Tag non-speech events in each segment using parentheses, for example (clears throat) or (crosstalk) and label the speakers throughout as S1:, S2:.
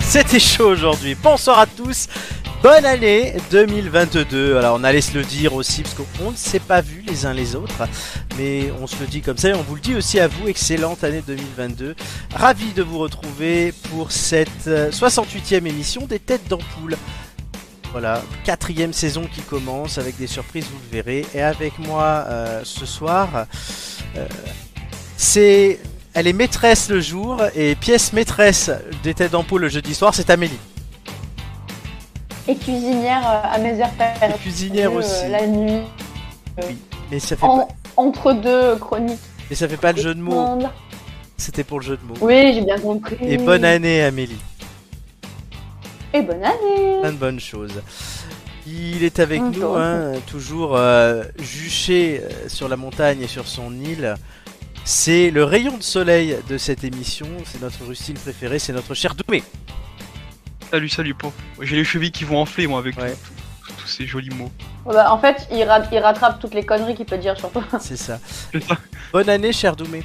S1: c'était chaud aujourd'hui. Bonsoir à tous, bonne année 2022. Alors on allait se le dire aussi parce qu'on ne s'est pas vu les uns les autres, mais on se le dit comme ça et on vous le dit aussi à vous. Excellente année 2022. Ravi de vous retrouver pour cette euh, 68e émission des Têtes d'ampoule. Voilà, quatrième saison qui commence avec des surprises, vous le verrez. Et avec moi euh, ce soir, euh, c'est elle est maîtresse le jour et pièce maîtresse des têtes d'ampoule le jeudi soir, c'est Amélie.
S2: Et cuisinière euh, à mes heures
S1: Et cuisinière
S2: perdues, euh,
S1: aussi.
S2: La Oh. nuit. euh,
S1: Oui, Mais ça fait
S2: en-
S1: pas,
S2: entre deux chroniques.
S1: mais ça fait pas le jeu de mots.
S2: Monde.
S1: C'était pour le jeu de mots.
S2: Oui, j'ai bien compris.
S1: Et bonne année Amélie.
S2: Et bonne année.
S1: Plein de bonnes choses. Il est avec
S2: Bonjour.
S1: nous, hein, toujours euh, juché euh, sur la montagne et sur son île. C'est le rayon de soleil de cette émission. C'est notre Rustine préférée. C'est notre cher
S2: (laughs)
S1: Doumé.
S3: Salut, salut, Po. J'ai les chevilles qui vont enfler, moi, avec
S1: Ouais.
S3: tout- tout- tous ces jolis mots.
S2: Oh bah, en fait, il, ra- il rattrape toutes les conneries qu'il peut dire surtout.
S1: C'est ça.
S3: C'est ça.
S1: Bonne année, cher Doumé.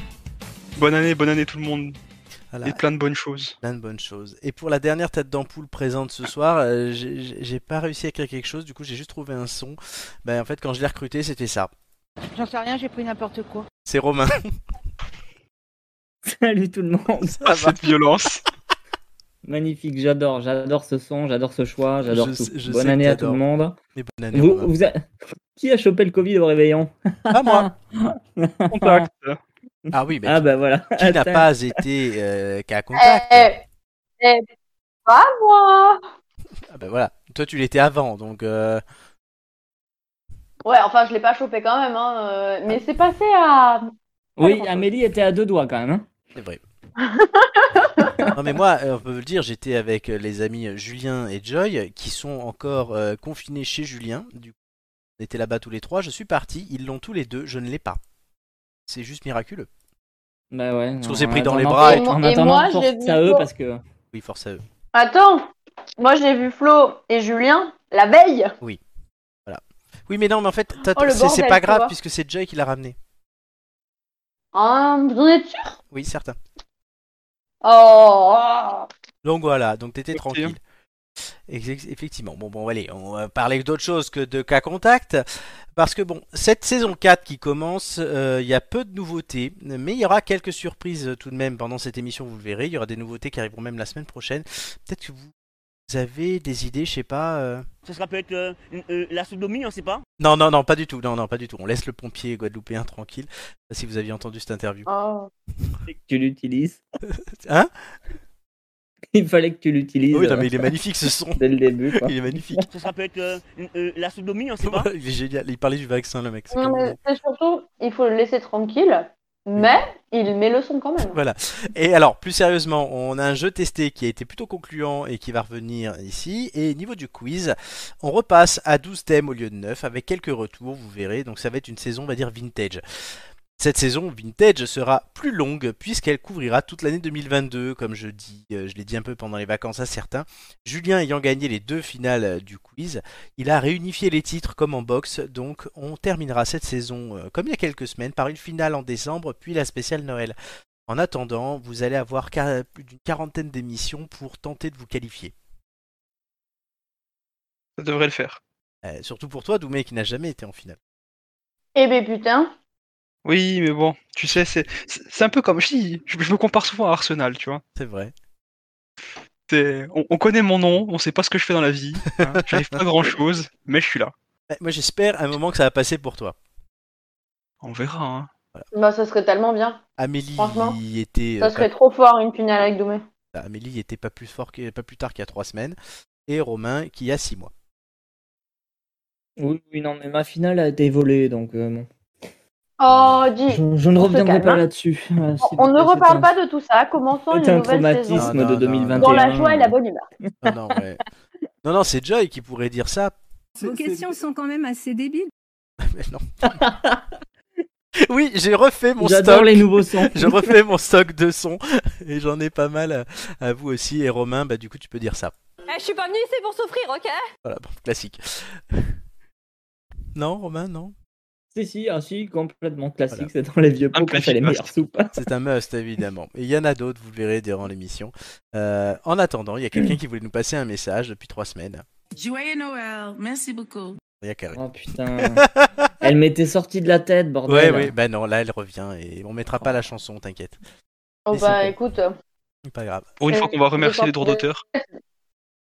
S3: Bonne année, bonne année tout le monde.
S1: Voilà.
S3: Et plein de bonnes choses.
S1: Plein de bonnes choses. Et pour la dernière tête d'ampoule présente ce soir, euh, j'ai- j'ai j'ai pas réussi à créer quelque chose, du coup j'ai juste trouvé un son. Ben, en fait, quand je l'ai recruté, c'était ça.
S4: J'en sais rien, j'ai pris n'importe quoi.
S1: C'est Romain. (laughs)
S5: (laughs) Salut tout le monde.
S1: Ça va.
S3: (laughs) Cette violence.
S5: Magnifique, j'adore, j'adore ce son, j'adore ce choix, j'adore
S1: Je
S5: tout.
S1: sais- je
S5: Bonne
S1: sais
S5: année
S1: que
S5: à tout le
S1: t'adores.
S5: monde.
S1: Et bonne année,
S5: Vous,
S1: Romain.
S5: vous a- (laughs) Qui a chopé le Covid au réveillon
S1: Ah, moi
S3: Contact.
S1: Ah oui, mais
S5: Ah
S2: (laughs)
S5: bah voilà.
S1: qui n'a
S5: Attends.
S1: pas été euh, qu'à
S2: Eh,
S1: contact
S2: eh, eh, pas moi.
S1: Ah ben voilà. Toi, tu l'étais avant, donc. euh,
S2: Ouais, enfin, je l'ai pas chopé quand même, hein, euh, mais c'est passé à.
S5: Oui, Amélie était à deux doigts quand même. hein.
S1: C'est (laughs) vrai. non mais moi, euh, on peut le dire, j'étais avec euh, les amis euh, Julien et Joy euh, qui sont encore euh, confinés chez Julien. Du coup, on était là-bas tous les trois. Je suis parti, ils l'ont tous les deux, je ne l'ai pas. C'est juste miraculeux.
S5: Bah ouais.
S1: Parce qu'on
S5: non,
S1: s'est pris dans les
S5: attendant-
S1: bras
S2: et-
S5: En
S2: Et moi,
S5: attendant,
S2: j'ai
S5: force
S2: vu
S5: à eux
S2: Flo.
S5: parce que. (laughs)
S1: Oui, force à eux.
S2: Attends, moi j'ai vu Flo et Julien la veille.
S1: Oui, mais non, mais en fait, t'as-
S2: Oh, le
S1: c'est c'est
S2: bordel,
S1: pas
S2: tu
S1: grave
S2: vois.
S1: puisque c'est Joy qui l'a ramené.
S2: Hein, vous en êtes sûr
S1: Oui, certain.
S2: Oh, oh.
S1: Donc voilà, donc t'étais
S3: Ok.
S1: tranquille. Ex- Effectivement. Bon, bon, allez, on va parler d'autre chose que de cas contact. Parce que bon, cette saison 4 qui commence, euh, il y a peu de nouveautés, mais il y aura quelques surprises euh, tout de même pendant cette émission, vous le verrez. Il y aura des nouveautés qui arriveront même la semaine prochaine. Peut-être que vous avez des idées, je sais pas. euh,
S6: Ce sera peut-être euh, une- euh, la soupe d'Omi, on sait pas.
S1: Non, non, non, pas du tout. Non, non, pas du tout. On laisse le pompier guadeloupéen tranquille. Si vous aviez entendu cette interview.
S2: oh.
S5: Tu l'utilises.
S1: (laughs) Hein
S5: (laughs) Il fallait que tu l'utilises
S1: Oui, non, mais
S5: euh,
S1: il est magnifique ce son.
S5: dès le début.
S1: (laughs)
S5: Quoi.
S1: Il est magnifique.
S6: Ce sera peut-être euh, une- euh, la soupe d'Omi, on
S1: (laughs)
S6: sait
S7: Bah,
S6: pas.
S1: il est génial. Il parlait du vaccin, le mec. C'est
S2: Non,
S1: comme-
S2: mais c'est surtout, il faut le laisser tranquille, mais il met le son quand même.
S1: Voilà. Et alors, plus sérieusement, on a un jeu testé qui a été plutôt concluant et qui va revenir ici. Et niveau du quiz, on repasse à 12 thèmes au lieu de 9 avec quelques retours, vous verrez. Donc ça va être une saison, on va dire, vintage. Cette saison vintage sera plus longue puisqu'elle couvrira toute l'année 2022, comme je dis, euh, je l'ai dit un peu pendant les vacances à certains. Julien ayant gagné les deux finales euh, du quiz, il a réunifié les titres comme en boxe, donc on terminera cette saison, euh, comme il y a quelques semaines, par une finale en décembre, puis la spéciale Noël. En attendant, vous allez avoir ca- plus d'une quarantaine d'émissions pour tenter de vous qualifier.
S3: Ça devrait le faire.
S1: Euh, surtout pour toi, Doumé, qui n'a jamais été en finale.
S2: Eh ben putain,
S3: Oui, mais bon, tu sais, c'est c'est- c'est un peu comme. Si, je, je me compare souvent à Arsenal, tu vois.
S1: C'est vrai.
S3: C'est- On, on connaît mon nom, on sait pas ce que je fais dans la vie.
S1: (laughs)
S3: hein. J'arrive pas à grand chose, mais je suis là.
S1: Bah, moi, j'espère à un moment que ça va passer pour toi.
S3: On verra, hein.
S2: bah ça serait tellement bien.
S1: Amélie
S2: Franchement,
S1: était,
S2: Ça
S1: euh,
S2: serait trop fort une finale avec Doumé.
S1: pas, Amélie était pas plus fort que, pas plus tard qu'il y a trois semaines, et Romain qui a six mois.
S5: Oui, oui, non, mais ma finale a été volée donc euh, bon.
S2: Oh, dis,
S5: Je, je ne
S2: On se
S5: reviendrai
S2: calme,
S5: pas
S2: hein.
S5: là-dessus. Euh,
S2: on,
S5: s'il
S2: on
S5: vous
S2: ne
S5: plaît,
S2: reparle
S5: c'est
S2: pas de tout ça, commençons
S5: un- C'est un
S2: une nouvelle saison.
S5: traumatisme
S1: Ah, Non, non,
S5: de
S1: non.
S5: 2021.
S2: Dans la joie et la bonne humeur.
S1: Non, Ah non, ouais. (laughs) non, non, c'est Joy qui pourrait dire ça. (laughs)
S8: Vos questions sont quand même assez débiles.
S1: Mais
S2: (laughs)
S1: non. oui, j'ai refait mon
S5: J'adore
S1: stock.
S5: les nouveaux sons.
S1: Je refais mon stock de sons et j'en ai pas mal à, à vous aussi. Et Romain, bah du coup, tu peux dire ça.
S9: Eh, je suis pas venue ici pour souffrir, ok
S1: Voilà, bon, classique. Non, Romain, non
S5: Si, si, ah, si, complètement classique. C'est dans les vieux pots
S3: Un
S5: qu'on fait les
S3: classique.
S5: meilleures soupes.
S1: C'est un must, évidemment. Et il y en a d'autres, vous le verrez durant l'émission. Euh, en attendant, il y a quelqu'un qui voulait nous passer un message depuis trois semaines.
S9: Joyeux Noël, merci beaucoup.
S1: Il y a Karine.
S5: Oh putain. Elle m'était sortie de la tête, bordel.
S1: Ouais, ouais, bah non, là elle revient et on mettra pas la chanson, t'inquiète.
S2: Oh
S1: Mais
S2: bah
S1: c'est-
S2: écoute,
S1: Pas grave.
S3: Pour une
S2: Euh,
S3: fois qu'on va remercier
S2: je
S3: les droits
S2: pense-
S3: d'auteur.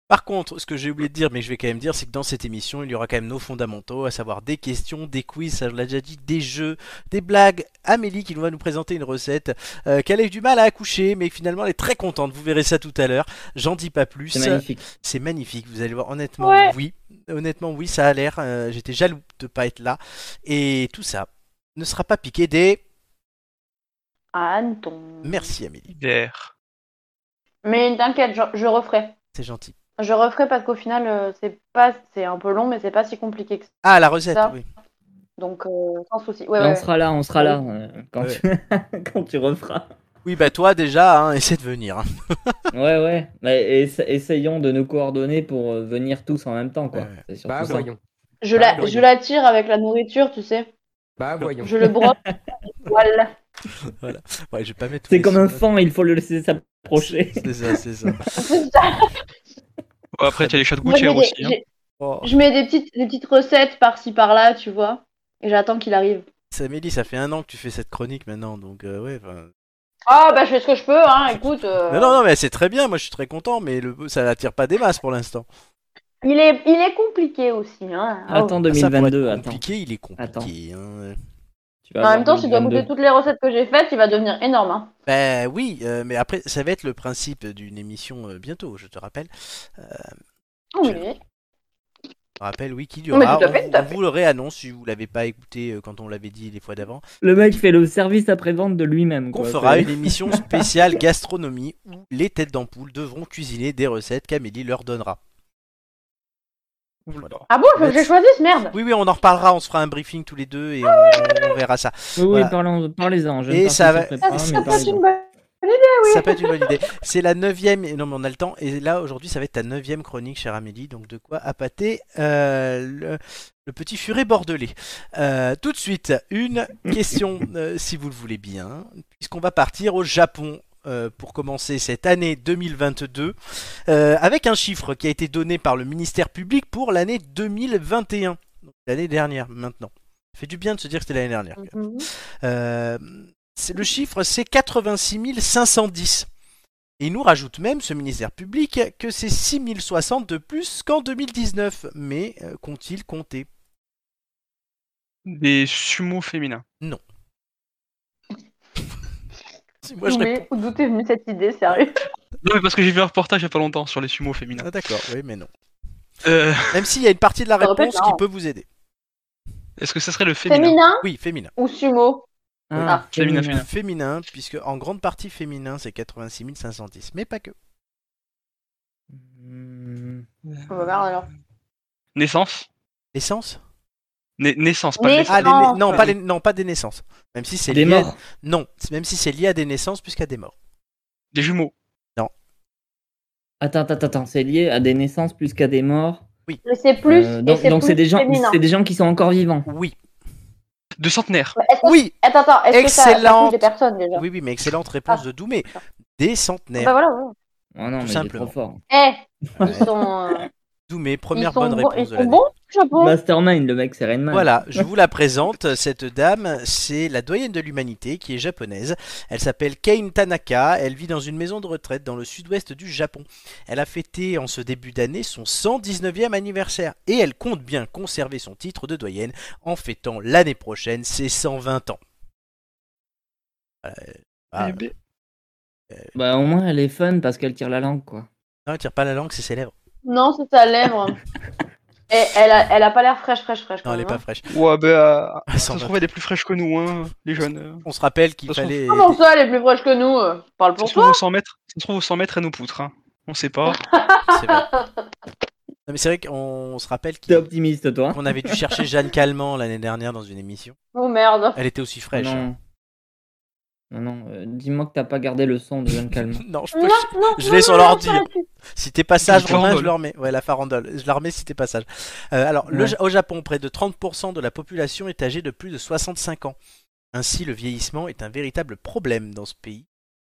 S1: Par contre, ce que j'ai oublié de dire, mais je vais quand même dire, c'est que dans cette émission, il y aura quand même nos fondamentaux, à savoir des questions, des quiz, ça je l'ai déjà dit, des jeux, des blagues. Amélie qui nous va nous présenter une recette euh, qu'elle a eu du mal à accoucher, mais finalement elle est très contente. Vous verrez ça tout à l'heure. J'en dis pas plus.
S5: C'est magnifique.
S1: C'est magnifique, vous allez voir. Honnêtement,
S2: Ouais.
S1: oui. Honnêtement, oui, ça a l'air. euh, J'étais jaloux de pas être là. Et tout ça ne sera pas piqué des.
S2: Anne, ton.
S1: Merci Amélie,
S3: Hiver.
S2: Mais t'inquiète, je, je referai.
S1: c'est gentil.
S2: Je referai parce qu'au final, euh, c'est pas, c'est un peu long, mais c'est pas si compliqué que ça.
S1: Ah, la recette,
S2: Ça.
S1: oui.
S2: Donc euh, sans souci. Ouais,
S5: Mais
S2: ouais,
S5: on
S2: ouais.
S5: sera là, on sera là euh, quand,
S1: Ouais.
S5: tu... quand tu referas.
S1: Oui, bah toi déjà, hein, (laughs) essaie de venir. hein.
S5: Ouais, ouais. Mais essa- essayons de nous coordonner pour euh, venir tous en même temps, quoi.
S1: Ouais.
S5: C'est surtout
S10: Bah
S5: ça.
S10: voyons.
S2: Je
S10: Bah,
S2: la,
S10: oui.
S2: je l'attire avec la nourriture, tu sais.
S10: Bah voyons.
S2: Je le
S5: (laughs)
S2: brosse. voilà. (laughs)
S1: Ouais, je vais pas mettre. tous
S5: C'est
S1: les
S5: comme un
S1: sons.
S5: fan, il faut le laisser s'approcher.
S1: C'est ça, c'est
S5: (laughs)
S1: ça.
S3: Ouais, après, t'as les chats de
S2: Moi, je,
S3: gouttière
S2: mets des,
S3: aussi. hein.
S2: j'ai-
S1: Oh.
S2: je mets des petites, des petites recettes par-ci par-là, tu vois. Et j'attends qu'il arrive.
S1: C'est Amélie, ça fait un an que tu fais cette chronique maintenant, donc euh, ouais. enfin-
S2: Ah bah je fais ce que je peux, hein. Écoute. euh,
S1: Non, non, non, mais c'est très bien. Moi, je suis très content, mais le... ça n'attire pas des masses pour l'instant.
S2: Il est, il est compliqué aussi, hein. Ah,
S5: Attends
S1: Ça, pour être
S5: 2022, attends.
S1: compliqué, il est compliqué. hein.
S5: Tu
S2: ouais. En
S5: vas voir
S2: même temps, s'il doit goûter
S5: 2022.
S2: toutes les recettes que j'ai faites, il va devenir énorme. Hein.
S1: Ben oui, euh, mais après, ça va être le principe d'une émission euh, bientôt, je te rappelle.
S2: Oui.
S1: Je te rappelle, oui, qui
S2: Mais
S1: durera.
S2: tout à
S1: on,
S2: fait,
S1: vous-
S2: tout à
S1: on vous le réannonce si vous l'avez pas écouté euh, quand on l'avait dit les fois d'avant.
S5: Le mec fait le service après-vente de lui-même.
S1: Qu'on
S5: quoi.
S1: fera
S5: C'est-
S1: une émission spéciale gastronomie où les têtes d'ampoule devront cuisiner des recettes qu'Amélie leur donnera. Voilà.
S2: Ah bon, faut que
S1: Let's-
S2: j'ai choisi ce merde.
S1: Oui, oui, on en reparlera, on se fera un briefing tous les deux et on, on verra ça.
S5: Oui, oui,
S1: Voilà.
S5: parlons- parlez-en. je ne
S1: Et
S5: participerai
S1: ça va-
S5: pas, mais parlez-en.
S1: Ça peut être une bonne idée. C'est la neuvième, non mais on a le temps, et là aujourd'hui ça va être ta neuvième chronique, chère Amélie, donc de quoi appâter euh, le, le petit furet bordelais. Euh, tout de suite, une question, euh, si vous le voulez bien, puisqu'on va partir au Japon. euh, pour commencer cette année 2022, euh, avec un chiffre qui a été donné par le ministère public pour l'année 2021, donc l'année dernière maintenant. Ça fait du bien de se dire que c'était l'année dernière.
S2: Mhm.
S1: Euh, c'est- le chiffre, c'est 86 510. Et il nous rajoute même, ce ministère public, que c'est 6060 de plus qu'en 2019. Mais euh, qu'ont-ils compté
S3: Des sumo féminins.
S1: Si moi je
S2: Mais
S1: réponds.
S2: D'où t'es venue cette idée, sérieux
S3: Non, mais parce que j'ai vu un reportage il y a pas longtemps sur les sumo féminins.
S1: Ah, d'accord, oui, mais non. Ah.
S3: Euh,
S1: Même s'il y a une partie de la
S2: Ça répète,
S1: réponse qui
S2: non.
S1: peut vous aider.
S3: Est-ce que ça serait le féminin
S2: Féminin
S1: Oui, féminin.
S2: ou sumo
S5: Ah,
S3: Féminin,
S5: féminin.
S1: Féminin, puisque en grande partie féminin, c'est 86 510. Mais pas que.
S5: Hmm.
S2: On va voir, alors.
S3: Naissance
S1: Naissance
S3: Né- Naissance, pas
S2: Né-
S3: naissance.
S1: ah, les-
S2: Naissance.
S1: non, pas les- non, pas des naissances. Même si c'est
S5: Des
S1: lié à-
S5: morts.
S1: Non, c'est- même si c'est lié à des naissances, puisqu'à des morts. Ah,
S3: Des jumeaux.
S5: Attends, attends, attends, c'est lié à des naissances plus qu'à des morts.
S2: Mais c'est plus.
S5: Euh,
S2: et
S5: donc
S2: c'est
S5: donc
S2: plus
S5: c'est des gens,
S2: féminin.
S5: c'est des gens qui sont encore vivants.
S1: Oui.
S3: De centenaires.
S2: Est-ce que-
S1: Oui,
S2: Attends, attends, est-ce que ça- ça,
S1: Excellente.
S2: touche des personnes déjà
S1: Oui, oui, mais excellente réponse
S2: Ah.
S1: de Doumé. Des centenaires.
S2: Bah voilà, voilà.
S5: Oh non,
S1: Tout
S5: mais il est
S1: simplement.
S5: trop fort.
S2: Eh,
S1: Ouais.
S2: ils sont. euh,
S1: Doumé, (laughs)
S2: ils
S1: première
S2: sont
S1: bonne
S2: bons-
S1: réponse
S2: Ils
S1: de
S2: sont
S1: l'année.
S2: bons, au Japon
S5: Mastermind, le mec, c'est Rainman.
S1: Voilà, je vous la présente, cette dame, c'est la doyenne de l'humanité qui est japonaise. Elle s'appelle Kane Tanaka, elle vit dans une maison de retraite dans le sud-ouest du Japon. Elle a fêté en ce début d'année son 119e anniversaire et elle compte bien conserver son titre de doyenne en fêtant l'année prochaine ses 120 ans. Voilà, euh, ah,
S3: Eh ben,
S5: Bah au moins elle est fun parce qu'elle tire la langue quoi.
S1: non, elle tire pas la langue, c'est ses lèvres.
S2: Non, c'est sa
S1: (laughs)
S2: lèvre. Et elle a, elle a pas l'air fraîche, fraîche, fraîche.
S1: Non,
S2: quand
S1: elle est
S2: même,
S1: pas
S2: hein.
S1: fraîche.
S3: Ouais, bah,
S1: Ah,
S3: Ah. ça se
S1: 120.
S3: trouve, elle est plus fraîche que nous, hein, les jeunes. euh.
S1: On se rappelle qu'il
S3: Ça se trouve- Ah
S1: fallait.
S2: Comment ça, elle est plus fraîche que nous euh Parle
S3: Ça
S2: pour
S3: se trouve
S2: toi. Ah.
S3: aux 100 mètres, ça se trouve aux 100 mètres, elle nous poutre. Hein. On sait pas.
S1: C'est vrai. Non, mais c'est vrai qu'on se rappelle
S5: T'es
S1: qu'il-
S5: optimiste toi
S1: qu'on avait dû chercher Jeanne Calment l'année dernière dans une émission.
S2: Oh merde.
S1: Elle était aussi fraîche. hein.
S5: Non. Non, non, euh, dis-moi que t'as pas gardé le son de
S1: (laughs)
S5: John Calment.
S1: (laughs) Non, je, peux-
S2: Non,
S1: je-
S2: non,
S1: je
S2: non,
S1: l'ai
S2: non,
S1: sur
S2: non,
S1: l'ordi.
S2: j'aurais pu.
S1: Si t'es pas sage,
S3: La
S1: Romain, je
S3: farandole.
S1: le remets. Ouais, la farandole. Je la remets si t'es pas sage. Euh, alors, le
S5: Ouais.
S1: Ja- au Japon, près de 30% de la population est âgée de plus de 65 ans. Ainsi, le vieillissement est un véritable problème dans ce pays.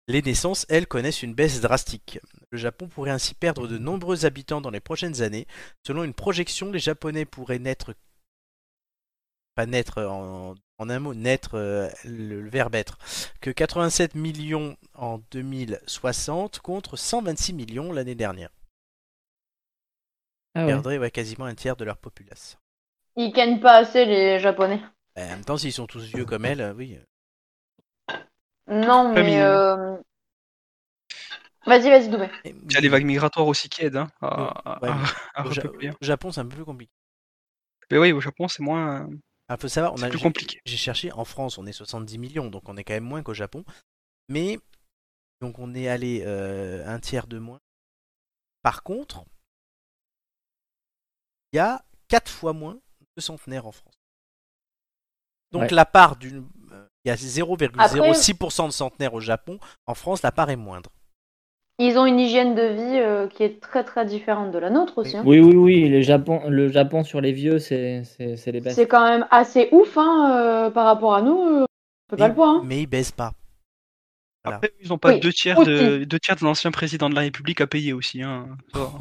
S1: Les naissances, elles, connaissent une baisse drastique. Le Japon pourrait ainsi perdre de nombreux habitants dans les prochaines années. Selon une projection, les Japonais pourraient naître... Pas naître en, en un mot, naître, euh, le, le verbe être. Que 87 millions en 2060 contre 126 millions l'année dernière
S5: Ah ouais.
S1: perdraient ouais, quasiment un tiers de leur populace.
S2: Ils gagnent pas assez les Japonais.
S1: Euh, en même temps, s'ils sont tous vieux comme elle, euh, oui.
S2: Non, mais.
S3: mignon.
S2: euh, Vas-y, vas-y, Doumé.
S1: Et-
S3: Il y a les vagues migratoires aussi qui aident hein, à,
S1: Ouais,
S3: à-
S1: mais
S3: à
S1: au, Ja-
S3: repeupler.
S1: au Japon, c'est un peu plus compliqué.
S3: Mais oui, au Japon, c'est moins.
S1: Ah, faut savoir, on
S3: C'est
S1: a,
S3: plus
S1: j'ai-
S3: compliqué.
S1: J'ai cherché, en France, on est 70 millions, donc on est quand même moins qu'au Japon. Mais, donc on est allé euh, un tiers de moins. Par contre, il y a 4 fois moins de centenaires en France. Donc
S5: Ouais.
S1: la part d'une. euh, Il y a 0,06% de centenaires au Japon. En France, la part est moindre.
S2: Ils ont une hygiène de vie euh, qui est très très différente de la nôtre aussi. hein.
S5: Ah Oui, oui, oui, le Japon, le Japon sur les vieux, c'est c'est- c'est les best.
S2: C'est quand même assez ouf hein, euh, par rapport à nous. euh, on fait pas
S1: Mais-
S2: le poids. hein.
S1: Mais ils baissent pas. (laughs) Voilà.
S3: Après, ils n'ont pas
S2: Oui,
S3: deux tiers de deux tiers de l'ancien président de la République à payer aussi. Hein. Ça,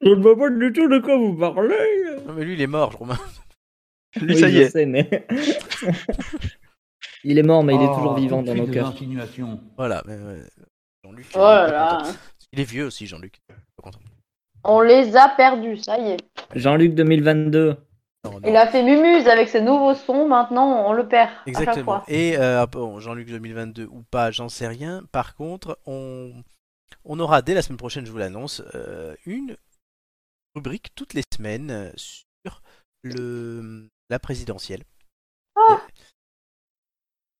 S5: Je ne vois pas du tout de quoi vous parlez.
S1: Non, mais lui, il est mort, Romain.
S3: Lui, ça y est.
S5: mais... (laughs) il est mort, mais il est toujours
S10: Ah,
S5: vivant
S10: tout de
S5: dans
S10: suite
S5: nos
S10: des
S5: cœurs.
S10: insinuations.
S1: Voilà. mais, euh, Jean-Luc. il
S2: Oh
S1: est pas
S2: là là.
S1: content. Il est vieux aussi, Jean-Luc. Pas content.
S2: On les a perdus, ça y est.
S5: Jean-Luc 2022.
S1: Non, non.
S2: Il a fait mumuse avec ses nouveaux sons, maintenant on le perd. À chaque
S1: Exactement.
S2: fois.
S1: Et euh, bon, Jean-Luc 2022 ou pas, j'en sais rien. Par contre, on, on aura dès la semaine prochaine, je vous l'annonce, euh, une rubrique toutes les semaines euh, sur le la présidentielle.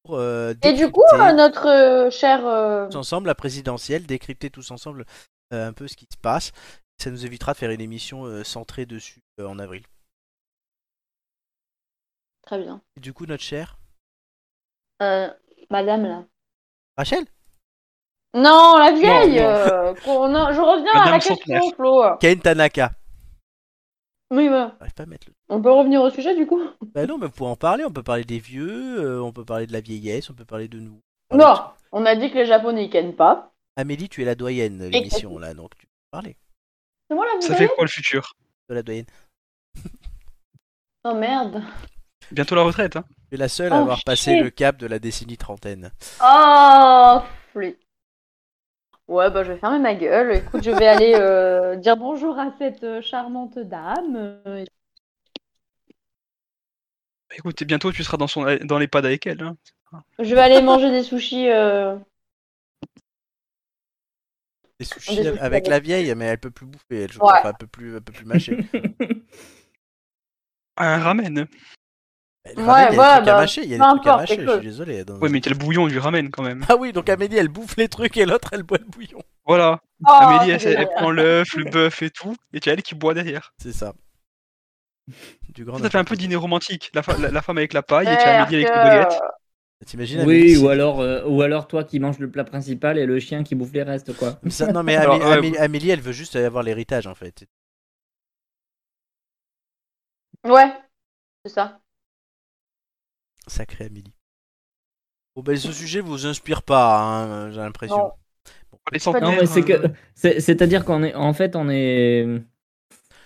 S1: Pour, euh,
S2: Ah. Et du coup,
S1: décrypter-
S2: euh, notre euh, cher. euh,
S1: tous ensemble la présidentielle, décrypter tous ensemble euh, un peu ce qui se passe. Ça nous évitera de faire une émission euh, centrée dessus euh, en avril.
S2: Très bien.
S1: Et du coup, notre chère
S2: Euh, madame là.
S1: Rachel,
S2: Non, la vieille.
S3: Non, non.
S2: euh, qu'on a- Je reviens à la
S3: Madame
S2: question,
S3: Centenaire.
S2: Flo.
S1: Ken Tanaka.
S2: Oui, bah,
S1: J'arrive pas à mettre le.
S2: on peut revenir au sujet du coup
S1: Bah non, mais vous pouvez en parler. On peut parler des vieux, euh, on peut parler de la vieillesse, on peut parler de nous. On peut
S2: Non,
S1: parler de-
S2: on a dit que les Japonais ils kennent pas.
S1: Amélie, tu es la doyenne de l'émission là, donc tu peux parler
S2: C'est moi la
S3: ça
S2: vieille
S3: fait quoi le futur
S1: de la doyenne.
S2: Oh merde.
S3: Bientôt la retraite. Hein.
S1: Tu es la seule à
S2: Oh,
S1: avoir passé
S2: shit.
S1: le cap de la décennie trentaine.
S2: Oh, flip. Ouais, bah je vais fermer ma gueule. Écoute, je vais aller euh, (laughs) dire bonjour à cette euh, charmante dame. euh,
S3: Bah, écoute, et bientôt tu seras dans son dans les pads avec elle. Hein.
S2: Je vais aller manger des sushis. euh,
S1: Des sushis
S2: Des sushis
S1: avec,
S2: avec-
S1: la vieille, mais elle peut plus bouffer, elle, je
S2: Ouais.
S1: crois, enfin, elle peut plus, elle peut plus mâcher.
S2: (laughs)
S3: Un ramen.
S1: Elle ramène, il y a
S2: voilà,
S1: des trucs à
S2: bah,
S1: mâcher, il y a
S2: peu
S1: des trucs à
S2: importe,
S1: mâcher, je
S2: quelque
S1: suis
S2: chose.
S1: désolé. hein, dans-
S3: Oui, mais t'as le bouillon du ramen quand même.
S1: Ah oui, donc Amélie, elle bouffe les trucs et l'autre, elle boit le bouillon.
S3: Voilà.
S2: Oh,
S3: Amélie, elle,
S2: c'est
S3: elle
S2: génial.
S3: prend l'œuf, le bœuf et tout, et t'as elle qui boit derrière.
S1: C'est ça. Du grand
S3: Ça fait un peu
S1: n'importe
S3: dîner romantique. La, fa- la- la femme avec la paille et t'as Amélie avec
S2: Merde,
S3: les baguettes.
S1: quoi. T'imagines
S5: Oui,
S1: Amélie
S5: ou alors, euh, ou alors toi qui manges le plat principal et le chien qui bouffe les restes, quoi.
S1: Mais ça- Non, mais
S3: Alors, euh,
S1: Amé-
S3: ouais,
S1: Amélie, Amélie, elle veut juste avoir l'héritage en fait.
S2: Ouais, c'est ça.
S1: Sacré Amélie. Bon, ben ce sujet vous inspire pas, hein, j'ai l'impression.
S2: Non.
S1: Bon,
S3: Les
S5: Non,
S3: centenaires,
S5: mais c'est que,
S3: euh,
S5: c'est- c'est-à-dire qu'on est, en fait, on est,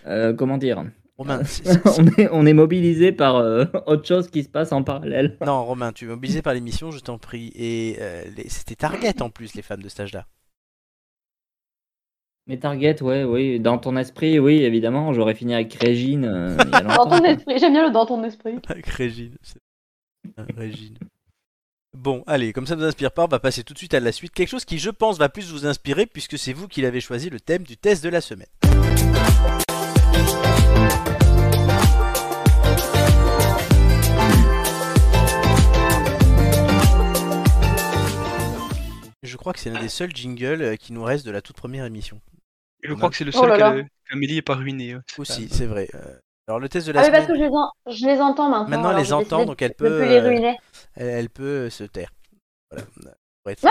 S5: euh, comment dire, (laughs)
S1: Romain, c'est- c'est-
S5: on est, on est mobilisé par euh, autre chose qui se passe en parallèle.
S1: non, Romain, tu es mobilisé par l'émission, je t'en prie. Et euh, les- c'était Target en plus, les femmes de cet âge-là.
S5: Mais Target, ouais, oui, dans ton esprit, oui, évidemment, j'aurais fini avec Régine. euh, il y
S2: (laughs)
S5: a
S2: Dans
S5: longtemps,
S2: ton
S5: quoi.
S2: esprit. J'aime bien le dans ton esprit.
S1: (laughs) Avec Régine. c'est- Ah, Régine. Bon, allez, comme ça ne vous inspire pas, on va passer tout de suite à la suite. Quelque chose qui, je pense, va plus vous inspirer puisque c'est vous qui l'avez choisi le thème du test de la semaine. Je crois que c'est l'un des seuls jingles euh, qui nous reste de la toute première émission.
S3: Je crois que c'est le
S2: Oh
S3: seul
S2: là là.
S3: qu'elle- qu'Amélie est pas ruinée. hein.
S1: Aussi, c'est vrai. euh, Alors le test de la
S2: Ah oui, parce que
S1: semaine,
S2: je les, en- je les entends maintenant.
S1: Maintenant,
S2: alors
S1: les
S2: j'ai décidé
S1: entend, donc
S2: de
S1: elle
S2: ne
S1: peut,
S2: plus les
S1: euh,
S2: ruiner.
S1: elle, elle peut se taire. Voilà. Pour être-
S2: Ouais.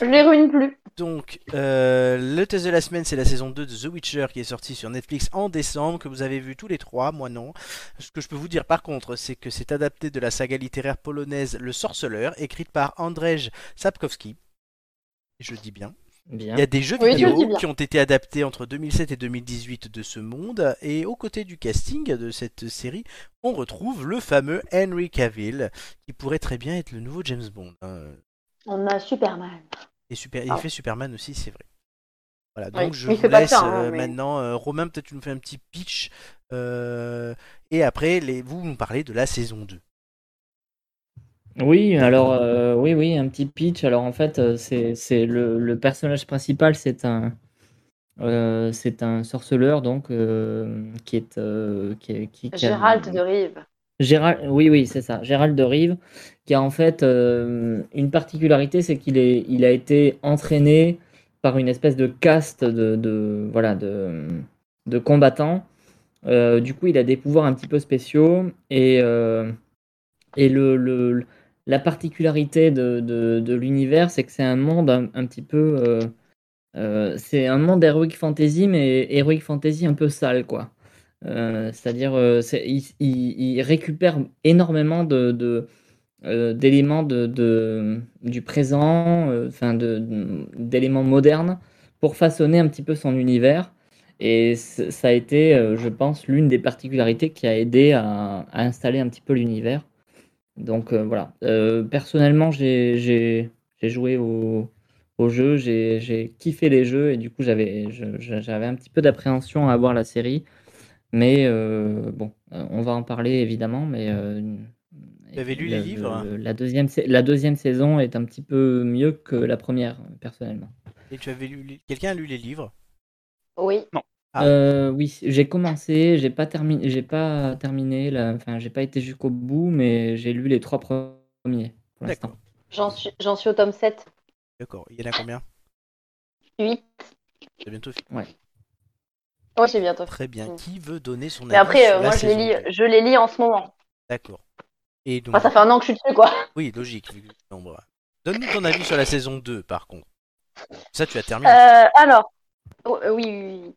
S2: Je les ruine plus.
S1: Donc, euh, le test de la semaine, c'est la saison 2 de The Witcher qui est sortie sur Netflix en décembre, que vous avez vu tous les trois, moi non. Ce que je peux vous dire par contre, c'est que c'est adapté de la saga littéraire polonaise Le Sorceleur, écrite par Andrzej Sapkowski. Je dis bien.
S5: Bien.
S1: Il y a des jeux
S2: Oui, je dis
S1: vidéo
S2: bien.
S1: qui ont été adaptés entre 2007 et 2018 de ce monde, et aux côtés du casting de cette série, on retrouve le fameux Henry Cavill, qui pourrait très bien être le nouveau James Bond. hein.
S2: On a Superman.
S1: Et super, et il
S2: Ah.
S1: fait Superman aussi, c'est vrai. Voilà,
S2: Oui,
S1: donc je
S2: mais
S1: vous
S2: c'est pas
S1: laisse
S2: ça, hein,
S1: euh,
S2: mais-
S1: maintenant. euh, Romain, peut-être tu nous fais un petit pitch. euh, et après, les, vous nous parlez de la saison 2.
S5: Oui, alors euh, oui, oui, un petit pitch. Alors en fait, euh, c'est c'est le, le personnage principal, c'est un euh, c'est un sorceleur donc euh, qui est euh, qui, est- qui- qui a-
S2: Gérald de Rive.
S5: Gérald, oui, oui, c'est ça. Gérald de Rive, qui a en fait euh, une particularité, c'est qu'il est, il a été entraîné par une espèce de caste de, de- voilà, de, de combattants. Euh, du coup, il a des pouvoirs un petit peu spéciaux et, euh, et le, le- la particularité de, de- de l'univers, c'est que c'est un monde un, un petit peu, euh, euh, c'est un monde heroic fantasy, mais heroic fantasy un peu sale, quoi. Euh, c'est-à-dire, euh, c'est- il, il- il récupère énormément de, de, euh, d'éléments de, de- du présent, euh, enfin de- de- d'éléments modernes pour façonner un petit peu son univers. Et c- ça a été, euh, je pense, l'une des particularités qui a aidé à, à installer un petit peu l'univers. Donc euh, voilà. Euh, personnellement, j'ai, j'ai, j'ai joué au, au jeu, j'ai, j'ai kiffé les jeux et du coup, j'avais, je- je- j'avais un petit peu d'appréhension à voir la série. Mais euh, bon, euh, on va en parler évidemment, mais... euh,
S1: avez lu
S5: la-
S1: les livres
S5: le- la, deuxième, sa- la deuxième saison est un petit peu mieux que la première, personnellement.
S1: Et tu avais lu, les- quelqu'un a lu les livres
S2: Oui.
S1: Ah.
S5: Euh, oui, j'ai commencé, j'ai pas terminé, j'ai pas terminé, la- enfin j'ai pas été jusqu'au bout, mais j'ai lu les trois premiers pour l'instant.
S1: D'accord.
S2: J'en suis, j'en suis au tome 7.
S1: D'accord. Il y en a combien
S2: 8.
S1: C'est bientôt fini.
S2: Oui, j'ai bientôt.
S1: Très bien.
S2: Mm.
S1: Qui veut donner son avis
S2: Mais après,
S1: sur
S2: euh,
S1: la
S2: moi, je les,
S1: saison
S2: lis,
S1: 2?
S2: je les lis en ce moment.
S1: D'accord. Et donc,
S2: Enfin, ça fait un an que je suis dessus, quoi.
S1: oui, logique. vu que le nombre- Donne-nous ton avis sur la saison 2, par contre. Ça, tu as terminé.
S2: Euh, alors, oh, euh, oui, oui, oui.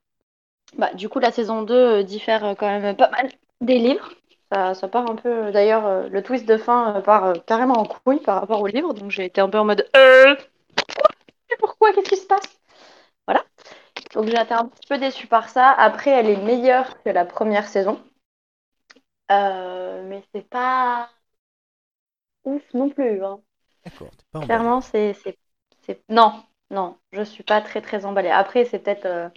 S2: Bah, du coup, la saison 2 euh, diffère euh, quand même pas mal des livres. Ça, ça part un peu. D'ailleurs, euh, le twist de fin euh, part euh, carrément en couille par rapport au livre. Donc, j'ai été un peu en mode Euh, Pourquoi Pourquoi Qu'est-ce qui se passe Voilà. Donc, j'ai été un petit peu déçue par ça. Après, elle est meilleure que la première saison. Euh, mais c'est pas ouf non plus. hein.
S1: D'accord. t'es pas emballé.
S2: Clairement, c'est. c'est- c'est- Non, non, je suis pas très très emballée. Après, c'est peut-être euh,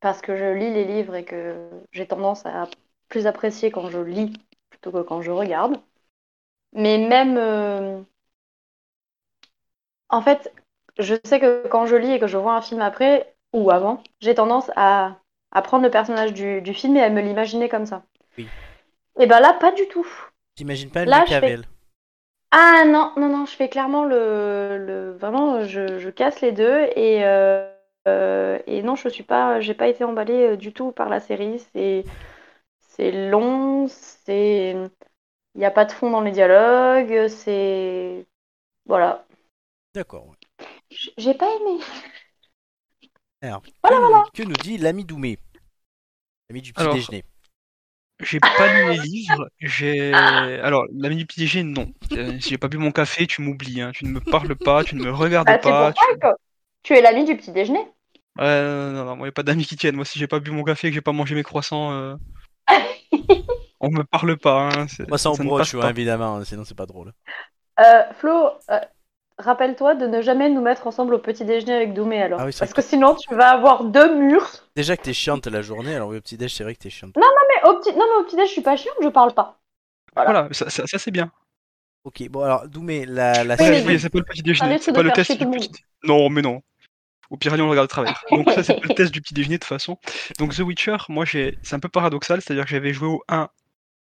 S2: parce que je lis les livres et que j'ai tendance à plus apprécier quand je lis plutôt que quand je regarde. Mais même. euh, En fait, je sais que quand je lis et que je vois un film après ou avant, j'ai tendance à, à prendre le personnage du, du film et à me l'imaginer comme ça.
S1: Oui.
S2: Et ben là, pas du tout.
S1: T'imagines pas
S2: Là,
S1: le
S2: je fais-
S1: Cavill
S2: Ah non, non, non, je fais clairement le, le vraiment, je, je casse les deux et, euh, euh, et non, je suis pas, j'ai pas été emballée euh, du tout par la série. C'est, c'est long, c'est, il n'y a pas de fond dans les dialogues, c'est, voilà,
S1: D'accord. ouais.
S2: J- j'ai pas aimé.
S1: Alors, que, nous, que nous dit l'ami Doumé L'ami du petit
S3: Alors,
S1: déjeuner.
S3: J'ai pas lu les livres. J'ai
S2: Ah.
S3: alors l'ami du petit déjeuner, non. Euh, Si j'ai pas bu mon café, tu m'oublies. hein. Tu ne me parles pas, tu ne me regardes
S2: Ah, c'est
S3: pas.
S2: pour ça que tu es l'ami du petit déjeuner.
S3: tu- Ouais, non, non, non, moi y a pas d'amis qui tiennent. Moi, si j'ai pas bu mon café et que j'ai pas mangé mes
S2: (laughs)
S3: croissants, euh, on me parle pas. hein. C'est-
S1: Moi, ça en
S3: ne
S1: broche,
S3: passe
S1: ouais,
S3: pas.
S1: évidemment, hein, sinon c'est pas drôle.
S2: Euh, Flo, euh, rappelle-toi de ne jamais nous mettre ensemble au petit déjeuner avec Doumé alors,
S1: Ah oui, c'est
S2: parce que sinon tu vas avoir deux murs.
S1: Déjà que t'es chiante la journée, alors oui, au petit déj, c'est vrai que t'es chiante.
S2: Mais au petit... Non, mais au petit déj, je suis pas chiante, je parle pas.
S3: Voilà, ça, ça- ça, c'est bien.
S1: Ok, bon, alors, Doumé, la, la
S2: Oui, mais
S3: Ça,
S1: série.
S3: je voyais, c'est pas le petit déjeuner,
S2: risque
S3: c'est
S2: de
S3: pas le
S2: faire
S3: test
S2: chier
S3: du
S2: tout le
S3: petit. Non, mais non. Au pire, allez, on le regarde
S2: (laughs)
S3: de travers. Donc ça, c'est pas le test du petit déjeuner de toute façon. Donc The Witcher, moi, j'ai, c'est un peu paradoxal, c'est-à-dire que j'avais joué au 1,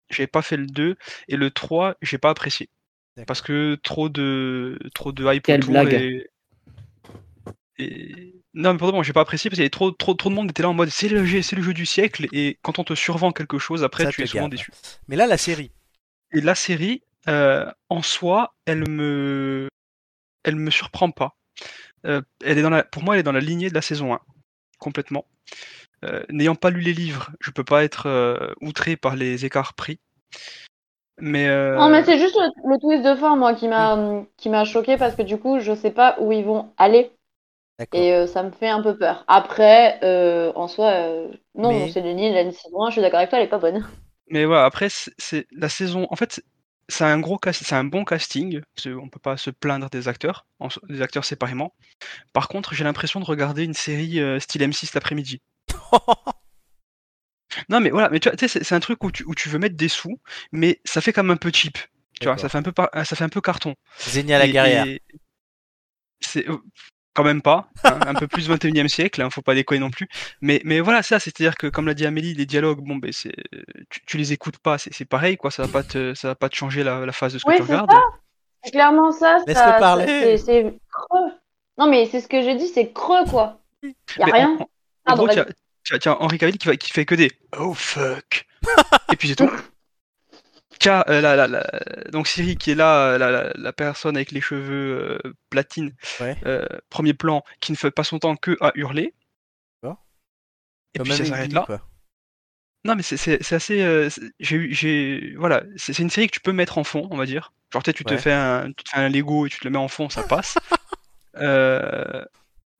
S3: j'avais pas fait le 2, et le 3, j'ai pas apprécié.
S1: D'accord.
S3: Parce que trop de, trop de hype
S5: Quelle
S3: autour
S5: blague.
S3: et... Et... Non, mais pour de bon, j'ai pas apprécié parce qu'il y avait trop, trop, trop de monde était là en mode c'est le, jeu- c'est le jeu du siècle et quand on te survend quelque chose, après
S1: Ça
S3: tu
S1: te
S3: es souvent
S1: gave.
S3: déçu.
S1: Mais là, la série,
S3: Et la série, euh, en soi, elle me, elle me surprend pas. Euh, elle est dans la, pour moi, elle est dans la lignée de la saison 1, complètement. Euh, N'ayant pas lu les livres, je peux pas être euh, outré par les écarts pris. Mais, euh,
S2: Non, mais c'est juste le, le twist de fin, moi, qui m'a qui m'a choqué parce que du coup, je sais pas où ils vont aller
S1: d'accord.
S2: et euh, ça me fait un peu peur. Après, euh, en soi, euh, non,
S1: Mais-
S2: c'est Denis, la saison 1, je suis d'accord avec toi, elle est pas bonne.
S3: Mais voilà, après, c'est- c'est la saison. En fait, c'est un gros cast- c'est un bon casting. parce que On peut pas se plaindre des acteurs, en so- des acteurs séparément. Par contre, j'ai l'impression de regarder une série euh, style M6 l'après-midi. Non, mais voilà, mais tu vois, tu sais, c'est c'est un truc où tu, où tu veux mettre des sous, mais ça fait comme un peu cheap. Tu vois, ça
S1: D'accord.
S3: fait un peu, par- ça fait un peu carton.
S1: Zénia la
S3: Et-
S1: guerrière.
S3: et C'est euh, quand même pas, hein, un peu plus 21e siècle, hein, faut pas déconner non plus. Mais, mais voilà, ça, c'est-à-dire que, comme l'a dit Amélie, les dialogues, bon, ben, c'est, tu, tu les écoutes pas, c'est c'est pareil, quoi, ça va pas te, ça va pas te changer la, la phase de ce que
S2: Oui,
S3: tu
S2: c'est
S3: regardes.
S2: C'est Clairement, ça,
S1: Laisse-le
S2: ça, ça-
S1: parler.
S2: c'est c'est creux. Non, mais c'est ce que j'ai dit, c'est creux, quoi. Y a
S3: Mais en-
S2: rien.
S3: en- en
S2: Ah,
S3: gros,
S2: bon,
S3: tiens,
S2: vas-y.
S3: tiens, tiens, Henri Cavill qui, va- qui fait que des Oh fuck Et puis c'est (laughs) tout. Tiens, euh, la- la- la- donc Siri qui est là, euh, la, la- la personne avec les cheveux euh, platine,
S1: Ouais.
S3: euh, premier plan, qui ne fait pas son temps que à hurler.
S1: D'accord.
S3: Et
S1: Quand
S3: puis
S1: même
S3: ça
S1: une
S3: s'arrête
S1: bille,
S3: là.
S1: quoi.
S3: Non, mais c'est- c'est c'est assez. euh, c'est- j'ai eu- j'ai- voilà, c'est c'est une série que tu peux mettre en fond, on va dire. Genre, tu sais, tu te
S1: Ouais.
S3: fais un, tu te fais un Lego et tu te le mets en fond, ça passe. Euh,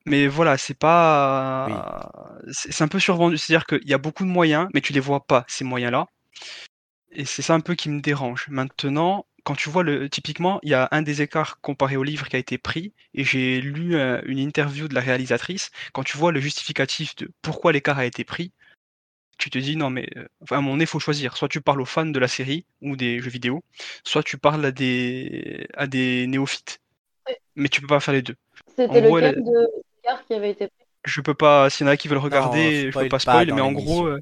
S3: mais voilà, c'est pas. C'est c'est un peu survendu. C'est-à-dire qu'il y a beaucoup de moyens, mais tu les vois pas, ces moyens-là. Et c'est ça un peu qui me dérange. Maintenant, quand tu vois le. Typiquement, il y a un des écarts comparé au livre qui a été pris, et j'ai lu euh, une interview de la réalisatrice. Quand tu vois le justificatif de pourquoi l'écart a été pris, tu te dis non mais euh, enfin, à mon nez faut choisir soit tu parles aux fans de la série ou des jeux vidéo soit tu parles à des à des néophytes mais tu peux pas faire les deux
S2: C'était
S3: en gros,
S2: lequel
S3: elle-
S2: de Oscar qui avait été
S3: je peux pas s'il y en a qui veulent regarder je
S1: spoil
S3: peux pas
S1: pas
S3: spoil
S1: dans
S3: mais en
S1: l'émission.
S3: gros euh,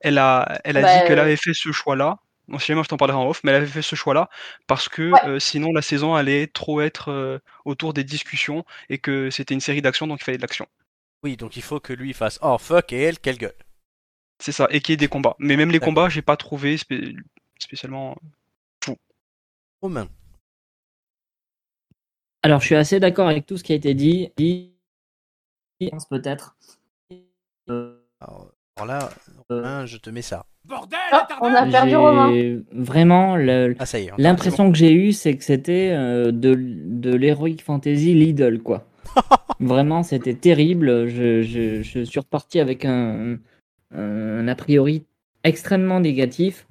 S3: elle a elle a
S2: Bah,
S3: dit qu'elle
S2: euh,
S3: avait fait ce choix là non si jamais je t'en parlerai en off mais elle avait fait ce choix là parce que
S2: Ouais.
S3: euh, sinon la saison allait trop être euh, autour des discussions et que c'était une série d'action donc il fallait de l'action
S1: Oui, donc il faut que lui fasse Oh fuck et elle, quelle gueule.
S3: c'est ça et qu'il y ait des combats mais même les
S1: D'accord.
S3: combats j'ai pas trouvé spé- spécialement
S1: Romain.
S5: Alors, je suis assez d'accord avec tout ce qui a été dit. dit je pense peut-être. Euh,
S1: Alors, alors là, Romain, je te mets ça.
S2: Ah, on a perdu Romain.
S5: j'ai vraiment le-
S1: Ah, ça y est. on t'a-
S5: l'impression que j'ai eue, c'est que c'était euh, de, de l'heroic fantasy Lidl, quoi. vraiment, c'était terrible. Je, je- je suis reparti avec un, un a priori extrêmement négatif.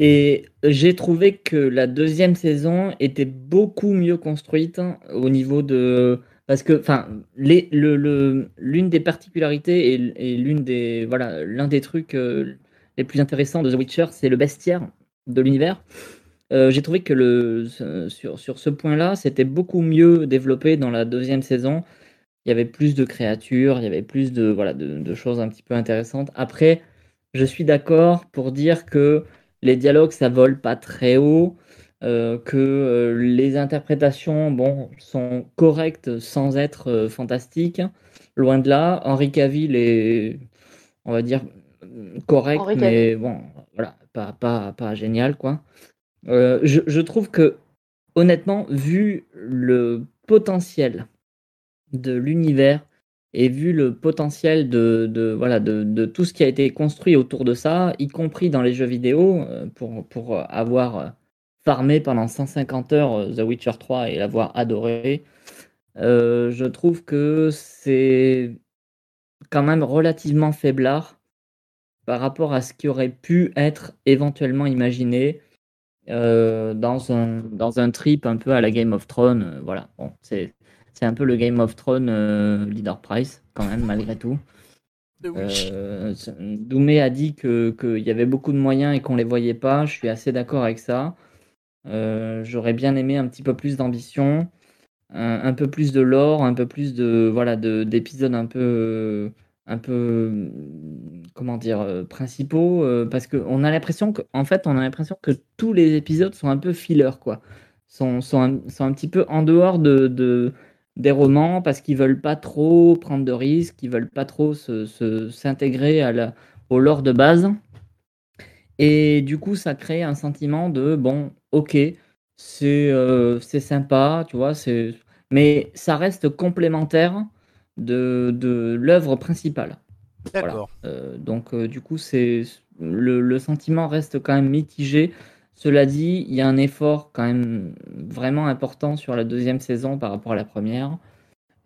S5: Et j'ai trouvé que la deuxième saison était beaucoup mieux construite hein, au niveau de. Parce que, enfin, les- le- le- l'une des particularités et, et l'une des. Voilà, l'un des trucs euh, les plus intéressants de The Witcher, c'est le bestiaire de l'univers. Euh, j'ai trouvé que le, ce- sur, sur ce point-là, c'était beaucoup mieux développé dans la deuxième saison. Il y avait plus de créatures, il y avait plus de, voilà, de, de choses un petit peu intéressantes. Après, je suis d'accord pour dire que les dialogues, ça vole pas très haut, euh, que euh, les interprétations bon, sont correctes sans être euh, fantastiques. Loin de là, Henri Cavill est, on va dire, correct,
S2: Henri
S5: mais bon, voilà, pas, pas, pas génial, quoi. Euh, je, je trouve que, honnêtement, vu le potentiel de l'univers et vu le potentiel de, de- voilà, de, de tout ce qui a été construit autour de ça, y compris dans les jeux vidéo, euh, pour, pour euh, avoir euh, farmé pendant 150 heures euh, The Witcher 3 et l'avoir adoré, euh, je trouve que c'est quand même relativement faiblard par rapport à ce qui aurait pu être éventuellement imaginé euh, dans, un, dans un trip un peu à la Game of Thrones. euh, voilà, bon, c'est c'est un peu le Game of Thrones euh, leader price quand même, malgré tout. Euh, c'est- Doumé a dit que- qu'il y avait beaucoup de moyens et qu'on les voyait pas. Je suis assez d'accord avec ça. Euh, J'aurais bien aimé un petit peu plus d'ambition, un, un peu plus de lore, un peu plus de voilà de- d'épisodes un peu euh, un peu hum, comment dire euh, principaux euh, parce que on a l'impression que en fait on a l'impression que tous les épisodes sont un peu filler quoi sont sont un, sont un petit peu en dehors de, de des romans parce qu'ils veulent pas trop prendre de risques, ils veulent pas trop se- se- s'intégrer à la- au lore de base. Et du coup, ça crée un sentiment de bon, ok, c'est euh, c'est sympa, tu vois, c'est mais ça reste complémentaire de, de l'œuvre principale.
S1: D'accord.
S5: Euh, donc euh, du coup, c'est le, le sentiment reste quand même mitigé. Cela dit, il y a un effort quand même vraiment important sur la deuxième saison par rapport à la première.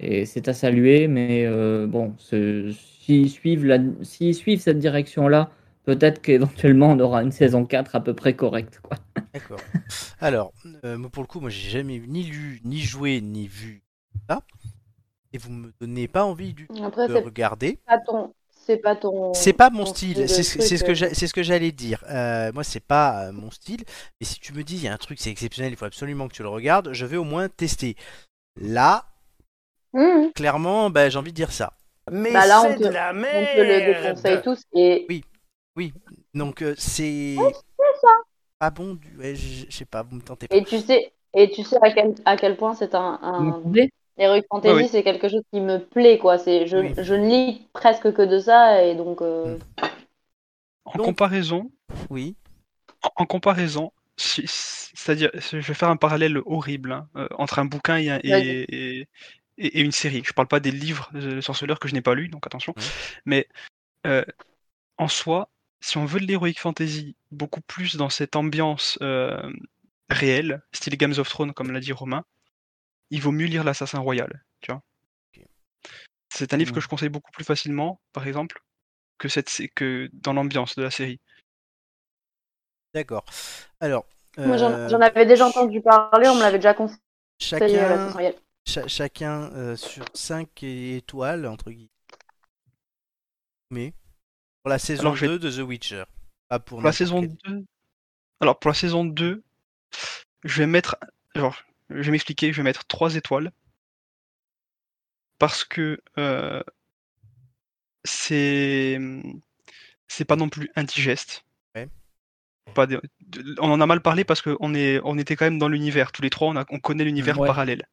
S5: Et c'est à saluer, mais euh, bon, ce- s'ils suivent, la- s'ils suivent cette direction-là, peut-être qu'éventuellement on aura une saison 4 à peu près correcte. Quoi.
S1: D'accord. Alors, euh, moi, pour le coup, moi j'ai jamais ni lu, ni joué, ni vu ça. Et vous me donnez pas envie du tout
S2: Après,
S1: de
S2: c'est
S1: regarder.
S2: pas ton. C'est pas ton.
S1: C'est pas mon
S2: ton
S1: style,
S2: de
S1: c'est ce-
S2: truc,
S1: c'est ce
S2: euh.
S1: que j'a- c'est ce que j'allais dire. Euh, moi, c'est pas euh, mon style. Mais si tu me dis, il y a un truc, c'est exceptionnel, il faut absolument que tu le regardes, je vais au moins tester. Là,
S2: Mmh.
S1: clairement, bah, j'ai envie de dire ça.
S10: Mais
S2: Bah là, on
S10: c'est
S2: te-
S10: de la
S2: On
S10: merde.
S2: te le déconseille tous. Et
S1: Donc, euh, c'est.
S2: c'est ça.
S1: Ah bon, du... ouais, je je sais pas, vous me tentez pas.
S2: Et tu sais, et tu sais à quel, à quel point c'est un, un...
S1: Mm.
S5: Mais
S2: Heroic Fantasy,
S3: Ah oui.
S2: c'est quelque chose qui me plaît, quoi. C'est, je,
S1: Oui. Mm.
S2: je ne lis presque que de ça, et donc. euh,
S3: En
S1: Donc-
S3: comparaison,
S1: Oui,
S3: en comparaison, si- c'est-à-dire, je vais faire un parallèle horrible hein, euh, entre un bouquin et, un- et-
S2: Vas-y.
S3: et- et- et une série. Je parle pas des livres euh, sur ce leurre que je n'ai pas lu, donc attention.
S1: Ouais.
S3: Mais euh, en soi, si on veut de l'heroic fantasy beaucoup plus dans cette ambiance euh, réelle, style Games of Thrones, comme l'a dit Romain, il vaut mieux lire l'Assassin Royal. Tu vois.
S1: Ok. Hmm.
S3: C'est un livre que
S1: Ouais.
S3: je conseille beaucoup plus facilement, par exemple, que, cette, sé- que dans l'ambiance de la série.
S1: d'accord. Alors.
S2: Moi,
S1: euh,
S2: j'en, j'en avais déjà entendu euh, parler, on me l'avait déjà conseillé à la
S1: Chacun,
S2: saison réelle.
S1: cha- chacun euh, sur 5 étoiles, entre guillemets. Mais pour la saison
S3: Alors, je
S1: 2 de The Witcher. Pas pour
S3: Pour la
S1: n'importe
S3: saison
S1: quel.
S3: 2. Alors pour la saison 2, je vais mettre. Genre, je vais m'expliquer, je vais mettre 3 étoiles. Parce que euh, c'est. mmh, C'est pas non plus indigeste.
S1: Ouais.
S3: Pas des- de- On en a mal parlé parce qu'on est... on était quand même dans l'univers. Tous les trois, on, a- on connaît l'univers
S5: Ouais.
S3: parallèle.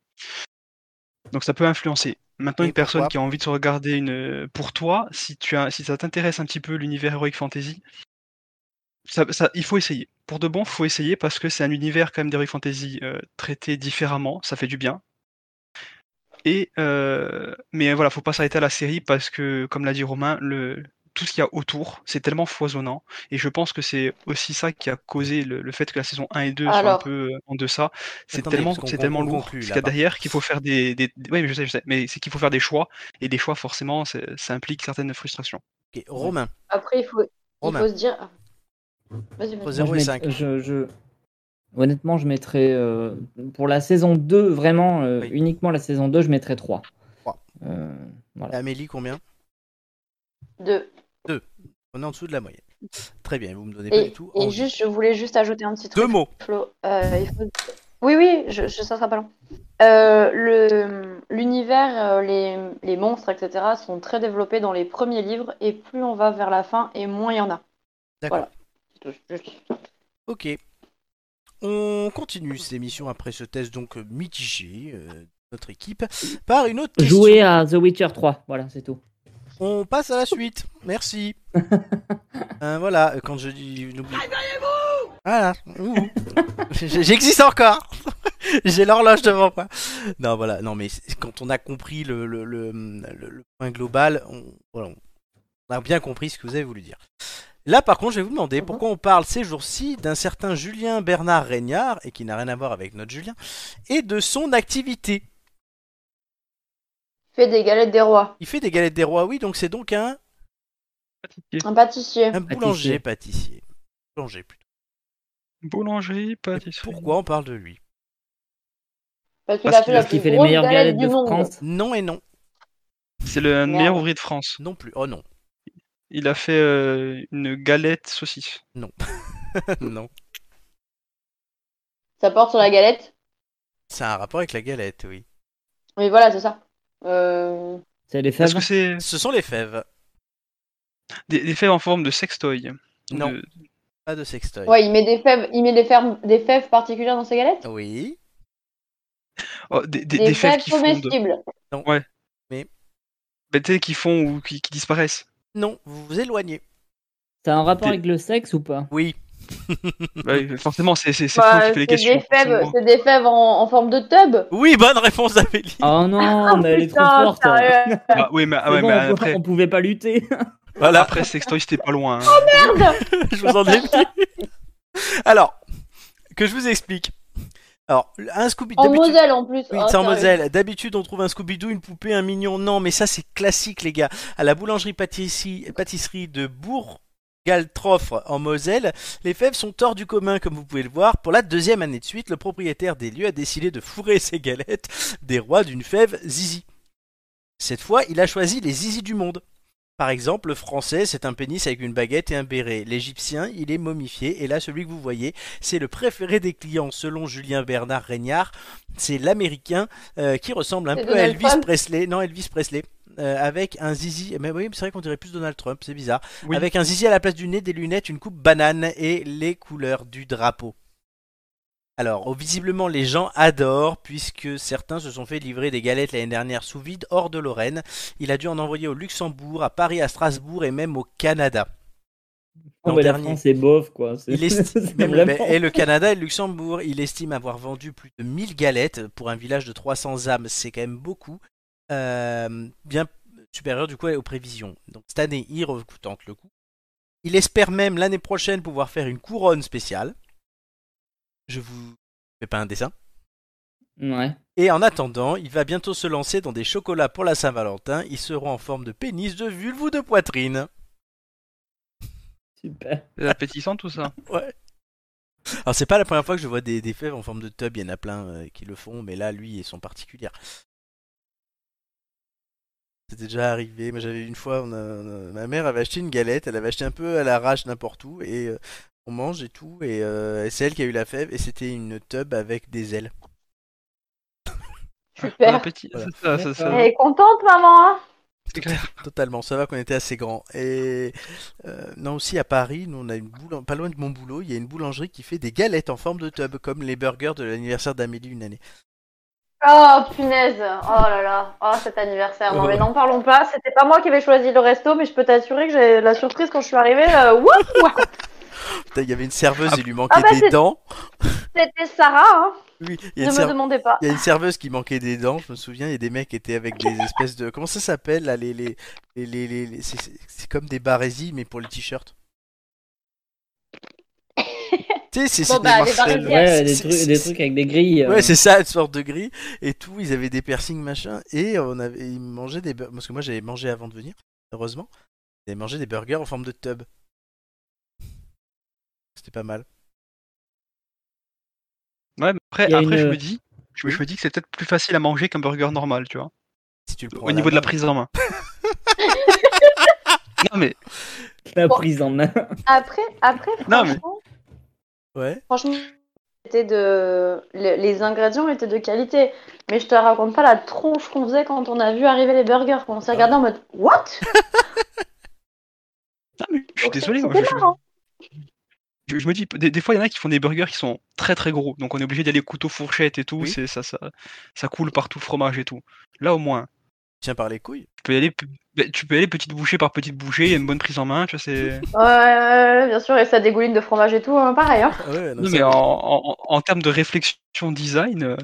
S3: Donc ça peut influencer. Maintenant,
S1: Et
S3: une personne
S1: pourquoi
S3: qui a envie de se regarder une. euh, Pour toi, si, tu as... si ça t'intéresse un petit peu l'univers Heroic Fantasy, ça, ça- il faut essayer. Pour de bon, faut essayer parce que c'est un univers quand même d'Heroic Fantasy euh, traité différemment, ça fait du bien. Et euh, mais voilà, faut pas s'arrêter à la série parce que, comme l'a dit Romain, le, tout ce qu'il y a autour, c'est tellement foisonnant. Et je pense que c'est aussi ça qui a causé le, le fait que la saison 1 et 2 soient un
S2: Alors.
S3: peu euh, en deçà. C'est
S1: Attendez,
S3: tellement,
S1: parce qu'on-
S3: c'est tellement
S1: on
S3: lourd
S1: conclut,
S3: ce
S1: là,
S3: qu'il y a
S1: par
S3: derrière qu'il faut faire des, des, des- Oui, mais je sais, je sais. Mais c'est qu'il faut faire des choix. Et des choix, forcément, c'est- ça implique certaines frustrations.
S1: Ok, Romain,
S2: Après, il faut, il
S1: Romain.
S2: faut se dire. ah. Vas-y, vas-y.
S1: Entre 0
S5: Moi,
S1: et
S5: je
S1: 5.
S5: mets- je- je- Honnêtement, je mettrais euh, pour la saison 2, vraiment euh,
S1: Oui.
S5: uniquement la saison 2, je mettrais Euh, 3.
S1: Trois.
S5: voilà.
S1: Amélie, combien
S2: Deux.
S1: On est en dessous de la moyenne. Très bien, vous me donnez pas
S2: Et,
S1: du tout.
S2: et
S1: envie.
S2: juste, je voulais juste ajouter un petit truc.
S1: Deux mots.
S2: Flo, euh, il faut- Oui, oui, je, je- ça sera pas long. Euh, le- L'univers, euh, les, les monstres, etc., sont très développés dans les premiers livres, et plus on va vers la fin, et moins il y en a.
S1: D'accord.
S2: Voilà.
S1: Ok. On continue cette émission après ce test donc euh, mitigé euh, de notre équipe par une autre question.
S5: Jouer à The Witcher 3, voilà, c'est tout.
S1: On passe à la suite. Merci. Euh, voilà, euh, quand je dis. n'oublie- Voilà. ouh. (laughs) J- J'existe encore. (laughs) J'ai l'horloge devant moi. Non, voilà. Non, mais c'est- quand on a compris le, le- le- le- le point global, on, voilà, on a bien compris ce que vous avez voulu dire. Là, par contre, je vais vous demander pourquoi on parle ces jours-ci d'un certain Julien Bernard Régnard, et qui n'a rien à voir avec notre Julien, et de son activité.
S2: Fait des galettes des rois,
S1: Il fait des galettes des rois, oui, donc c'est donc un
S2: un pâtissier.
S5: Ah,
S1: Un boulanger pâtissier. Boulanger plutôt.
S3: Boulangerie,
S1: Et
S3: pâtisserie.
S1: pourquoi on parle de lui
S2: Parce qu'il a
S5: Parce
S2: fait
S5: qu'il
S2: la
S5: parce qu'il
S2: plus
S5: fait les
S2: grosse
S5: meilleures
S2: galette
S5: galettes
S2: du
S5: de
S2: monde.
S5: France.
S1: Non et non.
S3: C'est le
S2: Merde.
S3: meilleur ouvrier de France.
S1: Non plus. Oh non. (laughs)
S3: Il a fait euh, une galette saucisse.
S1: non.
S2: Ça porte sur la galette.
S1: C'est un rapport avec la galette, oui.
S2: Mais voilà, c'est ça. Euh,
S5: C'est les
S3: Est-ce
S5: fèves.
S3: que c'est
S1: Ce sont les fèves.
S3: des, des fèves en forme de sextoy ou
S1: Non.
S3: de-
S1: Pas de sextoy.
S2: Ouais, il met des fèves, il met des fèves, des fèves particulières dans ses galettes.
S1: Oui.
S3: oh, des, des,
S2: Des,
S3: des fèves
S2: fèves
S3: qui fondent,
S2: comestibles.
S3: Ben, tu sais, qui font ou qui, qui disparaissent.
S1: Non, vous vous éloignez.
S5: Ça a un rapport
S3: Des-
S5: avec le sexe ou
S2: (laughs)
S5: pas
S1: Oui.
S3: Bah oui, forcément, c'est c'est c'est
S2: Bah,
S3: toi qui
S2: c'est
S3: fais les questions.
S2: des fèves,
S3: forcément.
S2: c'est des fèves en, en forme de tub.
S1: Oui, bonne réponse d'Amélie.
S5: Oh non, mais elle est trop
S2: Putain,
S5: forte.
S2: sérieux.
S3: Ah, oui, mais, ah
S5: C'est
S3: ouais,
S5: bon,
S3: mais
S5: on,
S3: après,
S5: on pouvait pas lutter.
S1: Voilà, (laughs)
S3: après Sextoy, c'était pas loin. hein.
S2: Oh,
S1: je vous en ai dit. Alors, que je vous explique. Alors, un Scooby
S2: En
S1: d'habitude-
S2: Moselle en plus.
S1: Oui,
S2: Oh,
S1: c'est en
S2: sérieux.
S1: Moselle. D'habitude, on trouve un Scooby-Doo, une poupée, un mignon. Non, mais ça, c'est classique, les gars. À la boulangerie-pâtisserie pâtisserie de Bourg. Galtrofre en Moselle, les fèves sont hors du commun comme vous pouvez le voir. Pour la deuxième année de suite, le propriétaire des lieux a décidé de fourrer ses galettes des rois d'une fève zizi. Cette fois, il a choisi les zizi du monde. Par exemple, le français, c'est un pénis avec une baguette et un béret. L'égyptien, il est momifié. Et là, celui que vous voyez, c'est le préféré des clients, selon Julien Bernard Régnard. C'est l'américain euh, qui ressemble un
S2: C'est
S1: peu à
S2: Donald
S1: Elvis
S2: Trump
S1: Presley. Non, Elvis Presley. euh, avec un zizi. Mais oui, c'est vrai qu'on dirait plus Donald Trump, c'est bizarre.
S3: Oui.
S1: Avec un zizi à la place du nez, des lunettes, une coupe banane et les couleurs du drapeau. Alors, oh, visiblement, les gens adorent, puisque certains se sont fait livrer des galettes l'année dernière sous vide, hors de Lorraine. Il a dû en envoyer au Luxembourg, à Paris, à Strasbourg et même au Canada.
S5: Non,
S1: L'an
S5: Oh, mais la
S1: dernier.
S5: France est bof, quoi. C'est- (laughs)
S1: Il est-
S5: c'est
S1: Même le-
S5: vraiment-
S1: et le Canada et le Luxembourg, il estime avoir vendu plus de 1000 galettes pour un village de 300 âmes, c'est quand même beaucoup, Euh, bien supérieur du coup aux prévisions. Donc cette année, il retente le coup. Il espère même l'année prochaine pouvoir faire une couronne spéciale. Je vous fais pas un dessin.
S5: Ouais.
S1: Et en attendant, il va bientôt se lancer dans des chocolats pour la Saint-Valentin. Ils seront en forme de pénis, de vulve ou de poitrine.
S5: Super.
S3: C'est appétissant tout ça.
S1: Alors c'est pas la première fois que je vois des, des fèves en forme de tub, il y en a plein euh, qui le font, mais là lui ils sont particulières. C'était déjà arrivé, mais j'avais une fois, on a- on a- ma mère avait acheté une galette, elle avait acheté un peu à l'arrache n'importe où, et euh, on mange et tout, et euh, c'est elle qui a eu la fève, et c'était une tub avec des ailes.
S3: Bon
S2: Super.
S3: appétit.
S1: Voilà.
S3: Ça, ça, ça.
S2: Elle est contente maman. hein
S3: C'est clair.
S1: Totalement, ça va qu'on était assez grand. Et euh, non aussi à Paris, nous on a une boulangerie, pas loin de mon boulot, il y a une boulangerie qui fait des galettes en forme de tub, comme les burgers de l'anniversaire d'Amélie une année.
S2: Oh punaise, oh là là, oh cet anniversaire. Non mais n'en parlons pas, c'était pas moi qui avais choisi le resto, mais je peux t'assurer que j'ai la surprise quand je suis arrivée. euh, wouh, wouh.
S1: Putain, Il y avait une serveuse,
S3: Ah,
S1: il lui manquait
S2: bah,
S1: des
S2: c'est-
S1: dents.
S2: C'était Sarah, hein.
S1: Oui, il y, a
S2: ne
S1: une
S2: me
S1: serve-
S2: demandez pas.
S1: il y a une serveuse qui manquait des dents, je me souviens, il y a des mecs qui étaient avec des espèces de... Comment ça s'appelle là les, les, les, les- les- les- c'est- C'est c'est comme des barésies, mais pour le
S2: (laughs)
S1: t-shirt. tu sais, c'est
S2: Bon,
S1: c'est
S2: bah,
S1: des
S2: les barésies,
S1: Marcel.
S2: Ouais,
S5: Ouais, des
S1: c'est-
S5: trucs,
S1: c'est-
S5: des trucs avec des grilles. euh.
S1: Ouais, c'est ça, une sorte de gris et tout. Ils avaient des piercings, machin. Et on avait, ils mangeaient des bur- Parce que moi, j'avais mangé avant de venir, heureusement. J'avais mangé des burgers en forme de tub. C'était pas mal.
S3: Ouais, mais après,
S5: Il y a
S3: après je
S5: une-
S3: me dis, je, me- je me dis que c'est peut-être plus facile à manger qu'un burger normal, tu vois.
S1: Si tu le prends à
S3: Au niveau de la
S1: main.
S3: prise en main. non mais,
S5: La
S2: Bon.
S5: prise euh, en main.
S2: Après, après,
S3: Non, mais-
S2: franchement,
S1: Ouais.
S2: franchement, c'était de, les, les ingrédients étaient de qualité. Mais je te raconte pas la tronche qu'on faisait quand on a vu arriver les burgers, qu'on s'est regardé en mode What
S3: non, mais je suis
S2: Donc,
S3: désolé. moi,
S2: C'était
S3: je- je-
S2: marrant.
S3: Je, je me dis, des, des fois, il y en a qui font des burgers qui sont très très gros, donc on est obligé d'aller couteau fourchette et tout,
S1: Oui.
S3: c'est ça, ça, ça coule partout fromage et tout. Là, au moins,
S1: Tiens par les couilles.
S3: tu peux y aller, pe- ben, tu peux y aller petite bouchée par petite bouchée, il y a une bonne prise en main, tu vois, c'est.
S2: Ouais, ouais, ouais, bien sûr, et ça dégouline de fromage et tout, hein, pareil. Hein.
S1: Ah ouais, non, ça-
S3: Non, mais en, en, en termes de réflexion design, euh,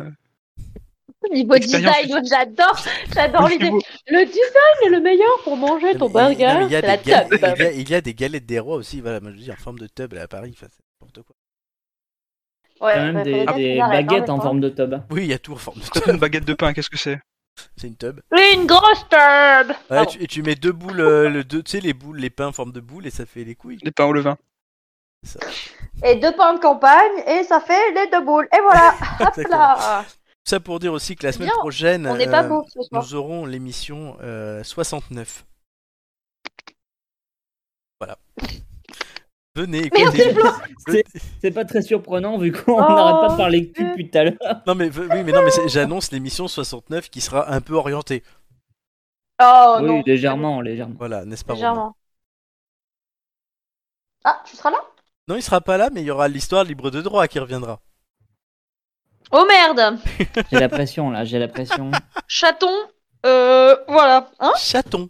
S2: Niveau
S3: Expérience
S2: design, j'adore, j'adore
S3: le
S2: l'idée.
S3: niveau-
S2: Le design est le meilleur pour manger ton
S1: Non, mais il- non, mais
S2: burger,
S1: il y a des
S2: c'est la
S1: gal-
S2: top.
S1: il y a- Il y a des galettes des rois aussi, voilà, moi, je dis en forme de tub là, à Paris, enfin, c'est n'importe quoi.
S2: Ouais,
S5: quand même
S2: ouais,
S5: des,
S2: faudrait
S5: des
S2: qu'ils arrêtent, hein,
S5: baguettes en
S2: maintenant.
S5: forme de tub.
S1: Oui, il y a tout en forme de
S3: ça
S1: tub.
S2: (laughs)
S3: fait une baguette de pain, qu'est-ce que c'est
S1: C'est une tub.
S2: Une grosse tub
S1: Ouais,
S2: Pardon.
S1: tu, et tu mets deux boules, euh, le deux- tu sais, les boules, les pains en forme de boules et ça fait les couilles.
S3: Des pains au levain.
S2: Et deux pains de campagne, et ça fait les deux boules.
S1: (laughs)
S2: Et voilà, hop
S1: D'accord.
S2: là
S1: Ça pour dire aussi que la
S2: C'est
S1: semaine
S2: bien,
S1: prochaine,
S2: On n'est pas
S1: euh,
S2: bon ce soir.
S1: nous aurons l'émission euh, 69. Voilà. Venez
S2: Merci,
S1: écoutez.
S2: Flo.
S5: C'est pas très surprenant vu qu'on (laughs)
S2: Oh,
S5: n'arrête pas de parler cul depuis tout à l'heure.
S1: Non mais ve- oui, mais non mais c'est- j'annonce l'émission 69 qui sera un peu orientée. Euh,
S2: Oh
S5: oui,
S2: non.
S5: légèrement, légèrement.
S1: Voilà, n'est-ce pas Romain
S2: Légèrement. Ah, tu seras là
S1: Non, il sera pas là, mais il y aura l'histoire libre de droit qui reviendra.
S2: Oh merde
S5: J'ai la pression là, j'ai la pression.
S2: Chaton, euh, voilà. Hein
S1: Chaton.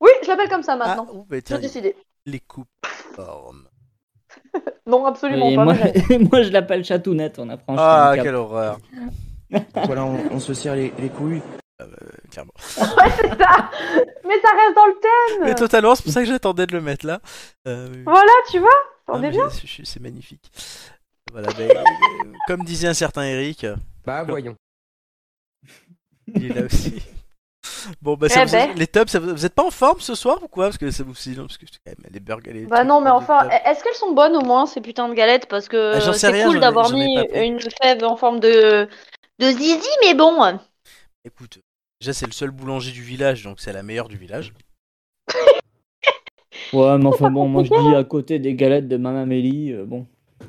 S2: oui, je l'appelle comme ça
S1: Ah,
S2: maintenant.
S1: oh, bah,
S2: J'ai
S1: tiens,
S2: décidé.
S1: les coupes formes.
S2: Non, absolument
S5: Et
S2: pas.
S5: moi,
S2: mais-
S5: (laughs) moi, je l'appelle chatounette, on apprend.
S1: Ah,
S5: sur le
S1: quelle horreur.
S10: Voilà, on, on se serre les, les couilles.
S1: Ah, bah, euh, Clairement.
S2: Ouais, c'est ça. Mais ça reste dans le thème.
S1: Mais totalement, c'est pour ça que j'attendais de le mettre là. Euh, oui, oui.
S2: Voilà, tu vois.
S1: Ah,
S2: Oh, On est
S1: mais
S2: bien.
S1: je- je- C'est magnifique. Voilà, ben, euh, comme disait un certain Eric, euh,
S10: Bah voyons.
S1: il est là aussi. Bon, bah,
S2: Eh
S1: ça vous-
S2: ben.
S1: les tops, ça vous, vous êtes pas en forme ce soir ou quoi Parce que ça vous sinon, parce que c'est quand même les burgers. les
S2: Bah
S1: trucs
S2: non, mais
S1: de
S2: enfin,
S1: top.
S2: est-ce qu'elles sont bonnes au moins ces putains de galettes Parce que
S1: Ah, j'en sais
S2: c'est
S1: rien, j'en
S2: cool
S1: ai-
S2: d'avoir
S1: j'en ai
S2: mis
S1: pas pris.
S2: une fève en forme de de zizi, mais bon. eh.
S1: écoute, déjà c'est le seul boulanger du village, donc c'est la meilleure du village.
S5: cap. Ouais, mais enfin bon, moi je
S2: hein.
S5: dis à côté des galettes de Maman Mélie, euh, bon.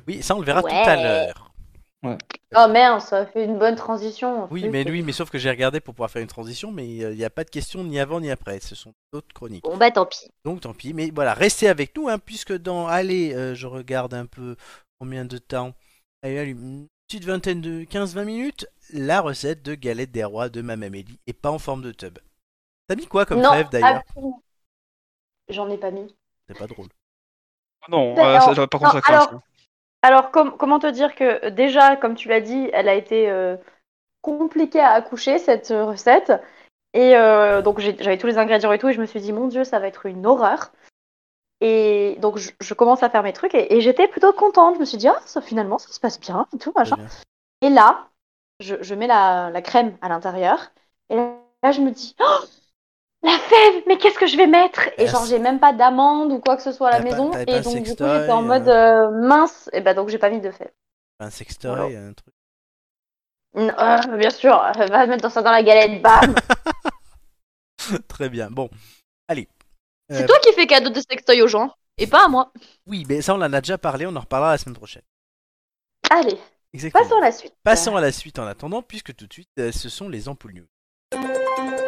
S1: Oui, ça on le verra tout à
S2: Ouais.
S1: l'heure.
S2: Oh merde, ça fait une bonne transition. en
S1: Oui,
S2: plus.
S1: mais oui, mais sauf que j'ai regardé pour pouvoir faire une transition, mais euh, il n'y a pas de question ni avant ni après. Ce sont d'autres chroniques.
S2: Bon bah tant pis.
S1: Donc tant pis. Mais voilà, restez avec nous, hein, puisque dans allez, euh, je regarde un peu combien de temps. Allez, allez, une petite vingtaine de 15-20 minutes. La recette de galette des rois de Mamamélie et pas en forme de tub. T'as mis quoi comme
S2: non, Ah.
S1: trêve d'ailleurs
S2: absolument. J'en ai pas mis.
S1: C'est pas drôle.
S3: Non,
S2: Bah,
S3: euh, ça-
S2: alors-
S3: par contre,
S2: non,
S3: ça classe.
S2: alors- Alors com- comment te dire que euh, déjà, comme tu l'as dit, elle a été euh, compliquée à accoucher cette euh, recette. Et euh, donc j'ai- j'avais tous les ingrédients et tout, et je me suis dit mon dieu, ça va être une horreur. Et donc je, je commence à faire mes trucs, et, et j'étais plutôt contente. Je me suis dit ah, ça finalement ça se passe bien et tout machin.
S1: Très bien.
S2: Et là, je, je mets la, la crème à l'intérieur. Et là, je me dis, Oh, la fève, mais qu'est-ce que je vais mettre Et
S1: Yes.
S2: genre, j'ai même pas d'amande ou quoi que ce soit à la
S1: T'avais pas-
S2: maison.
S1: t'avais pas
S2: et
S1: un
S2: donc, du coup,
S1: sextoy,
S2: j'étais en
S1: euh.
S2: mode euh, mince. Et bah, donc, j'ai pas mis de fève.
S1: Un sextoy,
S2: Voilà.
S1: un truc. (laughs)
S2: Mm, euh, bien sûr, euh, va mettre ça dans la
S1: (laughs)
S2: galette, bam
S1: Très bien. Bon, allez.
S2: C'est
S1: Euh,
S2: toi qui fais cadeau de sextoy aux gens, et pas à moi.
S1: Oui, mais ça on en a déjà parlé. On en reparlera la semaine prochaine.
S2: Allez,
S1: Exactement.
S2: passons à la suite.
S1: Passons à la suite en attendant, puisque tout de suite, euh, ce sont les ampoules news.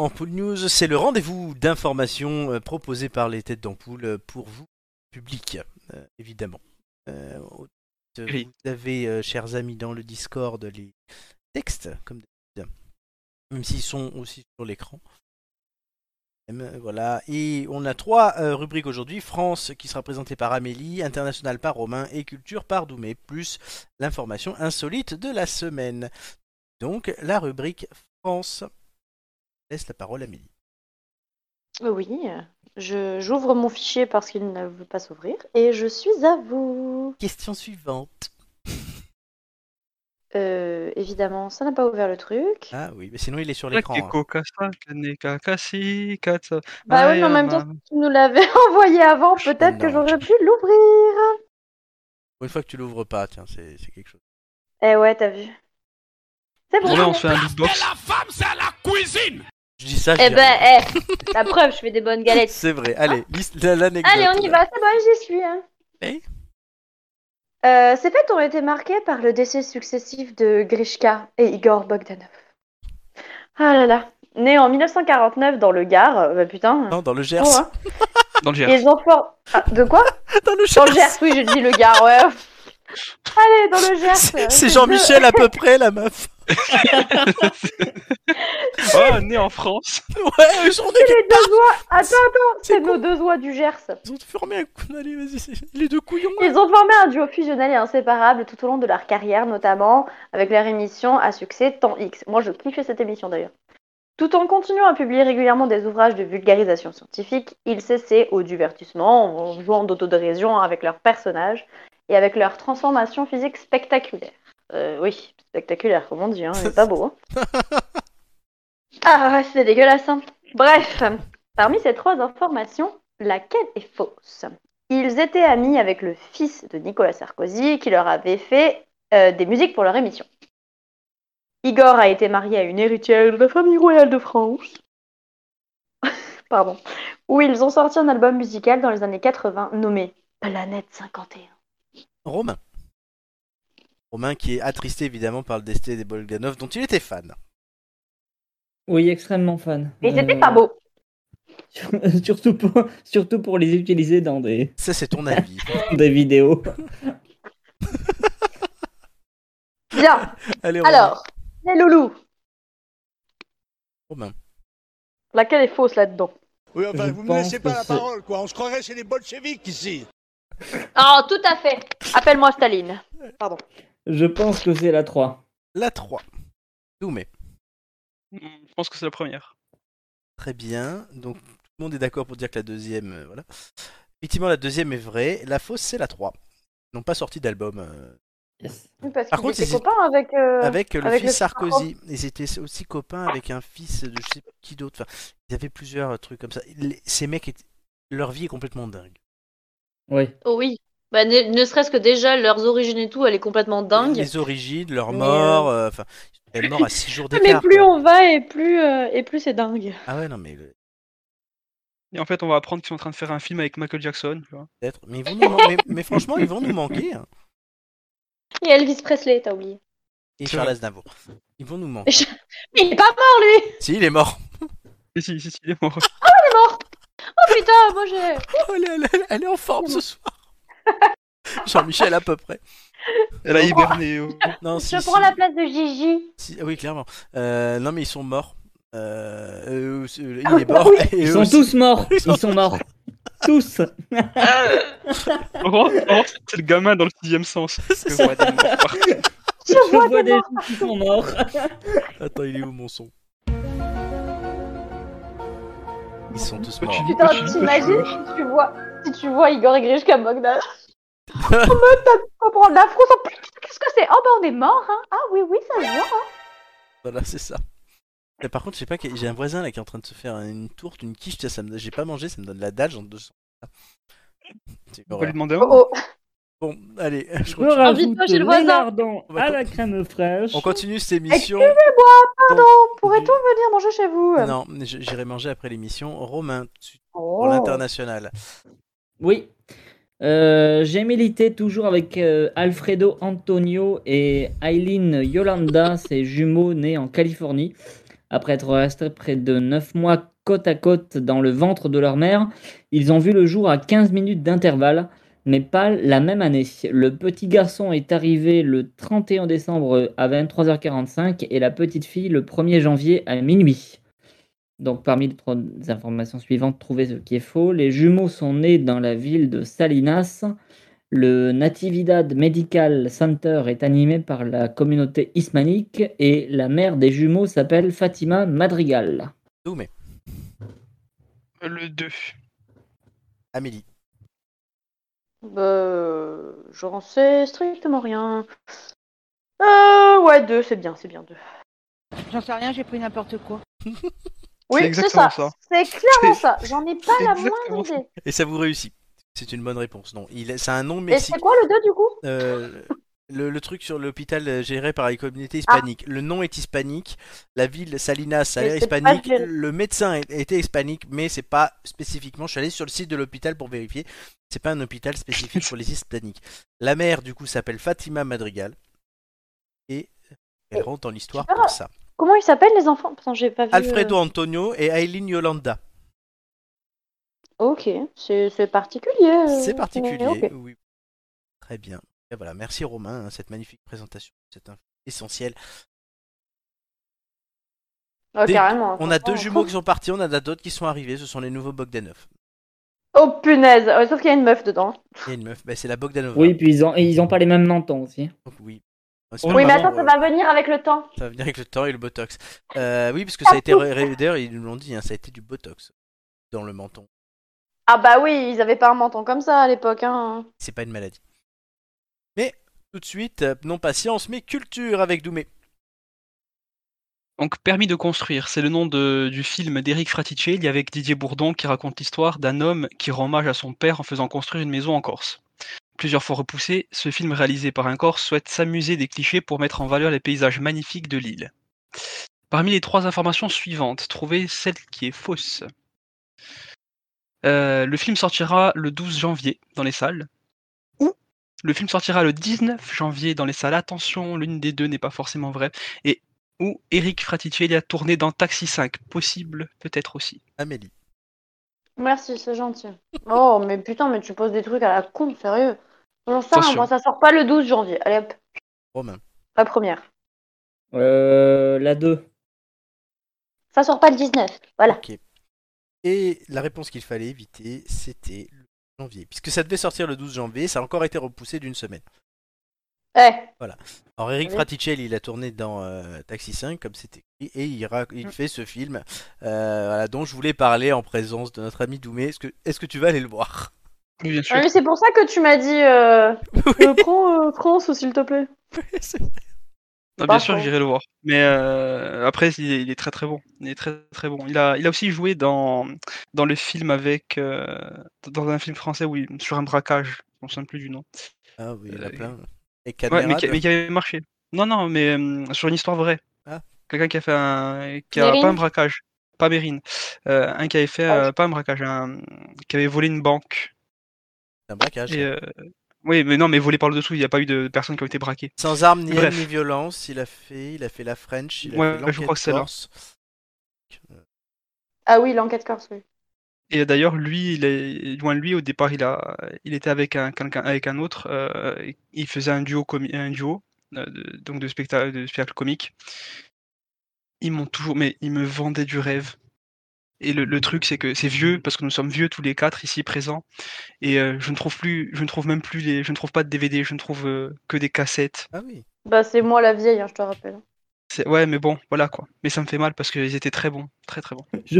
S1: Ampoule News, c'est le rendez-vous d'informations euh, proposé par les têtes d'ampoule euh, pour vous, public, euh, évidemment. Euh, au- de-
S3: Oui.
S1: Vous avez, euh, chers amis, dans le Discord les textes, comme d'habitude, même s'ils sont aussi sur l'écran. Même, euh, Voilà, et on a trois euh, rubriques aujourd'hui France qui sera présentée par Amélie, International par Romain et Culture par Doumé, plus l'information insolite de la semaine. Donc, la rubrique France. Je Laisse la parole à Amélie.
S2: Euh, Oui, je- j'ouvre mon fichier parce qu'il ne veut pas s'ouvrir, et je suis à vous.
S1: Question suivante.
S2: Euh, évidemment, ça n'a pas ouvert le truc.
S1: Ah oui, mais sinon il est sur l'écran. hein.
S3: L'écran.
S2: Bah oui, mais en même temps, si tu nous l'avais (laughs) envoyé avant,
S1: Je suis
S2: peut-être que
S1: énorme.
S2: j'aurais pu l'ouvrir.
S1: Une fois que tu l'ouvres pas, tiens, c'est c'est quelque chose.
S2: Eh ouais, t'as vu. C'est bon.
S3: Bon, là, on se fait un beatbox.
S1: Je dis ça. je
S2: Eh
S1: dis
S2: ben,
S1: rien.
S2: eh, (laughs) la preuve, je fais des bonnes galettes. (laughs)
S1: C'est vrai. Allez, liste la- l'anecdote.
S2: Allez, on y va, c'est bon, j'y suis. Hein.
S1: Oui.
S2: Euh, ces fêtes ont été marquées par le décès successif de Grishka et Igor Bogdanov. Ah là là. Né en 1949 dans le Gard, euh, bah putain.
S1: Non, dans le Gers.
S2: Oh, hein.
S3: Dans le GR.
S2: Les enfants. Ah,
S1: (laughs)
S2: de quoi
S1: Dans le
S2: Dans
S1: Gers.
S2: le Gers, oui, j'ai dit le Gard,
S1: (laughs)
S2: ouais. Allez, dans le Gers. euh,
S1: C'est- C'est
S2: deux.
S1: Jean-Michel à peu près, la
S2: (laughs)
S1: meuf.
S3: Oh, né en France.
S1: Ouais, j'en ai
S2: C'est les deux oies. Attends, attends,
S1: C'est
S2: c'est nos deux oies du Gers.
S1: Ils ont formé un coup. Allez, vas-y, c'est- les deux couillons. là.
S2: Ils ont formé un duo fusionnel et inséparable tout au long de leur carrière, notamment avec leur émission à succès Temps X. Moi, je kiffais cette émission d'ailleurs. Tout en continuant à publier régulièrement des ouvrages de vulgarisation scientifique, ils s'essaient au divertissement en jouant d'autodérision avec leurs personnages et avec leur transformation physique spectaculaire. Euh, oui, spectaculaire, comme on dit, hein, c'est pas beau. (laughs) hein. ah ouais, c'est dégueulasse. hein. Bref, parmi ces trois informations, laquelle est fausse ils étaient amis avec le fils de Nicolas Sarkozy qui leur avait fait euh, des musiques pour leur émission. Igor a été marié à une héritière de la famille royale de France. (laughs) Pardon. Où ils ont sorti un album musical dans les années 80 nommé Planète 51.
S1: Romain. Romain qui est attristé évidemment par le destin des Bolganov dont il était fan.
S5: Oui, extrêmement fan.
S2: Et c'était
S5: Euh,
S1: Hmm.
S5: (laughs)
S2: pas beau.
S5: surtout, pour, surtout pour les utiliser dans des,
S1: Ça c'est ton
S2: (laughs)
S1: avis.
S5: des vidéos.
S1: (laughs)
S2: Bien.
S1: Allez Romain.
S2: Alors, les loulous.
S1: Romain.
S2: Laquelle est fausse là-dedans
S7: Oui, enfin,
S5: Je
S7: vous me laissez
S5: pense
S7: pas
S5: que
S7: la
S5: c'est-
S7: parole, quoi. On se croirait chez les bolcheviks ici.
S2: Ah, tout à fait. Appelle-moi Staline.
S5: Je pense que c'est la 3.
S1: La 3. Doumé.
S3: Hmm, Je pense que c'est la première.
S1: Très bien. Donc tout le monde est d'accord pour dire que la deuxième, euh, voilà. Effectivement, la deuxième est vraie. La fausse c'est la 3. Ils n'ont pas sorti d'album euh,
S5: Yes.
S2: Parce
S1: Par
S2: qu'il
S1: contre,
S2: était
S1: ils- Ah,
S2: copain avec. euh,
S1: avec le
S2: avec
S1: fils
S2: le-
S1: Sarkozy. Ils étaient aussi copains avec un fils de je sais plus qui d'autre. Enfin, ils avaient plusieurs euh, trucs comme ça. Les- Ces mecs, étaient- leur vie est complètement dingue.
S5: Oui.
S2: Oh oui. Bah, ne, ne serait-ce que déjà, leurs origines et tout, elle est complètement dingue.
S1: Les origines, leur
S2: Mais,
S1: mort. euh, Enfin, ils sont morts à 6 jours
S2: (laughs) Ah, Mais
S1: d'écart.
S2: plus
S1: quoi.
S2: on va et plus, euh, et plus c'est dingue.
S1: Ah ouais, non, mais le-
S3: Et en fait, on va apprendre qu'ils sont en train de faire un film avec Michael Jackson. tu vois.
S1: peut-être. Mais, ils vont nous man- mais, mais franchement, ils vont nous manquer. hein.
S2: Et Elvis Presley, t'as oublié.
S1: Et
S3: C'est
S1: Charles
S3: vrai.
S1: Aznavour. Ils vont nous manquer.
S2: Mais il est pas mort, lui
S1: si, il est mort. (laughs)
S3: Et si, si, si, il est mort.
S2: Oh putain, moi j'ai.
S1: Oh, elle, est- elle est- elle est en forme ce soir. (laughs) Jean-Michel à peu
S2: (laughs)
S1: près.
S3: Elle a hiberné. oh.
S1: Non, si,
S2: Je
S1: si,
S2: prends la place de Gigi.
S1: si. Ah oui, clairement. Euh, non, mais ils sont morts. Euh, eux aussi- euh, il est mort. (laughs) et
S5: Ils
S1: eux
S5: sont
S1: aussi.
S5: tous morts.
S1: Ils
S5: Ils
S1: sont
S5: sont morts. Tous.
S3: Laurent, Laurent, c'est le gamin dans le
S1: (laughs)
S3: sixième sens. Que
S5: ça.
S3: voit des morts partout.
S5: Je vois des gens qui sont morts.
S1: Attends, il est où mon son Ils sont tous
S3: Toi, tu
S1: morts.
S3: dis-
S2: Putain,
S3: toi, tu dis- toi, tu
S2: t'imagines
S3: dis-
S2: si tu vois, si tu vois Igor et
S1: (laughs)
S2: Grishka Bogdan. En mode, t'as pas prendre la France. Oh putain, qu'est-ce que c'est Oh bah on est mort, hein Ah oui, oui, ça se voit.
S1: Voilà, c'est ça. Mais par contre, je sais pas, que- j'ai un voisin là qui est en train de se faire une tourte, une quiche, tiens, ça me... j'ai pas mangé, ça me donne la dalle, j'en deux C'est
S3: On va lui
S1: horrible.
S3: demander un.
S2: Oh, oh.
S1: Bon, allez, (laughs) je
S5: Je
S1: continue.
S5: rajoute
S2: Invite-moi chez le voisin.
S5: les lardons
S1: On va
S5: à
S1: co-
S5: la crème fraîche.
S1: On continue cette émission.
S2: Pardon, pourrait-on venir manger chez vous
S1: Non, mais je- j'irai manger après l'émission. Romain, tu-
S2: Oh.
S1: pour l'international.
S5: Oui. Euh, J'ai milité toujours avec euh, Alfredo Antonio et Eileen Yolanda, ces jumeaux nés en Californie. Après être restés près de 9 mois côte à côte dans le ventre de leur mère, ils ont vu le jour à 15 minutes d'intervalle, mais pas la même année. Le petit garçon est arrivé le 31 décembre à 23h45 et la petite fille le 1er janvier à minuit. Donc, parmi les trois informations suivantes, trouvez ce qui est faux. Les jumeaux sont nés dans la ville de Salinas. Le Natividad Medical Center est animé par la communauté hispanique et la mère des jumeaux s'appelle Fatima Madrigal.
S1: D'où, mais
S3: Le 2.
S1: Amélie.
S2: Bah, euh, j'en sais strictement rien. Euh, ouais, deux, c'est bien, c'est bien deux.
S4: J'en sais rien, j'ai pris n'importe quoi.
S3: C'est
S2: Oui, c'est ça.
S3: exactement ça.
S2: C'est clairement
S3: C'est-
S2: ça. J'en ai pas la
S3: exactement
S2: moindre
S3: ça.
S2: idée.
S1: Et ça vous réussit. C'est une bonne réponse. Non, il c'est un nom
S2: Et c'est
S1: mexicain.
S2: quoi le deux du coup
S1: Euh, le, le truc sur l'hôpital euh, géré par les
S2: Ah.
S1: communautés hispaniques. Le nom est hispanique, la ville Salinas a
S2: Mais
S1: l'air
S2: c'est pas
S1: hispanique,
S2: géré.
S1: le médecin est- était hispanique, mais c'est pas spécifiquement. Je suis allé sur le site de l'hôpital pour vérifier. C'est pas un hôpital spécifique pour les hispaniques. La mère, du coup, s'appelle Fatima Madrigal et elle
S2: Et
S1: rentre dans l'histoire
S2: tu
S1: pour ça.
S2: Comment ils s'appellent les enfants Putain, j'ai pas vu. euh,
S1: Alfredo Antonio et Aileen Yolanda.
S2: Ok, c'est c'est particulier. euh,
S1: C'est
S2: mais
S1: particulier,
S2: ok.
S1: oui. Très bien. Et voilà, merci Romain, hein, cette magnifique présentation, cette info essentielle.
S2: Ah,
S1: Des-
S2: carrément.
S1: On a
S2: franchement,
S1: deux jumeaux qui sont partis, on en a d'autres qui sont arrivés, ce sont les nouveaux Bogdanov.
S2: Oh punaise Ouais, Sauf qu'il y a une meuf dedans.
S1: Et une meuf, bah, c'est la Bogdanova.
S5: Oui, puis ils ont, et ils ont pas les mêmes mentons aussi.
S1: Donc, oui. Oh,
S3: Oui,
S1: bah
S2: Oui, mais
S3: maman,
S2: attends, ça va venir avec le temps.
S1: euh, Ça va venir avec le temps et le botox. Euh, oui, parce que ça a été. ré- ré- D'ailleurs, ils nous l'ont dit, hein, ça a été du botox dans le menton.
S2: Ah bah oui, ils avaient pas un menton comme ça à l'époque. Hein.
S1: C'est pas une maladie. Mais tout de suite, euh, non pas science, mais culture avec Doumé.
S3: Donc, Permis de construire, c'est le nom de- du film d'Éric Fraticelli avec Didier Bourdon qui raconte l'histoire d'un homme qui rend hommage à son père en faisant construire une maison en Corse. Plusieurs fois repoussé, ce film réalisé par un Corse souhaite s'amuser des clichés pour mettre en valeur les paysages magnifiques de l'île. Parmi les trois informations suivantes, trouvez celle qui est fausse. Euh, le film sortira le 12 janvier dans les salles ou Le film sortira le 19 janvier dans les salles. Attention, l'une des deux n'est pas forcément vraie. Et où Eric Fratitielli a tourné dans Taxi 5. Possible, peut-être aussi.
S1: Amélie.
S2: Merci, c'est gentil. Oh, mais putain, mais tu poses des trucs à la con, sérieux. J'en sais rien,
S3: Attention.
S2: moi, ça sort pas le 12 janvier. Allez hop,
S1: Romain.
S2: la première.
S5: Euh, la 2.
S2: Ça sort pas le 19. Voilà.
S1: Ok. Et la réponse qu'il fallait éviter, c'était le 12 janvier. Puisque ça devait sortir le 12 janvier, ça a encore été repoussé d'une semaine.
S2: Eh,
S1: Alors Eric
S2: Oui.
S1: Fraticelli, il a tourné dans euh, Taxi 5, comme c'était écrit, et il, rac-
S2: Mm.
S1: il fait ce film euh, voilà, dont je voulais parler en présence de notre ami Doumé. Est-ce que, est-ce que tu vas aller le voir (laughs)
S3: Oui, bien sûr.
S2: ah, mais c'est pour ça que tu m'as dit euh, euh, prends euh, France, s'il te plaît.
S3: Ah, bien
S2: Par
S3: sûr,
S2: contre.
S3: j'irai le voir. Mais euh, après, il est, il est très très bon. Il est très très bon. Il a, il a aussi joué dans, dans le film avec. euh, dans un film français, oui, sur un braquage. On ne sait plus du nom.
S1: Ah oui, il y en a
S3: Euh,
S1: plein. Et
S3: Ouais, mais,
S1: Camerad.
S3: qui, mais qui avait marché. Non, non, mais euh, sur une histoire vraie.
S1: Ah.
S3: Quelqu'un qui a fait un. Qui a,
S2: Mérine
S3: pas un braquage. Pas Mérine. Euh, un qui avait fait.
S2: Ah,
S3: euh, pas un braquage. Un, qui avait volé une banque.
S1: Ah, c'est un braquage.
S3: Et, euh, oui, mais non, mais volé par le dessous. Il n'y a pas eu de personnes qui ont été braquées.
S1: Sans armes, ni haine,
S3: Bref.
S1: ni violence, il a fait, il a fait la French, il a
S3: Ouais,
S1: fait
S3: je
S1: l'enquête Euh,
S3: crois que c'est là.
S1: corse.
S2: Ah oui, l'enquête corse, oui.
S3: Et d'ailleurs, lui, il est, loin de lui, au départ, il a, il était avec un, quelqu'un, avec un autre. euh, et il faisait un duo, comi- un duo, euh, de- donc de spectacle, de spectacle comique. Ils m'ont toujours, mais ils me vendaient du rêve. Et le, le truc, c'est que c'est vieux, parce que nous sommes vieux tous les quatre ici présents. Et euh, je ne trouve plus, je ne trouve même plus les, je ne trouve pas de DVD, je ne trouve euh, que des cassettes.
S1: Ah oui.
S2: Bah, c'est moi la vieille, hein, je te rappelle.
S3: C'est- ouais, mais bon, voilà quoi. Mais ça me fait mal parce qu'ils étaient très bons, très très bons.
S5: (laughs) Je,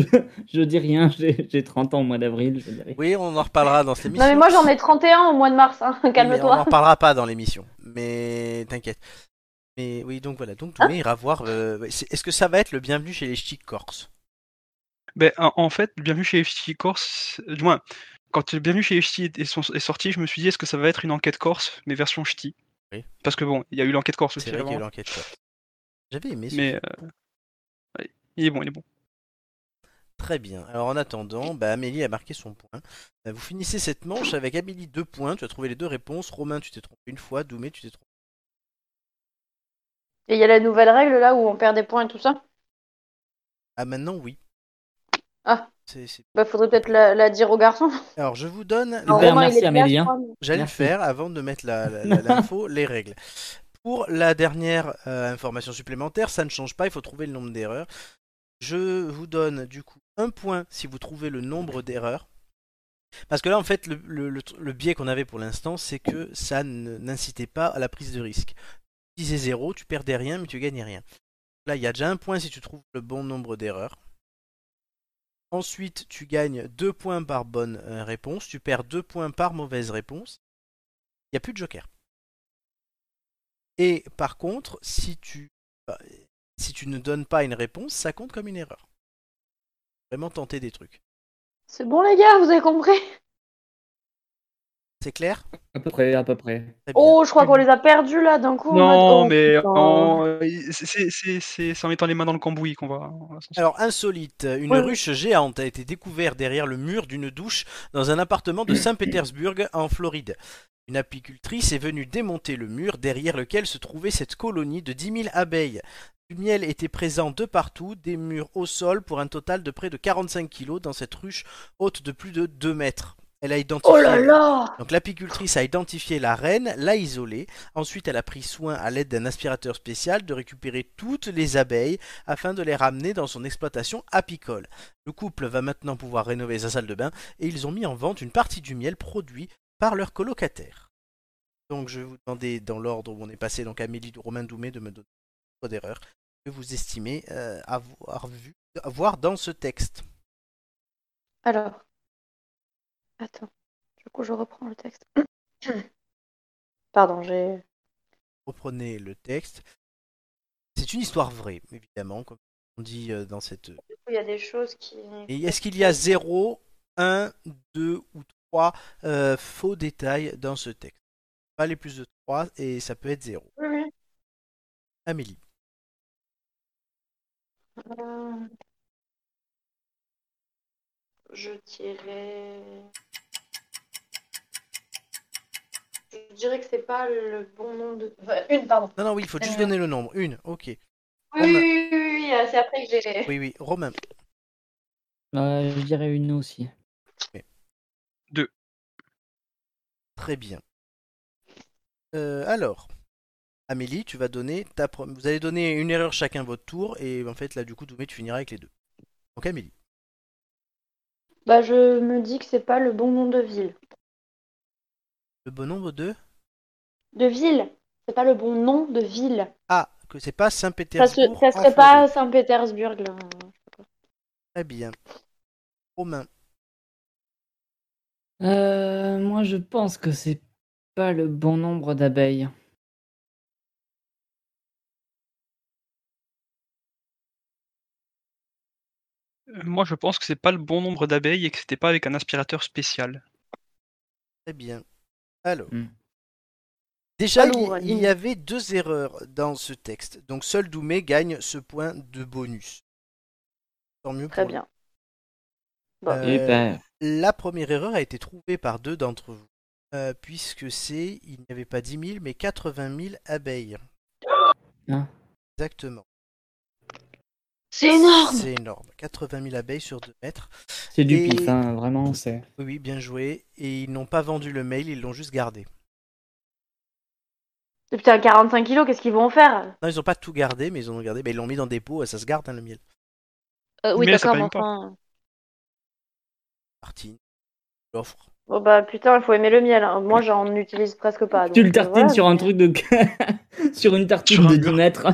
S5: je dis rien, j'ai j'ai 30 ans au mois d'avril. je dis rien.
S1: Oui, on en reparlera dans cette émission.
S2: Non, mais moi j'en ai 31 au mois de mars, hein,
S1: Mais Eh On n'en
S2: calme-toi.
S1: reparlera pas dans l'émission. Mais t'inquiète. Mais oui, donc voilà.
S2: Ah.
S1: Donc Doumé ira voir. euh, ouais, c'est- Est-ce que ça va être le bienvenu chez les ch'tis corses
S3: Ben, en, en fait, Bienvenue chez les Ch'tis Corse, euh, du moins, quand Bienvenue chez les Ch'tis est, est son- est sorti, je me suis dit, est-ce que ça va être une enquête corse, mais version ch'ti
S1: Oui.
S3: Parce que bon, il y a eu l'enquête corse aussi
S1: C'est vrai qu'il y a eu
S3: avant,
S1: l'enquête corse. J'avais aimé ce
S3: mais euh, ouais, il est bon, il est bon.
S1: Très bien. Alors en attendant, bah, Amélie a marqué son point. Euh, Vous finissez cette manche avec Amélie deux points. Tu as trouvé les deux réponses. Romain, tu t'es trompé une fois. Doumé, tu t'es trompé.
S2: Et il y a la nouvelle règle là où on perd des points et tout ça.
S1: Ah maintenant oui.
S2: Ah.
S1: C'est- c'est-
S2: Bah, faudrait peut-être la, la dire aux garçons.
S1: Alors je vous donne.
S5: Ben,
S2: Alors, Romain,
S5: merci,
S2: il est de gage,
S5: Amélie,
S2: je
S5: hein.
S2: crois, mais-
S1: J'allais le
S5: Merci.
S1: faire avant de mettre la- la- la- l'info, les règles. Pour la dernière euh, information supplémentaire, ça ne change pas. Il faut trouver le nombre d'erreurs. Je vous donne du coup un point si vous trouvez le nombre d'erreurs. Parce que là, en fait, le, le- le tr- le biais qu'on avait pour l'instant, c'est que ça ne- n'incitait pas à la prise de risque. Tu disais zéro, tu perdais rien, mais tu gagnais rien. Là, il y a déjà un point si tu trouves le bon nombre d'erreurs. Ensuite, tu gagnes deux points par bonne euh, réponse, tu perds deux points par mauvaise réponse. Il n'y a plus de joker. Et par contre, si tu, euh, si tu ne donnes pas une réponse, ça compte comme une erreur. Vraiment tenter des trucs.
S2: C'est bon les gars, vous avez compris
S1: C'est clair
S5: À peu près, à peu près.
S1: Très bien.
S2: Oh, je crois qu'on les a perdus là d'un coup. en
S3: Non,
S2: mode, oh,
S3: mais
S2: putain.
S3: non, euh, c'est- c'est- c'est c'est- c'est en mettant les mains dans le cambouis qu'on va, on va s'en sortir.
S1: Alors, insolite, une
S2: Oui.
S1: ruche géante a été découverte derrière le mur d'une douche dans un appartement de Saint-Pétersbourg en Floride. Une apicultrice est venue démonter le mur derrière lequel se trouvait cette colonie de 10 000 abeilles. Du miel était présent de partout, des murs au sol pour un total de près de 45 kilos dans cette ruche haute de plus de 2 mètres. Elle a identifié
S2: Oh là là
S1: donc l'apicultrice a identifié la reine, l'a isolée. Ensuite, elle a pris soin à l'aide d'un aspirateur spécial de récupérer toutes les abeilles afin de les ramener dans son exploitation apicole. Le couple va maintenant pouvoir rénover sa salle de bain et ils ont mis en vente une partie du miel produit par leurs colocataires. Donc je vais vous demander dans l'ordre où on est passé, donc Amélie de Romain Doumé de me donner votre d'erreur que vous estimez euh, avoir vu avoir dans ce texte.
S2: Alors. Attends. Du coup, je reprends le texte. (clears throat) Pardon, j'ai.
S1: reprenez le texte. C'est une histoire vraie, évidemment, comme on dit euh, dans cette.
S2: Il y a des choses qui.
S1: Et est-ce qu'il y a 0, 1, 2 ou 3 faux détails dans ce texte Pas les plus de 3 et ça peut être 0.
S2: Oui, oui.
S1: Amélie.
S2: Euh, Je dirais. Je je dirais que c'est pas le bon nom de. enfin, une, pardon.
S1: Non, non, oui, il faut juste
S2: Euh,
S1: donner le nombre. Une, ok.
S2: Oui, oui, oui, oui, oui, euh, c'est après que j'ai.
S1: Oui, oui, Romain.
S5: Euh, je dirais une aussi.
S1: Très bien. Euh, alors, Amélie, tu vas donner ta pro- Vous allez donner une erreur chacun votre tour, et en fait, là, du coup, Doumé, tu finiras avec les deux. Donc, Amélie.
S2: Bah, je me dis que c'est pas le bon nom de ville.
S1: Le bon nombre de.
S2: De ville C'est pas le bon nom de ville.
S1: Ah, que c'est pas
S2: Ça, se-
S1: Saint-Pétersbourg.
S2: ça
S1: en
S2: serait
S1: Floride.
S2: pas Saint-Pétersbourg. là.
S1: Très bien. Romain.
S5: Euh, moi, je pense que c'est pas le bon nombre d'abeilles.
S3: Euh, Moi, je pense que c'est pas le bon nombre d'abeilles et que c'était pas avec un aspirateur spécial.
S1: Très bien. Alors.
S5: Hmm.
S1: Déjà,
S2: Allô,
S1: il- il,
S2: Aline.
S1: y avait deux erreurs dans ce texte. Donc, seul Doumé gagne ce point de bonus. Tant mieux
S2: Très
S1: pour lui.
S2: bien. Bon.
S1: Euh,
S5: Super.
S1: La première erreur a été trouvée par deux d'entre vous, euh, puisque c'est, il n'y avait pas 10 000, mais 80 000 abeilles.
S5: Ah.
S1: Exactement.
S2: C'est énorme
S1: C'est énorme. 80 000 abeilles sur 2 mètres.
S5: C'est du
S1: Et-
S5: pif, hein, vraiment. C'est.
S1: Oui, oui, bien joué. Et ils n'ont pas vendu le mail, ils l'ont juste gardé.
S2: Et Putain, 45 kilos, qu'est-ce qu'ils vont en faire
S1: Non, ils n'ont pas tout gardé, mais ils en ont gardé. Mais ils l'ont mis dans des pots, ça se garde, hein, le miel.
S2: Euh, Oui,
S3: Mais ça
S2: d'accord, mais
S3: s'appelle pas.
S2: enfin.
S1: Martine, l'offre.
S2: Bon bah putain, il faut aimer le miel. hein. Moi, j'en utilise presque pas. donc,
S5: Tu le
S2: euh,
S5: tartines
S2: voilà,
S5: sur un
S2: mais-
S5: truc de. (laughs) sur une tartine
S3: Sur un
S5: de
S3: mur.
S5: 10 mètres.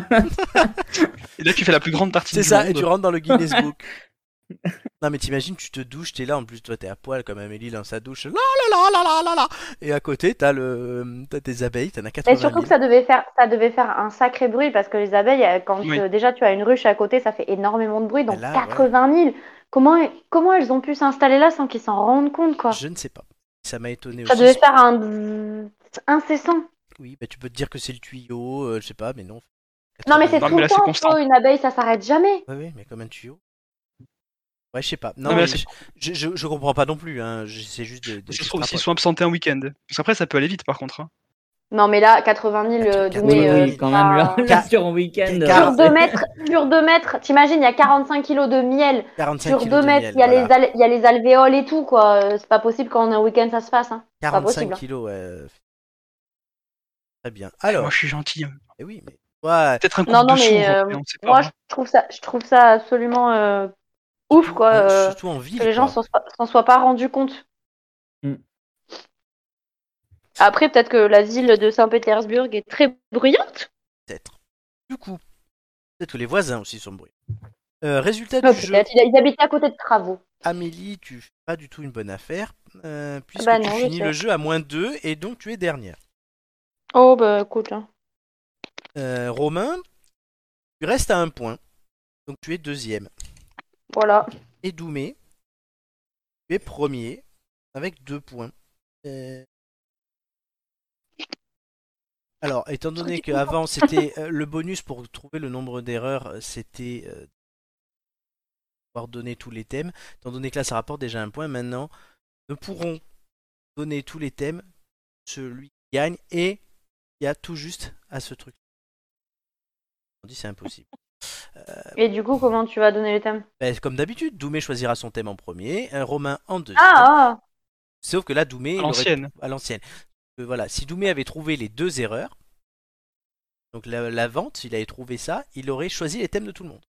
S3: Et là, tu fais la plus grande tartine
S1: C'est
S3: du
S1: ça, et
S3: monde.
S1: tu rentres dans le Guinness Book. Non mais t'imagines, tu te douches, t'es là, en plus toi t'es à poil comme Amélie dans sa douche, la la la la la la la Et à côté t'as le, t'as tes abeilles, t'en as 80
S2: Mais
S1: 000.
S2: surtout que ça devait faire, ça devait faire un sacré bruit parce que les abeilles, euh, quand
S3: Oui.
S2: euh, déjà tu as une ruche à côté, ça fait énormément de bruit, donc
S1: là,
S2: 80 000. Comment, comment elles ont pu s'installer là sans qu'ils s'en rendent compte, quoi
S1: Je ne sais pas. Ça m'a étonné
S2: Ça
S1: aussi.
S2: devait faire un bzzz incessant.
S1: Oui, bah, tu peux te dire que c'est le tuyau, euh, je sais pas, mais non.
S2: Non mais c'est
S3: Non, mais
S2: tout
S3: là,
S2: le
S3: c'est
S2: temps,
S3: constant.
S2: Flo, une abeille, ça s'arrête jamais.
S1: Ouais, ouais, mais comme un tuyau. Ouais, je sais pas. Non,
S3: Non, Ah, mais là,
S1: mais
S3: c'est-
S1: je, je, je comprends pas non plus. Hein. je- C'est juste des. des
S3: Ça se
S1: chiffres
S3: trouve, s'ils
S1: à
S3: sont absentés un week-end. Parce qu'après, ça peut aller vite, par contre. hein.
S2: Non mais là, 80 000, euh,
S1: Oui,
S2: Doumé,
S5: (laughs) oui,
S2: euh,
S5: oui, quand
S2: ça-
S5: même. (laughs) Là, là,
S1: Car-
S5: sur un week-end.
S1: car-
S2: Sur
S5: euh,
S2: 2 mètres, sur 2 mètres, t'imagines, il y a 45 kilos de miel.
S1: poil. 45
S2: Sur
S1: kilos
S2: 2
S1: de
S2: mètres,
S1: miel,
S2: il y, a les
S1: voilà.
S2: al- il y a les alvéoles et tout, quoi. Euh, C'est pas possible qu'en un week-end ça se fasse. Hein.
S1: 45
S2: possible.
S1: kilos, ouais. Très bien.
S3: Moi,
S1: Alors,
S3: je suis gentil. hein.
S1: eh oui, mais. Ouais,
S3: Peut-être un coup
S2: Non,
S3: de
S2: non, mais,
S3: sourd,
S2: euh,
S3: mais on sait pas.
S2: Moi,
S3: hein.
S2: je trouve ça, je trouve ça absolument euh, ouf, quoi.
S1: euh,
S2: euh,
S1: surtout en ville.
S2: que les gens
S1: quoi.
S2: s'en soient, s'en soient pas rendus compte.
S5: Mm.
S2: Après, peut-être que la ville de Saint-Pétersbourg est très bruyante.
S1: Peut-être. Du coup, peut-être que les voisins aussi sont bruyants. Euh, résultat
S2: Non,
S1: du jeu,
S2: Ah, peut-être. Ils, ils habitaient à côté de travaux.
S1: Amélie, tu fais pas du tout une bonne affaire, euh, puisque
S2: Bah
S1: tu
S2: non, je
S1: finis
S2: sais.
S1: le jeu à moins 2 et donc tu es dernière.
S2: Oh, bah écoute. hein.
S1: Euh, Romain, tu restes à un point, donc tu es deuxième.
S2: Voilà.
S1: Et Doumé, tu es premier avec deux points. Euh, Alors, étant donné qu'avant c'était euh, le bonus pour trouver le nombre d'erreurs, euh, c'était euh, pouvoir donner tous les thèmes. Étant donné que là ça rapporte déjà un point, maintenant ne pourront donner tous les thèmes celui qui gagne et il y a tout juste à ce truc. On dit c'est impossible.
S2: Et du coup, comment tu vas donner les thèmes
S1: Ben, comme d'habitude, Doumé choisira son thème en premier, un Romain en deuxième.
S2: Ah, ah
S1: Sauf que là, Doumé.
S3: À
S1: il aurait-
S3: l'ancienne.
S1: À l'ancienne. Euh, voilà, si Doumé avait trouvé les deux erreurs, donc la, la vente, s'il avait trouvé ça, il aurait choisi les thèmes de tout le monde.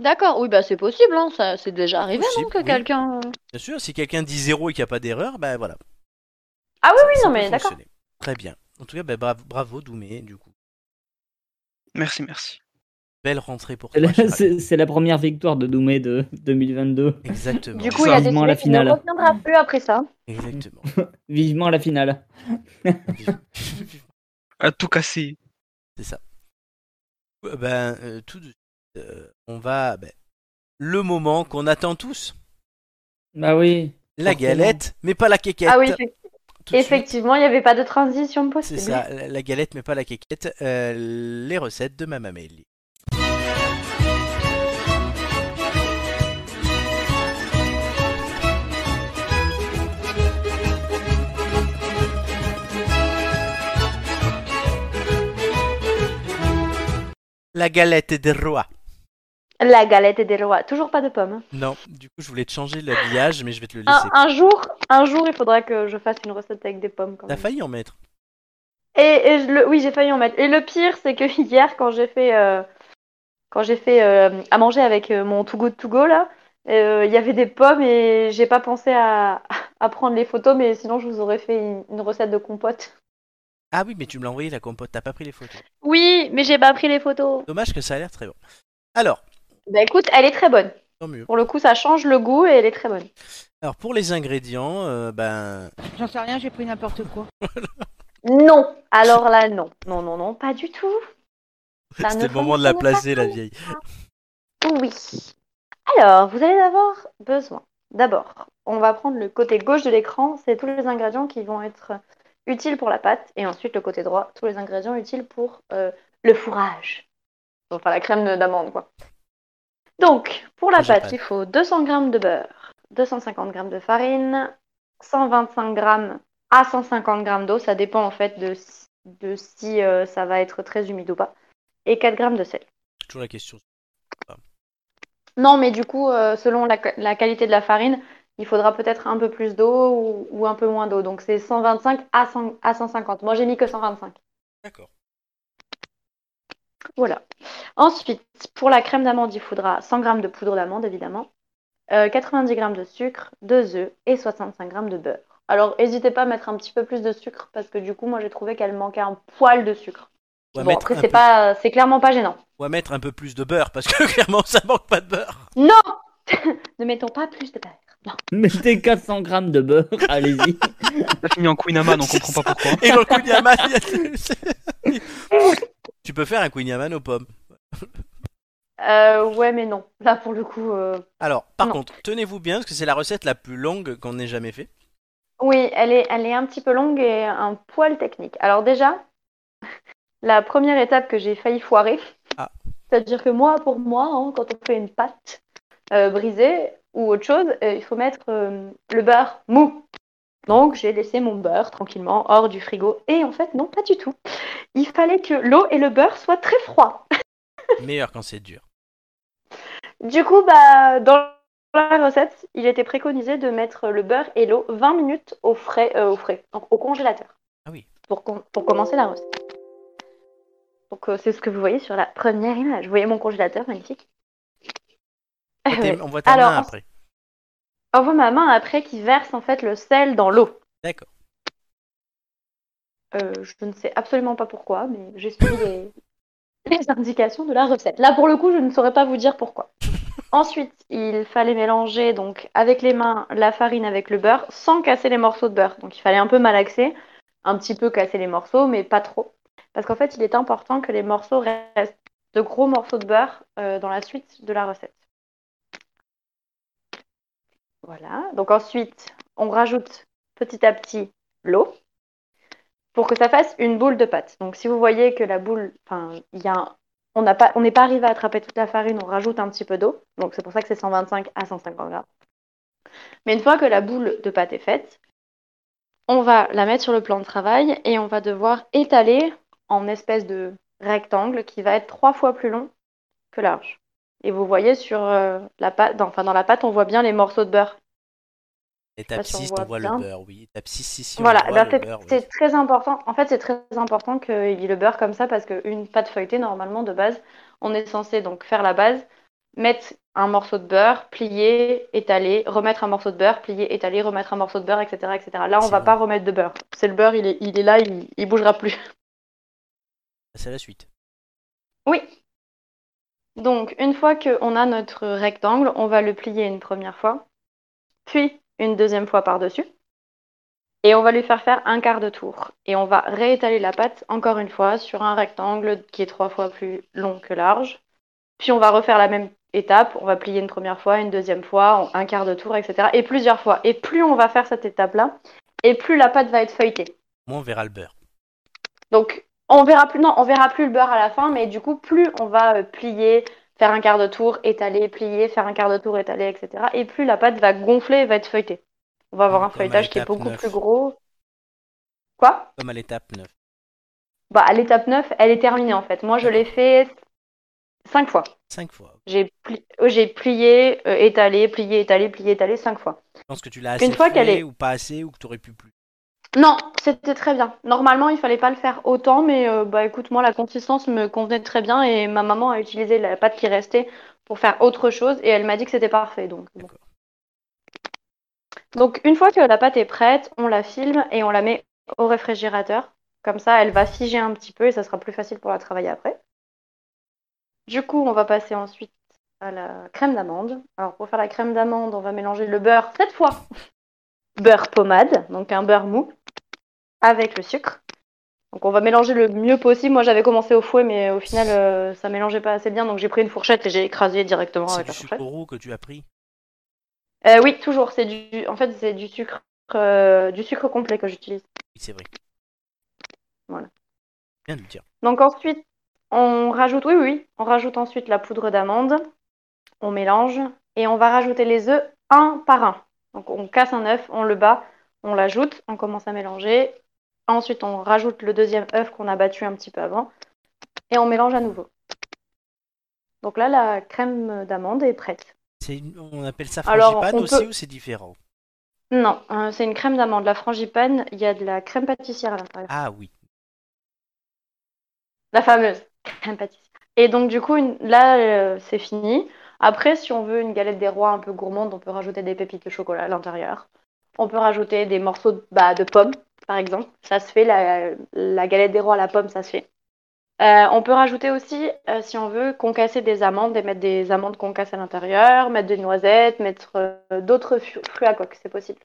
S2: D'accord. Oui, bah c'est possible. Hein. Ça, c'est déjà arrivé,
S1: Possible,
S2: non, que
S1: oui.
S2: quelqu'un. euh,
S1: Bien sûr, si quelqu'un dit zéro et qu'il n'y a pas d'erreur, ben voilà.
S2: Ah oui,
S1: Ça-
S2: oui,
S1: ça
S2: non,
S1: peut
S2: mais d'accord.
S1: fonctionner. Très bien. En tout cas, ben, bravo, bravo, Doumé, du coup.
S3: Merci, merci.
S1: Belle rentrée
S5: (laughs)
S1: pour toi.
S5: Là,
S1: Chirac.
S5: C'est c'est la première victoire de Doumé de 2022.
S1: Exactement.
S2: Du coup, il
S5: Ça,
S2: a
S5: vivement
S2: décidé
S5: la
S2: qu'il ne
S5: finale.
S2: reviendra plus après ça.
S1: Exactement. (laughs)
S5: Vivement la finale.
S3: À tout casser.
S1: Euh, ben, euh, tout de suite, euh, on va. ben, le moment qu'on attend tous.
S5: Bah oui.
S1: La
S5: Forcément.
S1: galette, mais pas la quéquette.
S2: Ah oui,
S1: Tout de suite.
S2: effectivement, il n'y avait pas de transition
S1: C'est
S2: possible.
S1: ça, la la galette mais pas la quéquette, euh, les recettes de Mamma Melly. La galette des rois.
S2: La galette des rois. Toujours pas de pommes.
S1: Non, du coup, je voulais te changer l'habillage, mais je vais te le laisser.
S2: Un, un jour, un jour, il faudra que je fasse une recette avec des pommes. Quand
S1: T'as
S2: même.
S1: failli en mettre.
S2: Et, et je le- oui, j'ai failli en mettre. Et le pire, c'est que (laughs) hier, quand j'ai fait, euh, quand j'ai fait euh, à manger avec euh, mon Too Good To Go, là, euh, il y avait des pommes et j'ai pas pensé à, à prendre les photos, mais sinon, je vous aurais fait une, une recette de compote.
S1: Ah oui, mais tu me l'as envoyé la compote, t'as pas pris les photos.
S2: Oui, mais j'ai pas pris les photos.
S1: Dommage que ça a l'air très bon. Alors,
S2: Bah écoute, elle est très bonne.
S1: tant mieux.
S2: Pour le coup, ça change le goût et elle est très bonne.
S1: Alors, pour les ingrédients, euh, ben.
S4: J'en sais rien, j'ai pris n'importe quoi.
S2: Non, alors là, non. Non, non, non, pas du tout. Ça Bah, ne
S1: C'était le moment de la
S2: fonctionne pas.
S1: placer, la vieille.
S2: Oui. Alors, vous allez avoir besoin. D'abord, on va prendre le côté gauche de l'écran, c'est tous les ingrédients qui vont être utiles pour la pâte, et ensuite le côté droit, tous les ingrédients utiles pour euh, le fourrage. Enfin, la crème d'amande, quoi. Donc, pour la
S1: J'ai
S2: pâte,
S1: pas.
S2: il faut 200 g de beurre, 250 g de farine, 125 g à 150 g d'eau, ça dépend en fait de si, de si euh, ça va être très humide ou pas, et 4 g de sel.
S1: Toujours la question.
S2: Non, mais du coup, euh, selon la, qua- la qualité de la farine, il faudra peut-être un peu plus d'eau ou, ou un peu moins d'eau. Donc c'est 125 à, 100 à 150. Moi, j'ai mis que 125.
S1: D'accord.
S2: Voilà. Ensuite, pour la crème d'amande, il faudra 100 g de poudre d'amande, évidemment, euh, 90 g de sucre, 2 œufs et 65 g de beurre. Alors, n'hésitez pas à mettre un petit peu plus de sucre parce que du coup, moi, j'ai trouvé qu'elle manquait un poil de sucre.
S1: Ou à,
S2: Bon,
S1: mettre
S2: après,
S1: un
S2: c'est
S1: peu-
S2: pas, c'est clairement pas gênant.
S1: ou à mettre un peu plus de beurre, parce que (laughs) clairement, ça manque pas de beurre.
S2: Non! (laughs) Ne mettons pas plus de beurre. Non.
S5: Mettez 400 grammes de beurre, (laughs) allez-y.
S3: T'as fini en
S2: (laughs)
S3: Queen Amman, on
S1: C'est
S3: comprend pas pourquoi.
S1: Et dans le Queen (laughs) tu peux faire un Queen Yaman aux pommes.
S2: Euh, ouais, mais non. Là, pour le coup. euh,
S1: Alors, par
S2: Non.
S1: contre, tenez-vous bien, parce que c'est la recette la plus longue qu'on ait jamais fait.
S2: Oui, elle est, elle est un petit peu longue et un poil technique. Alors déjà, (laughs) la première étape que j'ai failli foirer,
S1: Ah.
S2: c'est-à-dire que moi, pour moi, hein, quand on fait une pâte euh, brisée ou autre chose, euh, il faut mettre euh, le beurre mou. Donc j'ai laissé mon beurre tranquillement hors du frigo. Et en fait, non, pas du tout. Il fallait que l'eau et le beurre soient très froids.
S1: Meilleur quand c'est dur.
S2: Du coup, bah, dans la recette, il était préconisé de mettre le beurre et l'eau 20 minutes au frais, euh, au frais, donc au congélateur.
S1: Ah oui.
S2: Pour, com- pour commencer la recette. Donc euh, c'est ce que vous voyez sur la première image. Vous voyez mon congélateur magnifique.
S1: On,
S2: (laughs) Euh,
S1: t'a- on voit ta
S2: Alors,
S1: main
S2: en-
S1: après.
S2: on voit ma main après qui verse en fait le sel dans l'eau.
S1: D'accord.
S2: Euh, je ne sais absolument pas pourquoi, mais j'ai suivi les, les indications de la recette. Là, pour le coup, je ne saurais pas vous dire pourquoi. Ensuite, il fallait mélanger donc avec les mains la farine avec le beurre sans casser les morceaux de beurre. Donc il fallait un peu malaxer, un petit peu casser les morceaux, mais pas trop. Parce qu'en fait, il est important que les morceaux restent de gros morceaux de beurre euh, dans la suite de la recette. Voilà. Donc ensuite, on rajoute petit à petit l'eau pour que ça fasse une boule de pâte. Donc si vous voyez que la boule, enfin, il y a un- on n'a pas, on n'est pas arrivé à attraper toute la farine, on rajoute un petit peu d'eau. Donc c'est pour ça que c'est 125 à 150 grammes. Mais une fois que la boule de pâte est faite, on va la mettre sur le plan de travail et on va devoir étaler en espèce de rectangle qui va être trois fois plus long que large. Et vous voyez sur euh, la pâte, dans- enfin dans la pâte, on voit bien les morceaux de beurre
S1: Étape
S2: si on
S1: 6, on
S2: voit
S1: voit
S2: bien.
S1: le beurre, oui. Étape 6, si, si, on
S2: Voilà,
S1: voit
S2: ben,
S1: le
S2: c'est
S1: beurre, oui.
S2: c'est très important. En fait, c'est très important qu'il y ait le beurre comme ça parce qu'une pâte feuilletée, normalement, de base, on est censé donc faire la base, mettre un morceau de beurre, plier, étaler, remettre un morceau de beurre, plier, étaler, remettre un morceau de beurre, etc. etc. Là, on
S1: C'est
S2: va
S1: vrai.
S2: pas remettre de beurre. C'est le beurre, il est, il est là, il, il bougera plus.
S1: C'est la suite.
S2: Oui. Donc, une fois qu'on a notre rectangle, on va le plier une première fois, puis une deuxième fois par-dessus, et on va lui faire faire un quart de tour. Et on va réétaler la pâte encore une fois sur un rectangle qui est trois fois plus long que large. Puis on va refaire la même étape, on va plier une première fois, une deuxième fois, un quart de tour, etc. Et plusieurs fois. Et plus on va faire cette étape-là, et plus la pâte va être feuilletée.
S1: Moi, on verra le beurre.
S2: Donc, on verra plus, non, on verra plus le beurre à la fin, mais du coup, plus on va euh, plier, faire un quart de tour, étaler, plier, faire un quart de tour, étaler, etc. Et plus la pâte va gonfler et va être feuilletée. On va avoir un
S1: Comme à
S2: feuilletage qui est
S1: l'étape
S2: beaucoup
S1: 9.
S2: plus gros. Quoi
S1: Comme à l'étape 9.
S2: Bah, à l'étape 9, elle est terminée en fait. Moi, je l'ai fait Cinq fois.
S1: Cinq fois.
S2: J'ai pli- euh, j'ai plié, euh, étalé, plié, étalé, plié, étalé cinq fois.
S1: Je pense que tu l'as
S2: Une
S1: assez
S2: fois
S1: fait
S2: qu'elle est-
S1: ou pas assez ou que tu aurais pu plus.
S2: Non, c'était très bien. Normalement, il fallait pas le faire autant, mais euh, bah écoute, moi la consistance me convenait très bien et ma maman a utilisé la pâte qui restait pour faire autre chose et elle m'a dit que c'était parfait. Donc, bon. donc une fois que la pâte est prête, on la filme et on la met au réfrigérateur. Comme ça, elle va figer un petit peu et ça sera plus facile pour la travailler après. Du coup, on va passer ensuite à la crème d'amande. Alors pour faire la crème d'amande, on va mélanger le beurre cette fois. Beurre pommade, donc un beurre mou avec le sucre. Donc on va mélanger le mieux possible. Moi j'avais commencé au fouet, mais au final euh, ça mélangeait pas assez bien, donc j'ai pris une fourchette et j'ai écrasé directement
S1: C'est
S2: avec
S1: du
S2: la
S1: sucre
S2: fourchette.
S1: roux que tu as pris.
S2: Euh, oui, toujours. C'est du, en fait c'est du sucre, euh, du sucre complet que j'utilise.
S1: Oui, c'est vrai.
S2: Voilà.
S1: Bien de le dire.
S2: Donc ensuite on rajoute, oui oui, on rajoute ensuite la poudre d'amande. On mélange et on va rajouter les œufs un par un. Donc on casse un œuf, on le bat, on l'ajoute, on commence à mélanger. Ensuite on rajoute le deuxième œuf qu'on a battu un petit peu avant et on mélange à nouveau. Donc là la crème d'amande est prête.
S1: C'est une- On appelle ça
S2: Alors,
S1: frangipane
S2: on
S1: aussi
S2: peut-
S1: ou c'est différent
S2: Non, euh, c'est une crème d'amande. La frangipane, il y a de la crème pâtissière à l'intérieur.
S1: Ah oui.
S2: La fameuse crème pâtissière. Et donc, du coup, une- là, euh, c'est fini. Après, si on veut une galette des rois un peu gourmande, on peut rajouter des pépites de chocolat à l'intérieur. On peut rajouter des morceaux de, bah, de pommes, par exemple. Ça se fait, la, la galette des rois à la pomme, ça se fait. Euh, on peut rajouter aussi, euh, si on veut, concasser des amandes et mettre des amandes concasses à l'intérieur, mettre des noisettes, mettre euh, d'autres fu- fruits à coque, c'est possible.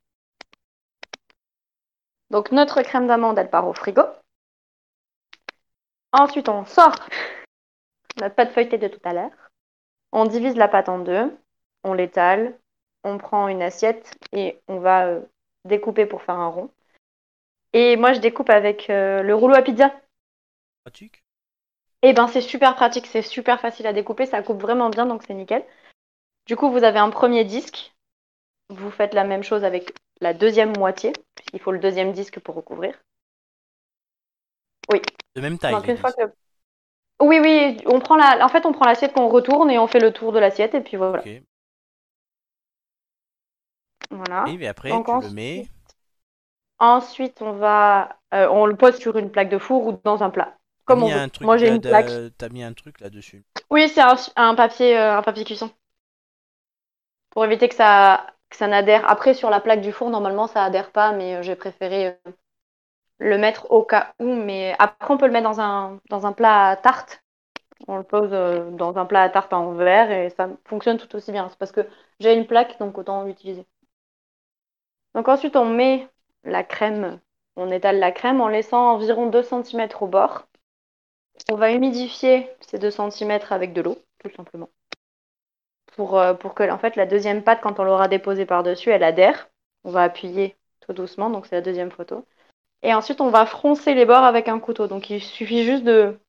S2: Donc, notre crème d'amande, elle part au frigo. Ensuite, on sort la pâte feuilletée de tout à l'heure. On divise la pâte en deux, on l'étale, on prend une assiette et on va euh, découper pour faire un rond. Et moi, je découpe avec euh, le rouleau à pizza.
S1: Pratique.
S2: Eh ben, c'est super pratique, c'est super facile à découper, ça coupe vraiment bien, donc c'est nickel. Du coup, vous avez un premier disque. Vous faites la même chose avec la deuxième moitié, puisqu'il faut le deuxième disque pour recouvrir. Oui.
S1: De même taille.
S2: Donc,
S1: les
S2: une fois
S1: disques.
S2: que- Oui, oui, on prend la... en fait, on prend l'assiette qu'on retourne et on fait le tour de l'assiette, et puis voilà.
S1: Ok.
S2: Voilà.
S1: Oui, mais après,
S2: Hein? Donc,
S1: tu le
S2: ensuite-
S1: mets.
S2: Ensuite, on va, euh, on le pose sur une plaque de four ou dans un plat, comme
S1: T'as
S2: on
S1: mis
S2: veut.
S1: un truc
S2: Moi, j'ai
S1: de-
S2: une
S1: de-
S2: plaque.
S1: T'as mis un truc là-dessus.
S2: Oui, c'est un, un papier, euh, un papier cuisson pour éviter que ça, que ça n'adhère. Après, sur la plaque du four, normalement, ça adhère pas, mais euh, j'ai préféré euh, le mettre au cas où. Mais après, on peut le mettre dans un, dans un plat à tarte. On le pose euh, dans un plat à tarte en verre et ça fonctionne tout aussi bien. C'est parce que j'ai une plaque, donc autant l'utiliser. Donc ensuite, on met la crème, on étale la crème en laissant environ 2 cm au bord. On va humidifier ces 2 cm avec de l'eau, tout simplement. Pour, euh, pour que en fait, la deuxième pâte, quand on l'aura déposée par-dessus, elle adhère. On va appuyer tout doucement, donc c'est la deuxième photo. Et ensuite, on va froncer les bords avec un couteau. Donc il suffit juste de,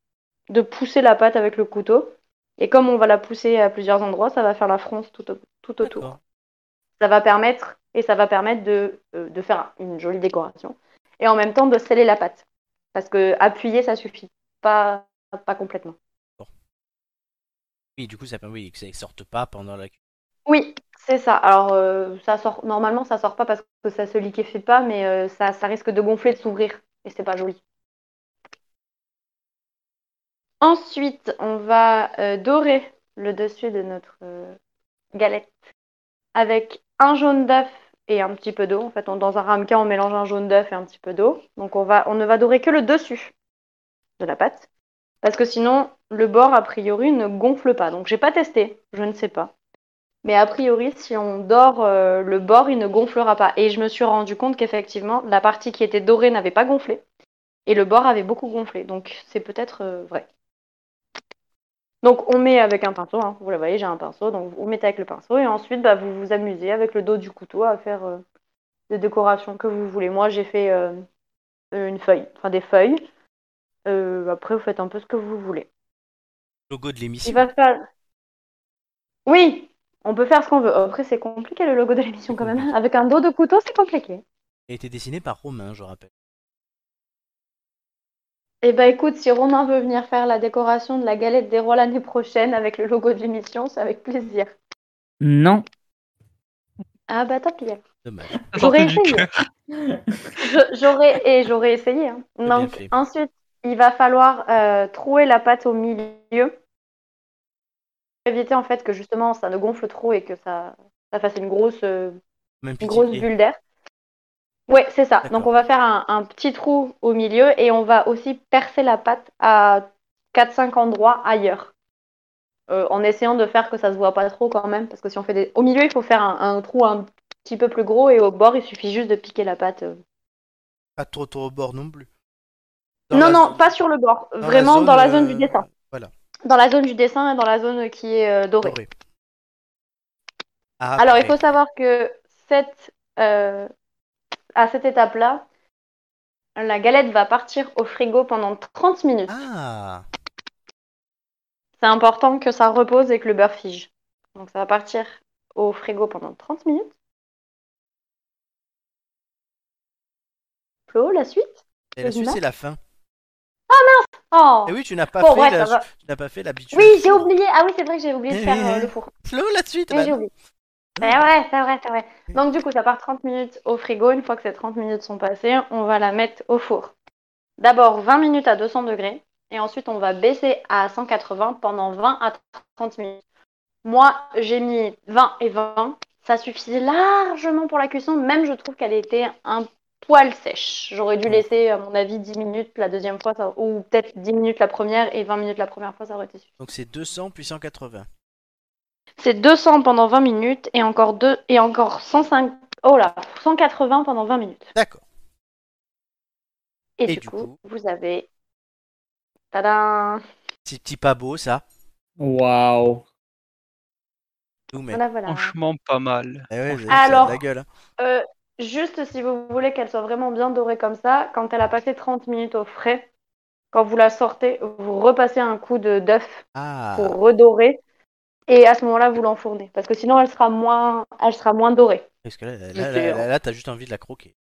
S2: de pousser la pâte avec le couteau. Et comme on va la pousser à plusieurs endroits, ça va faire la fronce tout, au- tout autour.
S1: D'accord.
S2: Ça va permettre, et ça va permettre de, euh, de faire une jolie décoration. Et en même temps, de sceller la pâte. Parce que appuyer, ça suffit. Pas, pas complètement.
S1: Oui, du coup, ça permet oui, que ça ne sorte pas pendant la.
S2: Oui, c'est ça. Alors, euh, ça sort normalement, ça sort pas parce que ça se liquéfie pas, mais euh, ça, ça risque de gonfler, de s'ouvrir, et c'est pas joli. Ensuite, on va euh, dorer le dessus de notre euh, galette avec un jaune d'œuf et un petit peu d'eau. En fait, on, dans un ramequin, on mélange un jaune d'œuf et un petit peu d'eau. Donc, on va, on ne va dorer que le dessus de la pâte, parce que sinon, le bord a priori ne gonfle pas. Donc, j'ai pas testé, je ne sais pas. Mais a priori, si on dort euh, le bord, il ne gonflera pas. Et je me suis rendu compte qu'effectivement, la partie qui était dorée n'avait pas gonflé. Et le bord avait beaucoup gonflé. Donc c'est peut-être euh, vrai. Donc on met avec un pinceau, hein. vous le voyez, j'ai un pinceau. Donc vous mettez avec le pinceau. Et ensuite, bah, vous vous amusez avec le dos du couteau à faire euh, des décorations que vous voulez. Moi, j'ai fait euh, une feuille, enfin des feuilles. Euh, après, vous faites un peu ce que vous voulez.
S1: Logo de l'émission.
S2: Il va falloir- Oui, on peut faire ce qu'on veut. Après, c'est compliqué le logo de l'émission quand même. Avec un dos de couteau, c'est compliqué.
S1: Il a été dessiné par Romain, je rappelle.
S2: Eh ben écoute, si Romain veut venir faire la décoration de la galette des rois l'année prochaine avec le logo de l'émission, c'est avec plaisir.
S5: Non.
S2: Ah bah tant pis.
S1: Dommage.
S2: J'aurais
S3: Sortez du
S2: essayé. Je- J'aurais et j'aurais essayé. hein.
S1: bien
S2: Donc,
S1: fait.
S2: ensuite, il va falloir euh, trouer la pâte au milieu pour éviter en fait que justement ça ne gonfle trop et que ça, ça fasse une grosse, euh,
S1: Même
S2: une
S1: pitié.
S2: grosse bulle d'air. Ouais, c'est ça.
S1: D'accord.
S2: Donc on va faire un, un petit trou au milieu et on va aussi percer la pâte à 4-5 endroits ailleurs. Euh, en essayant de faire que ça se voit pas trop quand même, parce que si on fait des... Au milieu, il faut faire un, un trou un petit peu plus gros et au bord, il suffit juste de piquer la pâte. euh,
S1: Pas trop trop au bord non plus.
S2: non, non, pas sur le bord. Vraiment dans la zone euh, du
S1: euh,
S2: dessin.
S1: Voilà.
S2: Dans la zone du dessin et dans la zone qui est euh, dorée.
S1: doré. Ah,
S2: Alors, il
S1: après.
S2: faut savoir que cette, euh, à cette étape-là, la galette va partir au frigo pendant 30 minutes.
S1: Ah,
S2: C'est important que ça repose et que le beurre fige. Donc, ça va partir au frigo pendant 30 minutes. Flo, la suite
S1: et la
S2: Vas-y,
S1: suite,
S2: Marc.
S1: c'est la fin.
S2: Oh
S1: Et Eh oui, tu n'as pas,
S2: Bon,
S1: fait
S2: bref,
S1: la-
S2: ça va.
S1: tu n'as pas fait l'habitude.
S2: Oui, j'ai oublié. Ah oui, c'est vrai que j'ai oublié de
S1: (laughs) Eh
S2: faire
S1: oui,
S2: euh,
S1: eh.
S2: le four.
S1: Flo, la suite
S2: Mais
S1: bah
S2: Eh, j'ai
S1: non.
S2: oublié. C'est vrai, c'est vrai, c'est vrai. Donc du coup, ça part 30 minutes au frigo. Une fois que ces 30 minutes sont passées, on va la mettre au four. D'abord 20 minutes à 200 degrés et ensuite on va baisser à 180 pendant 20 à 30 minutes. Moi, j'ai mis 20 et 20. Ça suffisait largement pour la cuisson. Même je trouve qu'elle était un poil sèche. J'aurais dû laisser, à mon avis, 10 minutes la deuxième fois ça- ou peut-être 10 minutes la première et 20 minutes la première fois, ça aurait été suffisant.
S1: Donc c'est 200 puis 180.
S2: C'est 200 pendant 20 minutes et encore deux et encore 105 oh là, 180 pendant 20 minutes.
S1: D'accord.
S2: Et,
S1: Et
S2: du,
S1: du
S2: coup,
S1: coup
S2: vous avez Tadam
S1: C'est petit pas beau ça.
S5: Waouh.
S1: Tout mais.
S2: Voilà voilà.
S3: Franchement, pas mal.
S1: Eh ouais, vous avez vu,
S2: Alors-
S1: ça a de la gueule. hein.
S2: Euh, juste si vous voulez qu'elle soit vraiment bien dorée comme ça, quand elle a passé 30 minutes au frais, quand vous la sortez, vous repassez un coup de d'œuf
S1: Ah,
S2: pour redorer et à ce moment-là, vous l'enfournez parce que sinon elle sera moins elle sera moins dorée.
S1: parce que là, là, là,
S2: c'est-
S1: là, là, t'as juste envie de la croquer.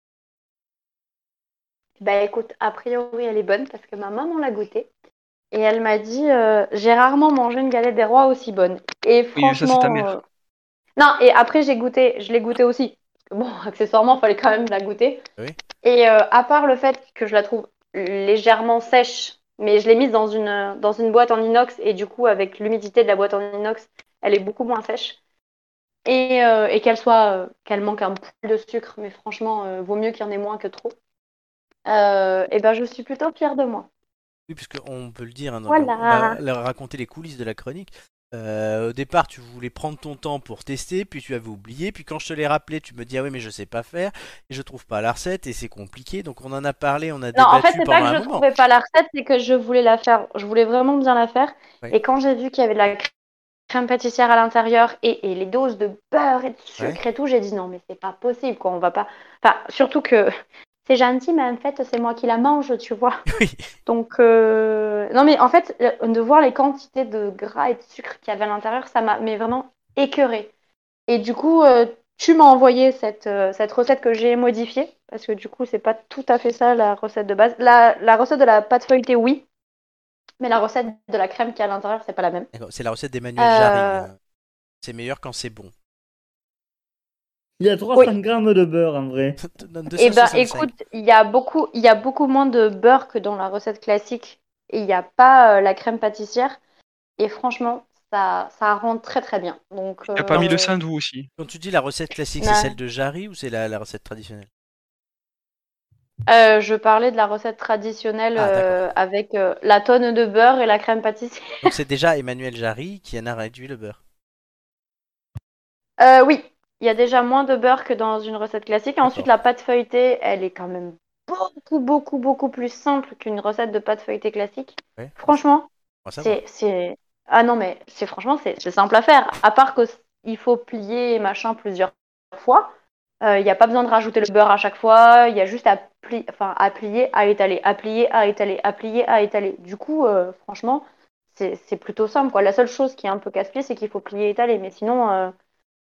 S2: Bah écoute, a priori elle est bonne parce que ma maman l'a goûtée et elle m'a dit euh, j'ai rarement mangé une galette des rois aussi bonne. Et
S3: Oui, mais ça, c'est ta
S2: franchement,
S3: mère.
S2: euh, non et après j'ai goûté, je l'ai goûtée aussi. Parce que, bon, (laughs) accessoirement fallait quand même la goûter.
S1: Oui.
S2: Et euh, à part le fait que je la trouve légèrement sèche, mais je l'ai mise dans une euh, dans une boîte en inox et du coup avec l'humidité de la boîte en inox, elle est beaucoup moins sèche. Et, euh, et qu'elle soit euh, qu'elle manque un poil de sucre, mais franchement euh, vaut mieux qu'il y en ait moins que trop. Euh, et ben je suis plutôt fière de moi.
S1: Oui, puisque on peut le dire, hein, donc
S2: Voilà.
S1: on va leur raconter les coulisses de la chronique. Euh, au départ, tu voulais prendre ton temps pour tester, puis tu avais oublié, puis quand je te l'ai rappelé, tu me dis ah oui mais je sais pas faire, et je trouve pas la recette et c'est compliqué, donc on en a parlé, on a
S2: Non,
S1: débattu
S2: en fait, c'est
S1: pendant
S2: pas que
S1: un
S2: je
S1: moment.
S2: trouvais pas la recette, c'est que je voulais la faire. Je voulais vraiment bien la faire.
S1: Oui.
S2: Et quand j'ai vu qu'il y avait de la crème pâtissière à l'intérieur et, et les doses de beurre et de sucre et tout, j'ai dit non, mais c'est pas possible, quoi. On va pas. Enfin, surtout que (laughs) c'est gentil, mais en fait, c'est moi qui la mange, tu vois.
S1: (laughs) Oui.
S2: Donc, euh, non, mais en fait, euh, de voir les quantités de gras et de sucre qu'il y avait à l'intérieur, ça m'a mais vraiment écœurée. Et du coup, euh, tu m'as envoyé cette, euh, cette recette que j'ai modifiée, parce que du coup, c'est pas tout à fait ça la recette de base. La, la recette de la pâte feuilletée, oui, mais la recette de la crème qui est à l'intérieur, c'est pas la même.
S1: D'accord, C'est la recette d'Emmanuel
S2: Euh,
S1: Jarry. hein. C'est meilleur quand c'est
S2: (laughs)
S1: bon.
S5: Il y a 300 grammes de beurre en vrai.
S1: Ça te donne
S2: Eh ben,
S1: 265.
S2: écoute, il y a beaucoup, il y a beaucoup moins de beurre que dans la recette classique, et il n'y a pas euh, la crème pâtissière, et franchement, ça, ça rend très très bien. Donc,
S3: T'as pas mis
S2: euh,
S3: le sandou aussi.
S1: Quand tu dis la recette classique,
S2: Non.
S1: c'est celle de Jarry ou c'est la, la recette traditionnelle
S2: Euh, je parlais de la recette traditionnelle
S1: Ah, d'accord.
S2: euh, avec euh, la tonne de beurre et la crème pâtissière.
S1: Donc c'est déjà Emmanuel Jarry qui en a réduit le beurre.
S2: Euh, oui, il y a déjà moins de beurre que dans une recette classique. Et ensuite, la pâte feuilletée, elle est quand même beaucoup, beaucoup, beaucoup plus simple qu'une recette de pâte feuilletée classique.
S1: Ouais.
S2: Franchement,
S1: Bon, ça va.
S2: c'est, c'est- Ah non, mais c'est franchement, c'est c'est simple à faire. À part qu'il faut plier et machin plusieurs fois, euh, il n'y a pas besoin de rajouter le beurre à chaque fois. Il y a juste à, pli- enfin, à plier, à étaler, à plier, à étaler, à plier, à étaler. Du coup, euh, franchement, c'est c'est plutôt simple. Quoi. La seule chose qui est un peu casse-pied, c'est qu'il faut plier et étaler. Mais sinon, euh,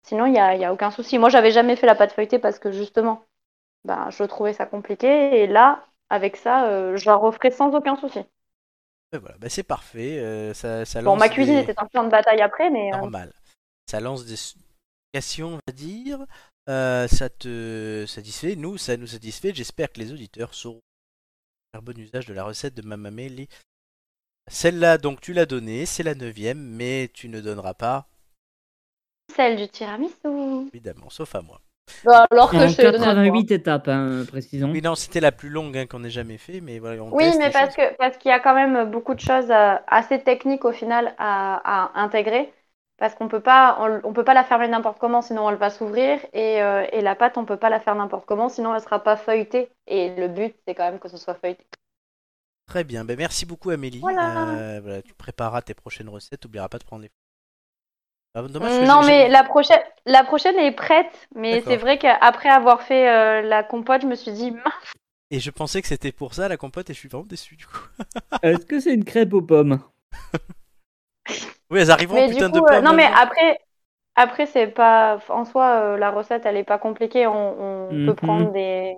S2: sinon il n'y a, il y a aucun souci. Moi, j'avais jamais fait la pâte feuilletée parce que justement, ben, je trouvais ça compliqué. Et là, avec ça, euh, je la referai sans aucun souci.
S1: Et voilà, bah, c'est parfait. euh, ça, ça
S2: Bon,
S1: lance
S2: ma cuisine
S1: des-
S2: était en plan de bataille après, mais euh,
S1: normal. Ça lance des questions, on va dire. Euh, ça te satisfait. Nous, ça nous satisfait. J'espère que les auditeurs sauront faire bon usage de la recette de Mamameli. Celle-là, donc, tu l'as donnée. C'est la neuvième, mais tu ne donneras pas,
S2: celle du tiramisu.
S1: évidemment, sauf à moi.
S2: Bah, alors que
S5: En
S2: je te l'ai donnée à toi.
S5: 88 étapes, hein, précisons.
S1: Oui, non, c'était la plus longue hein, qu'on ait jamais fait, mais voilà. On
S2: Oui,
S1: teste
S2: mais
S1: les choses.
S2: parce que parce qu'il y a quand même beaucoup de choses euh, assez techniques au final à, à intégrer. Parce qu'on peut pas on, on peut pas la fermer n'importe comment, sinon elle va s'ouvrir. Et, euh, et la pâte, on peut pas la faire n'importe comment, sinon elle sera pas feuilletée. Et le but, c'est quand même que ce soit feuilleté.
S1: Très bien, ben, merci beaucoup Amélie.
S2: Voilà.
S1: Euh, voilà, tu prépareras tes prochaines recettes, n'oublieras pas de prendre les photos. Ah, dommage que
S2: Mmh, Non,
S1: j'ai-
S2: mais
S1: j'ai-
S2: la prochaine la prochaine est prête. Mais
S1: D'accord.
S2: c'est vrai qu'après avoir fait euh, la compote, je me suis dit, mince,
S1: Et je pensais que c'était pour ça la compote et je suis vraiment déçu du coup. (laughs)
S5: Est-ce que c'est une crêpe aux pommes
S1: Oui, elles arriveront
S2: mais du
S1: putain
S2: coup,
S1: de
S2: euh,
S1: pommes.
S2: non, mais après. Après, c'est pas. En soi, euh, la recette, elle est pas compliquée. On, on peut
S5: Mhm.
S2: prendre des,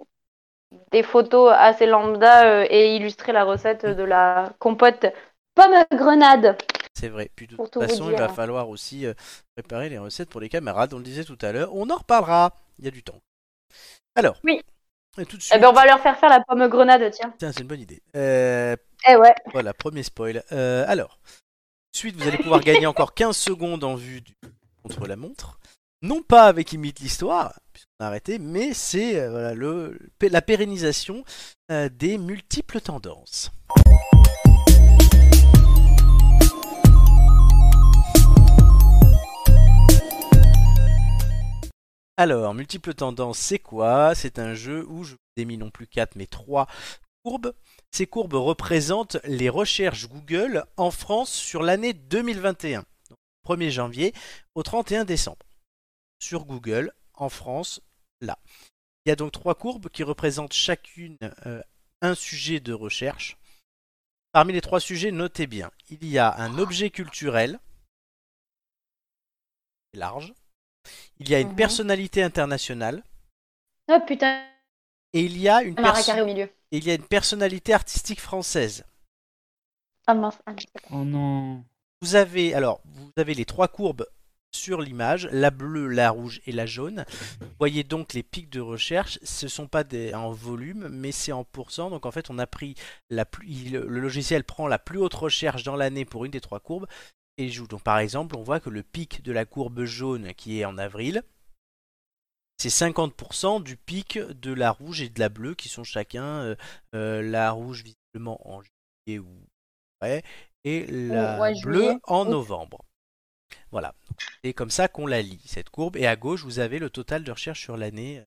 S2: des photos assez lambda euh, et illustrer la recette de la compote pomme grenade.
S1: C'est vrai. Puis de
S2: Pour
S1: toute
S2: tout vous
S1: façon, il
S2: dire.
S1: va falloir aussi euh, préparer les recettes pour les camarades. On le disait tout à l'heure. On en reparlera. Il y a du temps. Alors.
S2: Oui.
S1: et tout de
S2: Eh
S1: suite.
S2: ben, on va leur faire faire la pomme grenade, tiens.
S1: Tiens, c'est une bonne idée. Euh,
S2: Eh ouais.
S1: Voilà, premier spoil. Euh, alors, suite, vous allez pouvoir gagner encore 15 secondes en vue du contre la montre. Non pas avec Imite l'histoire, puisqu'on a arrêté, mais c'est euh, voilà, le, la pérennisation euh, des multiples tendances. Alors, multiples tendances, c'est quoi C'est un jeu où je vous ai mis non plus 4 mais 3 courbes ces courbes représentent les recherches Google en France sur l'année 2021, donc 1er janvier au 31 décembre. Sur Google, en France, là. Il y a donc trois courbes qui représentent chacune euh, un sujet de recherche. Parmi les trois sujets, notez bien, il y a un objet culturel large, il y a une
S2: Mhm.
S1: personnalité internationale
S2: Oh putain,
S1: et il y a une,
S2: un arrêt
S1: perso-
S2: carré au milieu.
S1: et il y a une personnalité artistique française.
S2: Ah mince. ah, mince.
S5: Oh non.
S1: Vous avez alors vous avez les trois courbes sur l'image, la bleue, la rouge et la jaune. Vous voyez donc les pics de recherche, ce sont pas des, en volume, mais c'est en pourcent. Donc en fait, on a pris la plus, il- le logiciel prend la plus haute recherche dans l'année pour une des trois courbes et joue. Donc par exemple, on voit que le pic de la courbe jaune qui est en avril, c'est 50% du pic de la rouge et de la bleue qui sont chacun euh, euh, la rouge visiblement en juillet ou ouais, et la
S2: ouais, juillet,
S1: bleue en
S2: août.
S1: novembre. Voilà. C'est comme ça qu'on la lit, cette courbe. Et à gauche, vous avez le total de recherche sur l'année euh,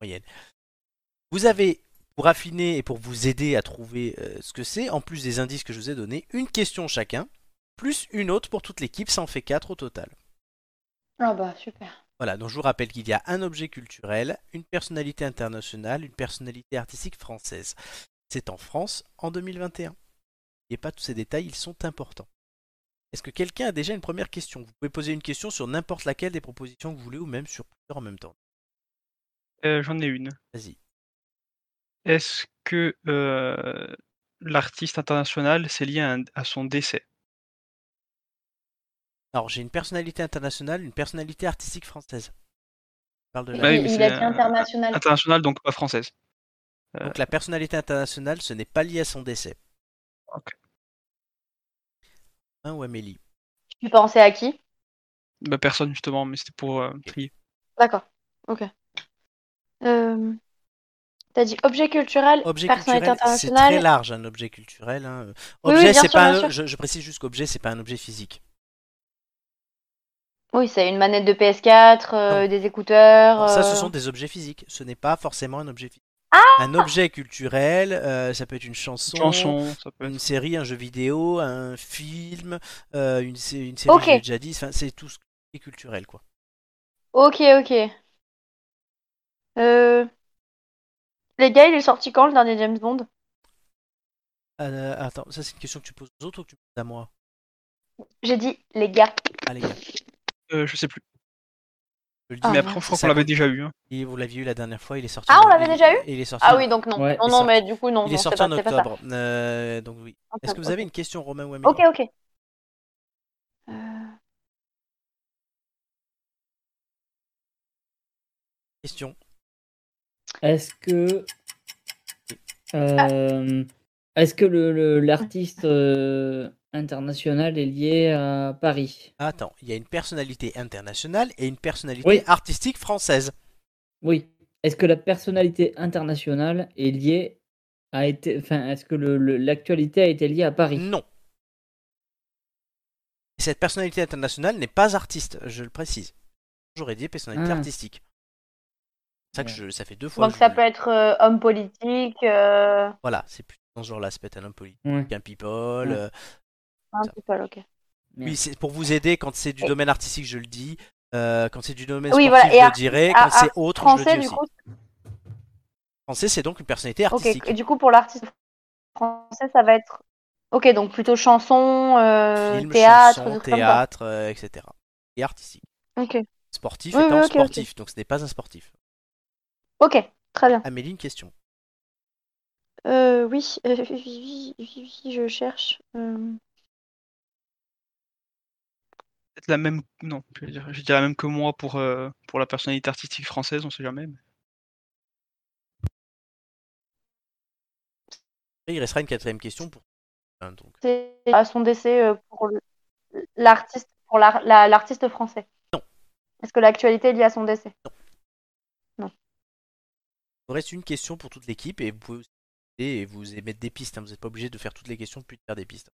S1: moyenne. Vous avez, pour affiner et pour vous aider à trouver euh, ce que c'est, en plus des indices que je vous ai donnés, une question chacun, plus une autre pour toute l'équipe, ça en fait quatre au total.
S2: Ah bah super.
S1: Voilà, donc je vous rappelle qu'il y a un objet culturel, une personnalité internationale, une personnalité artistique française. C'est en France en 2021. N'oubliez pas tous ces détails, ils sont importants. Est-ce que quelqu'un a déjà une première question Vous pouvez poser une question sur n'importe laquelle des propositions que vous voulez ou même sur plusieurs en même temps.
S3: Euh, J'en ai une.
S1: Vas-y.
S3: Est-ce que euh, l'artiste international, c'est lié à, un- à son décès?
S1: Alors j'ai une personnalité internationale, une personnalité artistique française. Je parle de la-
S3: Bah oui,
S2: il
S3: mais
S2: il
S3: c'est
S2: a dit
S1: euh,
S3: un-
S2: international.
S3: International, donc pas française. Euh,
S1: Donc la personnalité internationale, ce n'est pas lié à son décès.
S3: Ok.
S1: Hein, ou Amélie
S2: Tu pensais à qui
S3: bah, personne justement, mais c'était pour euh, trier.
S2: D'accord. Ok. Euh, T'as dit objet culturel,
S1: Objet
S2: personnalité
S1: culturel, c'est
S2: internationale.
S1: très large un objet culturel. hein. Euh,
S2: Oui, oui,
S1: Objet,
S2: bien
S1: c'est
S2: sûr,
S1: pas.
S2: bien
S1: un-
S2: sûr.
S1: Je, je précise juste qu'objet, c'est pas un objet physique.
S2: Oui, c'est une manette de PS4, euh, des écouteurs.
S1: Alors, ça, ce
S2: euh,
S1: sont des objets physiques. Ce n'est pas forcément un objet physique.
S2: Ah!
S1: un objet culturel, euh, ça peut être une chanson,
S3: Chanson, ça peut
S1: une
S3: être.
S1: série, un jeu vidéo, un film, euh, une, sé- une série.
S2: Ok.
S1: je l'ai déjà dit. Enfin, c'est tout ce qui est culturel, quoi.
S2: Ok, ok. Euh... Les gars, il est sorti quand le dernier James Bond?
S1: Euh, attends, ça c'est une question que tu poses aux autres ou que tu poses à moi
S2: J'ai dit les gars.
S1: Allez,
S3: Euh, je sais plus.
S1: Je le dis,
S2: Ah,
S3: mais après, je crois qu'on l'avait déjà eu. hein.
S1: Et vous l'aviez eu la dernière fois, il est sorti.
S2: Ah, on
S1: en-
S2: l'avait
S1: il-
S2: déjà eu
S1: il est sorti
S2: Ah
S1: en-
S2: oui, donc non.
S5: Ouais,
S2: non,
S1: il
S2: non,
S1: sort-
S2: mais du coup, non.
S1: Il
S2: non,
S1: est
S2: c'est
S1: sorti
S2: pas-
S1: en
S2: c'est pas ça.
S1: octobre. Euh, donc oui. Est-ce que vous avez une question, Romain ou Amélie
S2: Ok, ok. Euh,
S1: Question.
S5: Est-ce que.
S2: Ah.
S5: euh, Est-ce que le- le- l'artiste euh, international est lié à Paris
S1: Attends, il y a une personnalité internationale et une personnalité
S5: Oui.
S1: artistique française.
S5: Oui. Est-ce que la personnalité internationale est liée à été. Enfin, est-ce que le- le- l'actualité a été liée à Paris
S1: Non. Cette personnalité internationale n'est pas artiste, je le précise. J'aurais dit personnalité
S5: Ah.
S1: artistique. C'est ça que je, ça fait deux fois.
S2: Donc
S1: que je
S2: ça
S1: vous
S2: peut être euh, homme politique, euh,
S1: le- Voilà, c'est plus dans ce genre-là, ça peut être un homme politique,
S5: Ouais.
S1: un people.
S5: Ouais.
S1: euh,
S2: un people, ok.
S1: Oui, c'est pour vous aider quand c'est du
S2: Et-
S1: domaine artistique, je le dis. euh, quand c'est du domaine
S2: Oui,
S1: sportif,
S2: voilà, et
S1: je le
S2: ar-
S1: dirais.
S2: ah,
S1: Quand c'est
S2: ah,
S1: autre, je
S2: Français,
S1: le dis
S2: du
S1: aussi.
S2: coup.
S1: Français, c'est donc une personnalité
S2: Ok,
S1: artistique.
S2: et du coup, pour l'artiste français, ça va être. Ok, donc plutôt chanson, euh,
S1: Film,
S2: théâtre,
S1: chanson,
S2: des trucs comme ça.
S1: théâtre, euh, etc. Et artistique.
S2: Ok,
S1: Sportif
S2: Oui,
S1: étant
S2: oui, ok, ok.
S1: sportif, donc ce n'est pas un sportif.
S2: ok, très bien.
S1: Amélie, une question.
S2: Euh, oui, euh, oui, oui, oui, oui, je cherche. euh,
S3: Peut-être la même. Non, je vais dire- je dirais la même que moi pour, euh, pour la personnalité artistique française, on sait jamais. mais-
S1: Et il restera une quatrième question pour. hein, donc.
S2: C'est à son décès euh, pour le- l'artiste pour l'ar- la- l'artiste français.
S1: Non.
S2: Est-ce que l'actualité est liée à son décès?
S1: Il vous reste une question pour toute l'équipe et vous pouvez aussi aider et vous émettre des pistes. hein. Vous n'êtes pas obligé de faire toutes les questions puis de faire des pistes.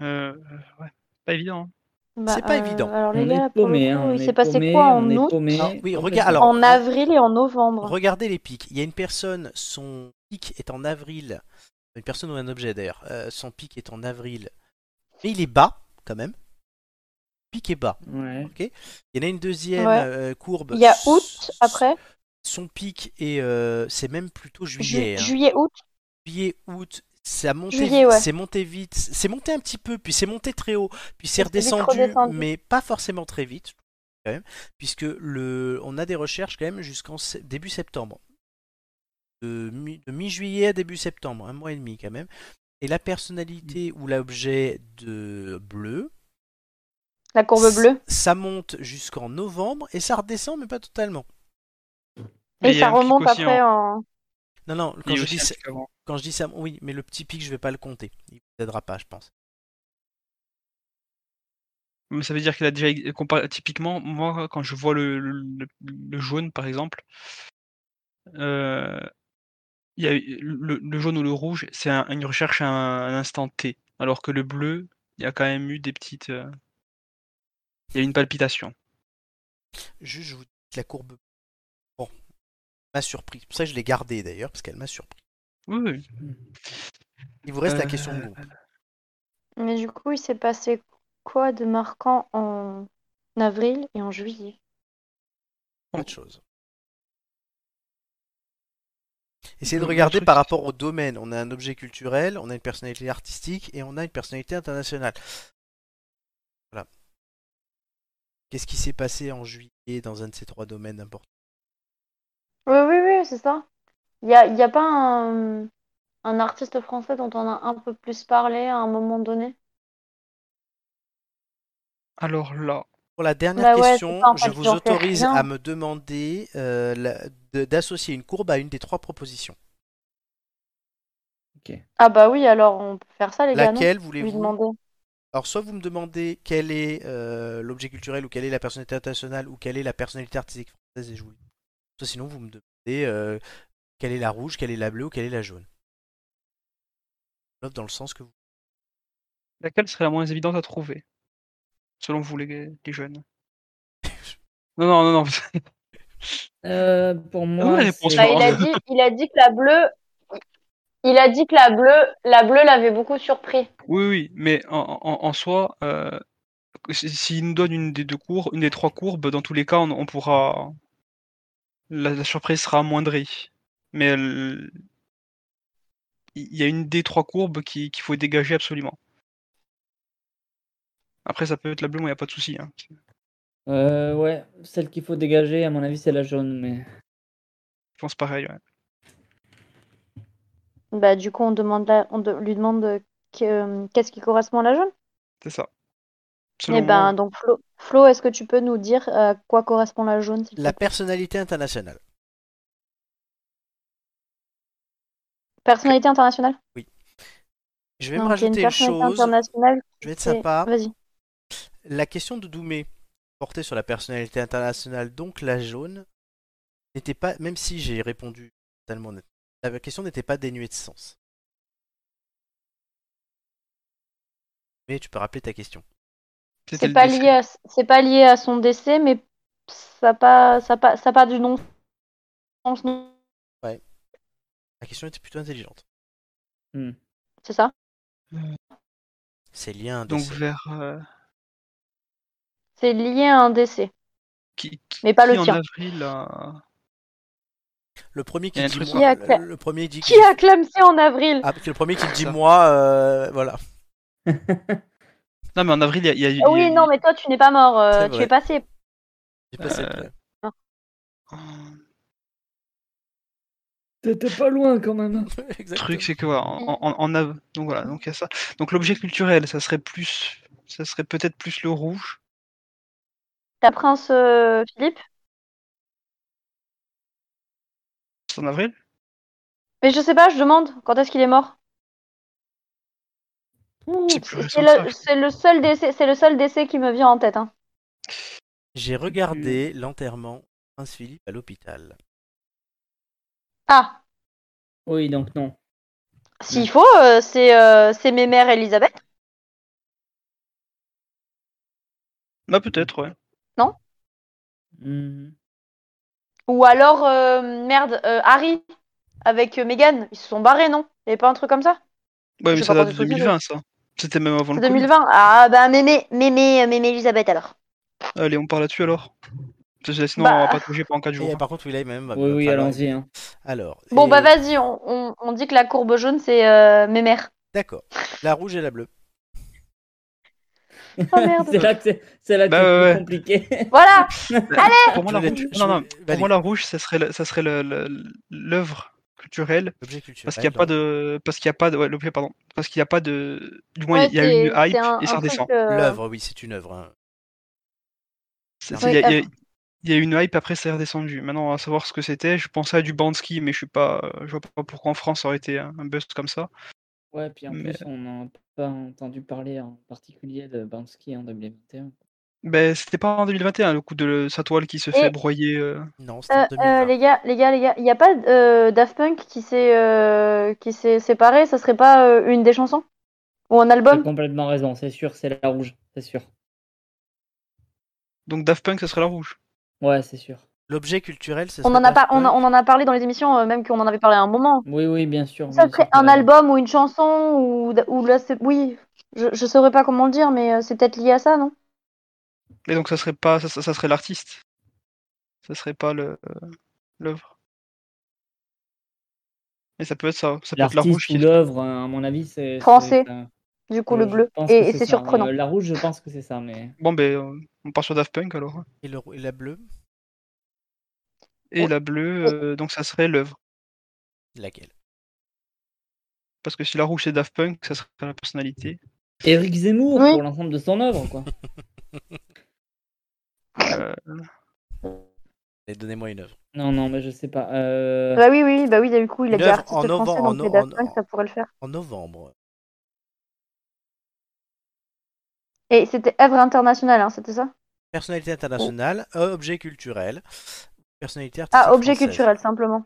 S3: Euh, euh, ouais, pas évident. hein.
S2: Bah,
S1: C'est pas évident.
S2: Alors les
S5: On
S2: gars,
S5: est
S2: pour le
S5: paumé, hein,
S2: coup,
S5: on
S2: il
S5: est
S2: s'est passé
S5: paumé,
S2: quoi en
S5: on est
S2: août,
S5: paumé.
S1: Ah, oui,
S5: complètement.
S1: regarde, alors-
S2: en avril et en novembre?
S1: Regardez les pics. Il y a une personne, son pic est en avril. Une personne ou un objet d'ailleurs. Euh, son pic est en avril. Mais il est bas, quand même. Pic est bas.
S5: Ouais.
S1: ok il y en a une deuxième
S2: Ouais.
S1: euh, courbe.
S2: Il y a août après,
S1: Son pic est. euh, c'est même plutôt
S2: ju-
S1: juillet. hein.
S2: juillet, août.
S1: juillet, août, ça a monté
S2: Juillet,
S1: vite,
S2: ouais.
S1: c'est monté vite, c'est monté un petit peu, puis c'est monté très haut, puis c'est
S2: Et c'est vite
S1: redescendu,
S2: redescendu.
S1: mais pas forcément très vite, quand même, puisque le, on a des recherches quand même jusqu'en se- début septembre. De mi- de mi-juillet à début septembre, un mois et demi quand même. Et la personnalité
S2: Mm.
S1: ou l'objet de bleu,
S2: La courbe
S1: s-
S2: bleue.
S1: ça monte jusqu'en novembre et ça redescend, mais pas totalement.
S3: Mais
S2: Et
S3: il y a
S2: ça
S3: un pic
S2: remonte
S3: aussi,
S2: après
S3: hein.
S2: en.
S1: Non, non,
S3: Il y
S1: quand
S3: a
S1: je,
S3: aussi
S1: dis,
S3: un
S1: ça-
S3: pic avant.
S1: quand je dis ça, oui, mais le petit pic, je vais pas le compter. Il vous aidera pas, je pense.
S3: Mais ça veut dire qu'elle a déjà ex- compa- typiquement moi quand je vois le, le- le- le jaune par exemple euh, il y a eu- le, le jaune ou le rouge c'est un- une recherche à un, un instant T alors que le bleu il y a quand même eu des petites euh, il y a eu une palpitation
S1: Juste, je vous dis que la courbe bon, m'a surpris. C'est pour ça que je l'ai gardée d'ailleurs, parce qu'elle m'a surpris.
S3: oui, oui.
S1: Il vous reste la
S3: Euh,
S1: question de groupe.
S2: Mais du coup, il s'est passé quoi de marquant en avril et en juillet?
S1: Autre chose. Essayez de
S3: Le- le
S1: regarder
S3: truc,
S1: par
S3: c'est-
S1: rapport au domaine. On a un objet culturel, on a une personnalité artistique et on a une personnalité internationale. Voilà. Qu'est-ce qui s'est passé en juillet dans un de ces trois domaines importants
S2: Oui, oui, oui, c'est ça. Il n'y a, il y a pas un, un artiste français dont on a un peu plus parlé à un moment donné?
S3: alors là
S1: Pour la dernière
S2: Bah ouais,
S1: question,
S2: c'est ça, en
S1: je
S2: fait,
S1: vous
S2: j'en sais
S1: autorise
S2: rien.
S1: à me demander euh, la- de- d'associer une courbe à une des trois propositions.
S2: Ah bah oui, alors on peut faire ça, les gars, non?
S1: Laquelle
S2: Lui
S1: voulez-vous
S2: demander.
S1: Alors, soit vous me demandez quel est euh, l'objet culturel, ou quelle est la personnalité internationale, ou quelle est la personnalité artistique française, et je vous le dis. Soit sinon, vous me demandez euh, quelle est la rouge, quelle est la bleue, ou quelle est la jaune. Sauf Dans le sens que vous.
S3: laquelle serait la moins évidente à trouver selon vous les, les jeunes non non non non
S5: Euh, pour
S3: la
S5: moi,
S3: réponse,
S5: c'est-
S2: Bah,
S3: Laurent
S2: il a dit, il a dit que la bleue, il a dit que la bleue, la bleue l'avait beaucoup surpris.
S3: Oui, oui, mais en, en- en soi, euh, que si- s'il nous donne une des deux courbes, une des trois courbes, dans tous les cas, on, on pourra. La, la surprise sera amoindrie. Mais elle- il il y a une des trois courbes qui- qu'il faut dégager absolument. Après, ça peut être la bleue, moi, il a pas de souci. hein.
S5: Euh, ouais, celle qu'il faut dégager, à mon avis, c'est la jaune, mais.
S3: Je pense pareil. ouais.
S2: Bah, du coup, on, demande la- on de- lui demande euh, que- euh, qu'est-ce qui correspond à la jaune.
S3: C'est ça.
S2: Eh
S3: Selon
S2: ben,
S3: moi,
S2: donc, Flo, Flo, est-ce que tu peux nous dire à quoi correspond la jaune s'il te
S1: La
S2: plaît
S1: personnalité internationale.
S2: Personnalité internationale
S1: Je vais me
S2: Donc, il y
S1: rajouter
S2: a une
S1: une
S2: personnalité
S1: chose.
S2: internationale.
S1: Je vais être
S2: qui est-
S1: sympa.
S2: Vas-y.
S1: La question de Doumé, portée sur la personnalité internationale, donc la jaune, n'était pas, même si j'ai répondu totalement honnêtement, la question n'était pas dénuée de sens. Mais tu peux rappeler ta question.
S3: c'était
S2: C'est
S3: le
S2: pas
S3: décès.
S2: lié, à, c'est pas lié à son décès, mais ça part, ça part, ça part du non.
S1: La question était plutôt intelligente.
S2: C'est ça
S1: C'est lié à un
S3: Donc
S1: décès.
S3: vers. euh,
S2: C'est lié à un décès.
S3: qui, qui-
S2: Mais pas le
S3: qui en
S2: tien.
S3: avril euh, a-
S1: Le premier
S3: Il y
S1: qui
S3: a un
S1: dit
S3: truc
S1: moi,
S2: sur- Qui a-
S1: le, le premier dit
S2: Qui a clamsé en avril
S1: Ah, le premier qui dit
S3: Ça.
S1: moi, euh, voilà.
S3: Non, mais en avril, il y a- il y a eu.
S2: Ah Oui, non, mais toi, tu n'es pas mort. euh,
S1: C'est
S2: tu
S1: vrai.
S2: es passé.
S1: J'ai passé
S3: Euh,
S1: près.
S5: T'étais pas loin quand
S3: Le
S5: même.
S1: (laughs) Exactement. (laughs)
S3: truc, c'est que voilà, en, en, en av- donc voilà, donc il y a ça. Donc l'objet culturel, ça serait plus, ça serait peut-être plus le rouge.
S2: Ta prince euh, Philippe.
S3: C'est en avril.
S2: Mais je sais pas, je demande quand est-ce qu'il est mort.
S3: C'est plus récent
S2: C'est
S3: que ça.
S2: le, c'est le seul décès, c'est le seul décès qui me vient en tête. hein.
S1: J'ai regardé l'enterrement du Prince Philippe à l'hôpital.
S2: Ah,
S5: Oui, donc non.
S2: s'il faut, euh, c'est euh, c'est mes mères Elisabeth.
S3: Bah peut-être, ouais.
S5: Mhm.
S2: Ou alors, euh, merde, euh, Harry avec Megan. Ils se sont barrés, non Il y avait pas un truc comme ça
S3: Ouais,
S2: Je
S3: Bah, mais
S2: sais
S3: ça
S2: pas
S3: date de
S2: quand est-ce que c'est,
S3: 2020, ça. C'était même avant le
S2: C'est
S3: Covid.
S2: 2020 Ah, bah, mémé, mémé, mémé Elisabeth alors.
S3: Allez, on part là-dessus alors. Parce que Sinon, on va
S2: Bah.
S3: pas bouger pendant 4 jours.
S1: Et par contre, il est même. va
S5: Oui, oui,
S1: falloir-
S5: allons-y. hein.
S1: Alors.
S2: Bon,
S1: et-
S2: bah, vas-y, on, on- on dit que la courbe jaune, c'est euh, mes mères.
S1: D'accord. La rouge et la bleue.
S2: (laughs) Oh merde.
S5: c'est là que c'est- c'est là que
S3: Bah
S5: c'est
S3: ouais,
S5: plus
S3: ouais.
S5: compliqué.
S2: (laughs) Voilà
S3: Pour moi, la
S1: Je vais-
S3: rouge,
S1: je
S3: non,
S1: vais-
S3: non, pour
S1: valide.
S3: moi, la rouge, ça serait, le- ça serait le- le- l'œuvre culturelle.
S1: L'objet culturel.
S3: Parce qu'il n'y a pas de, parce qu'il y a pas de, ouais, l'objet, pardon. Parce qu'il n'y a pas de, du moins, il y a
S2: Ouais,
S3: une
S2: c'est-
S3: hype
S2: c'est un-
S3: et
S2: un
S3: ça
S2: truc,
S3: redescend.
S2: euh,
S1: L'œuvre, oui, c'est une œuvre. hein.
S3: C'est-
S1: Ouais,
S3: c'est- Il y a- il y a-
S2: œuvre.
S3: il y a une hype, après, ça est redescendu. Maintenant, à savoir ce que c'était, je pensais à du Bansky, mais je suis pas, euh, je vois pas pourquoi en France ça aurait été un un buzz comme ça.
S5: (laughs) Ouais, puis en
S3: Mais-
S5: plus, on n'a pas entendu parler en particulier de Bansky en 2021.
S3: Ben, c'était pas en 2021, le coup de le- sa toile qui se fait
S2: Et-
S3: broyer. euh,
S1: Non, c'est hein.
S2: Euh,
S1: en
S2: euh,
S1: 2020.
S2: les gars, les gars, les gars, il n'y a pas euh, Daft Punk qui s'est euh, qui s'est séparé, ça serait pas euh, une des chansons Ou un
S5: T'as
S2: album
S5: complètement raison, c'est sûr, c'est la rouge, c'est sûr.
S3: Donc Daft Punk, ça serait la rouge.
S5: Ouais, c'est sûr.
S1: L'objet culturel, ce
S2: On
S1: serait
S2: en a pas,
S1: Daft
S2: on, a-
S1: Punk.
S2: on en a parlé dans les émissions, euh, même qu'on en avait parlé à un moment.
S5: Oui, oui, bien sûr.
S2: Ça
S5: bien sûr
S2: serait
S5: que
S2: un
S5: la-
S2: album ou une chanson ou, d- ou là c'est oui, je, je saurais pas comment le dire, mais euh, c'est peut-être lié à ça, non
S3: Et donc ça serait pas, ça, ça- ça serait l'artiste. Ça serait pas le euh, l'œuvre. Mais ça peut être ça. Ça peut être la rouge
S5: L'artiste ou
S3: qui.
S5: l'œuvre, hein, à mon avis, c'est. c'est-
S2: Français.
S5: euh,
S2: Du coup, le
S5: je
S2: bleu.
S5: pense que
S2: Et, et c'est
S5: ça, mais,
S2: surprenant.
S5: euh, La rouge, je pense que c'est ça, mais.
S3: Bon ben, euh, on part sur Daft Punk alors. hein.
S1: Et, le- et la bleue
S3: Et
S2: Ouais.
S3: la bleue, euh, donc ça serait l'œuvre.
S1: Laquelle
S3: Parce que si la rouge c'est Daft Punk, ça serait la personnalité.
S5: Éric Zemmour
S2: Oui.
S5: pour l'ensemble de son œuvre, quoi.
S3: Euh,
S1: Allez, Donnez-moi une œuvre.
S5: Non, non, mais je sais pas. euh,
S2: Bah oui, oui, bah oui, du coup, il a
S1: Une
S2: dit
S1: œuvre
S2: artiste
S1: en
S2: français,
S1: novembre, en
S2: donc
S1: no-
S2: les Daft
S1: en-
S2: Punk, ça pourrait le faire.
S1: En novembre.
S2: Et c'était œuvre internationale, hein, c'était ça
S1: Personnalité internationale, euh, objet culturel, personnalité artistique.
S2: Ah, objet
S1: française.
S2: culturel simplement.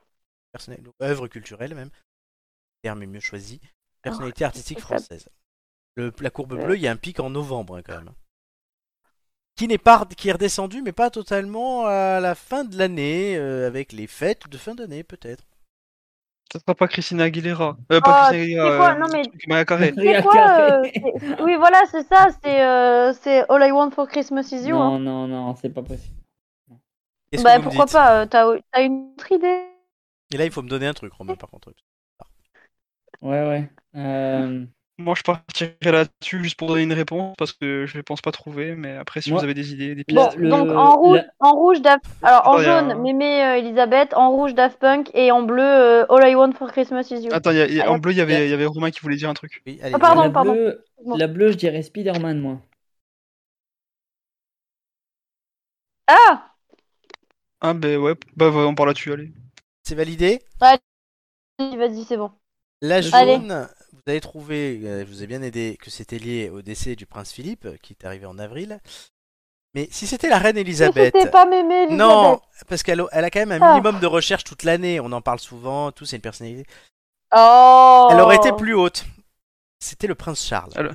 S1: Personnel- ou œuvre culturelle même. Le terme est mieux choisi. Personnalité artistique
S2: Ah, c'est ça.
S1: française. Le, la courbe
S2: Ouais.
S1: bleue, il y a un pic en novembre hein, quand même. Qui n'est pas qui est redescendu, mais pas totalement à la fin de l'année, euh, avec les fêtes de fin d'année peut-être.
S3: ça sera pas Christina Aguilera. Euh,
S2: Oh,
S3: pas Christina
S2: tu sais
S3: Aguilera.
S2: quoi
S3: euh,
S2: Non, mais-
S3: truc, Mariah Carey.
S2: C'est
S5: Maria
S2: quoi euh,
S5: Carey.
S2: c'est- Oui, voilà, c'est ça. C'est euh, c'est All I Want for Christmas Is You. hein.
S5: Non, non, non, c'est pas possible.
S1: Qu'est-ce que
S2: Bah
S1: vous me
S2: pourquoi
S1: dites
S2: pas euh, T'as t'as une autre idée Mm.
S1: Et là, il faut me donner un truc, Romain, par contre.
S5: Ouais, ouais. Euh,
S3: Moi, je partirai là-dessus juste pour donner une réponse parce que je ne pense pas trouver. Mais après, si
S5: Moi-
S3: vous avez des idées, des pistes.
S2: Bon,
S5: le-
S2: donc en rouge, en rouge Daft- alors en
S1: Oh,
S3: Attends, y a un-
S2: jaune, Mémé euh, Elisabeth, en rouge Daft Punk et en bleu euh, All I Want for Christmas is You.
S3: Attends, y a- y a-
S2: Ah,
S3: en bleu, il y avait- il y avait Romain qui voulait dire un truc.
S1: Oui, allez,
S2: Ah, pardon,
S5: la
S2: pardon.
S5: bleue,
S2: Excuse-moi.
S5: la bleue, je dirais Spider-Man, moi.
S2: Ah,
S3: Ah, ben ouais, bah, on part là-dessus, allez.
S1: C'est validé
S2: Vas-y, vas-y, c'est bon.
S1: La
S2: Allez.
S1: jaune, vous avez trouvé, euh, je vous ai bien aidé, que c'était lié au décès du prince Philippe, euh, qui est arrivé en avril. Mais si c'était la reine Elisabeth.
S2: C'était pas Mémé Elisabeth.
S1: Non, parce qu'elle a- elle a quand même un
S2: Ah.
S1: minimum de recherche toute l'année, on en parle souvent, tout, c'est une personnalité.
S2: Oh.
S1: Elle aurait été plus haute. C'était le prince Charles.
S3: Ah.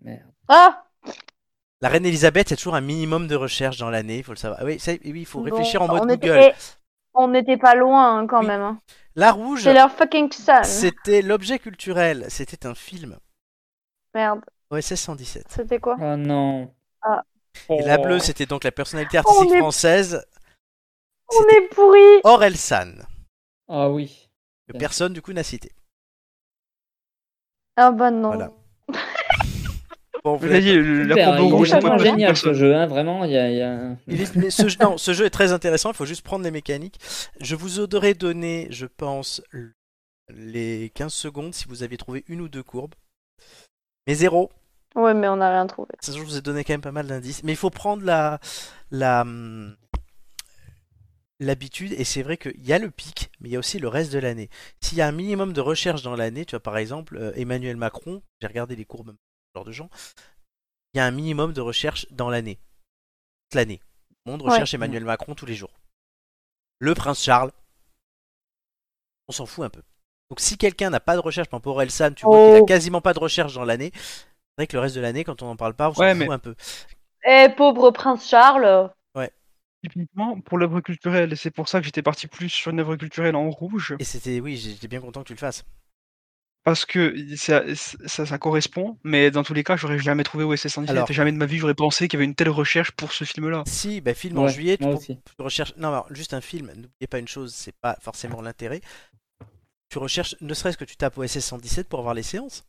S5: Merde.
S2: Ah,
S1: La reine Elisabeth, il y a toujours un minimum de recherche dans l'année, il faut le savoir. Ah oui, ça- oui, il faut
S2: bon,
S1: réfléchir en mode
S2: on était-
S1: Google.
S2: eh, On n'était pas loin hein, quand
S1: Oui.
S2: même. hein.
S1: La rouge,
S2: C'est leur fucking ça.
S1: c'était l'objet culturel, c'était un film.
S2: Merde,
S1: OSS 117.
S2: c'était quoi
S5: Oh non.
S2: Ah.
S1: Et la bleue, c'était donc la personnalité
S2: On
S1: artistique
S2: est-
S1: française.
S2: On
S1: C'était Oh.
S2: est pourri.
S1: Orelsan,
S5: Ah oui.
S1: que personne du coup n'a cité.
S2: Ah bah non.
S1: Voilà. Bon, vous
S3: Vous l'avez
S1: l'avez-
S3: dit, le- la
S5: Super,
S3: courbe
S5: il
S3: rouge,
S5: est
S3: c'est pas
S5: vraiment
S3: de
S5: génial ce
S3: personne.
S5: jeu, hein, vraiment. Il y a, il y a-
S1: Il est- mais ce, jeu- non, ce jeu est très intéressant, il faut juste prendre les mécaniques. Je vous aurais donné, je pense, le- les 15 secondes si vous aviez trouvé une ou deux courbes. Mais zéro.
S2: Ouais, mais on n'a rien trouvé.
S1: De toute façon, je vous ai donné quand même pas mal d'indices. Mais il faut prendre la la hum, l'habitude et c'est vrai qu'il y a le pic, mais il y a aussi le reste de l'année. S'il y a un minimum de recherche dans l'année, tu vois par exemple euh, Emmanuel Macron, j'ai regardé les courbes ce genre de gens, il y a un minimum de recherche dans l'année. Toute l'année. Tout le monde
S2: Ouais.
S1: recherche Emmanuel Macron tous les jours. Le prince Charles, on s'en fout un peu. Donc si quelqu'un n'a pas de recherche, par exemple Orelsan, tu vois qu'il
S2: Oh.
S1: a quasiment pas de recherche dans l'année, c'est vrai que le reste de l'année, quand on n'en parle pas, on s'en
S3: Ouais,
S1: fout
S3: mais-
S1: un peu.
S2: Eh, pauvre prince Charles.
S3: Typiquement, pour l'œuvre culturelle, et c'est pour ça que j'étais parti plus sur une œuvre culturelle en rouge,
S1: Et c'était, oui, j'étais bien content que tu le fasses.
S3: parce que ça, ça, ça correspond, mais dans tous les cas, j'aurais jamais trouvé OSS 117,
S1: Alors-
S3: et jamais de ma vie j'aurais pensé qu'il y avait une telle recherche pour ce film-là.
S1: Si, bah, film en
S5: Ouais,
S1: juillet, tu,
S5: moi
S1: re-
S5: aussi.
S1: tu recherches. Non, alors, juste un film, n'oubliez pas une chose, c'est pas forcément l'intérêt. Tu recherches, ne serait-ce que tu tapes OSS 117 pour avoir les séances.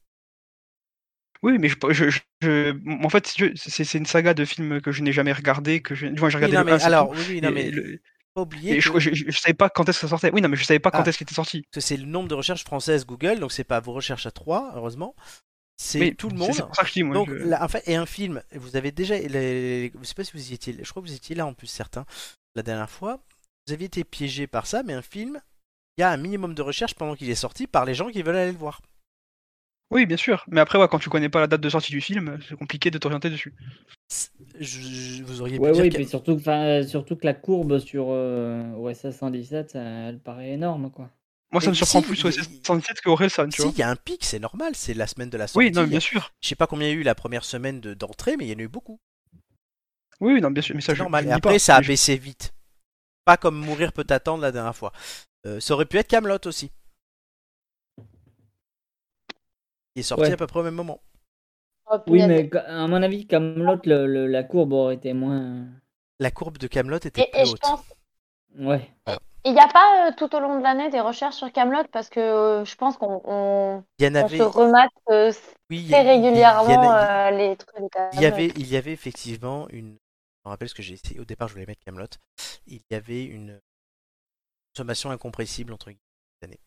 S3: Oui, mais je, je- je- je- en fait, si tu veux, c'est c'est une saga de films que je n'ai jamais regardé, que je, du moins j'ai
S1: Oui,
S3: regardé
S1: non,
S3: le 1,
S1: mais
S3: c'est tout,
S1: alors, oui, oui, non,
S3: et
S1: mais
S3: le-
S1: pas oublier
S3: et
S1: que,
S3: je, je- je- je savais pas quand est-ce que ça sortait. Oui, non, mais je savais pas quand
S1: Ah.
S3: est-ce qu'il était sorti.
S1: que c'est le nombre de recherches françaises Google, donc c'est pas vos recherches à trois, heureusement. C'est
S3: Mais
S1: tout le
S3: c'est-
S1: monde.
S3: C'est pour ça que je dis, moi,
S1: Donc,
S3: je-
S1: là, en fait, et un film, vous avez déjà, les- je sais pas si vous y étiez, je crois que vous étiez là en plus certains, la dernière fois, vous aviez été piégé par ça, mais un film, il y a un minimum de recherche pendant qu'il est sorti par les gens qui veulent aller le voir.
S3: Oui, bien sûr. Mais après, ouais, quand tu connais pas la date de sortie du film, c'est compliqué de t'orienter dessus.
S1: Je- je- vous auriez pu
S5: Ouais,
S1: dire
S5: oui,
S1: que-
S5: puis surtout, que- enfin, surtout que la courbe sur euh, OSS 117, ça- elle paraît énorme, quoi.
S3: Moi, ça
S1: Et
S3: me surprend
S1: si,
S3: plus
S1: il-
S3: OSS 117 que Orelsan, tu
S1: si,
S3: vois.
S1: il y a un pic, c'est normal, c'est la semaine de la sortie.
S3: Oui, non, mais bien sûr.
S1: Je sais pas combien il y a eu la première semaine de- d'entrée, mais il y en a eu beaucoup.
S3: Oui, oui, non, bien sûr. Mais ça,
S1: C'est
S3: je, je
S1: normal.
S3: le
S1: Et
S3: dis
S1: après,
S3: pas.
S1: ça a
S3: Mais je-
S1: baissé vite. Pas comme Mourir peut attendre la dernière fois. Euh, ça aurait pu être Camelot aussi. Il est sorti
S5: Ouais.
S1: à peu près au même moment.
S2: Oh,
S5: Oui,
S2: punaise.
S5: mais ca- à mon avis, Camelot, le, le- la courbe aurait été moins.
S1: La courbe de Camelot était
S2: Et,
S1: plus
S2: et je
S1: haute.
S2: pense,
S5: Ouais.
S2: il n'y a pas euh, tout au long de l'année des recherches sur Camelot parce que euh, je pense qu'on on,
S1: Il y en
S2: on
S1: avait.
S2: se remate euh,
S1: oui, il y a-
S2: très
S1: il y en a- il y en
S2: régulièrement
S1: a-
S2: euh, les trucs. de Camelot.
S1: Il y avait, il y avait effectivement une. Je me rappelle ce que j'ai essayé. Au départ, je voulais mettre Camelot. Il y avait une consommation incompressible entre guillemets.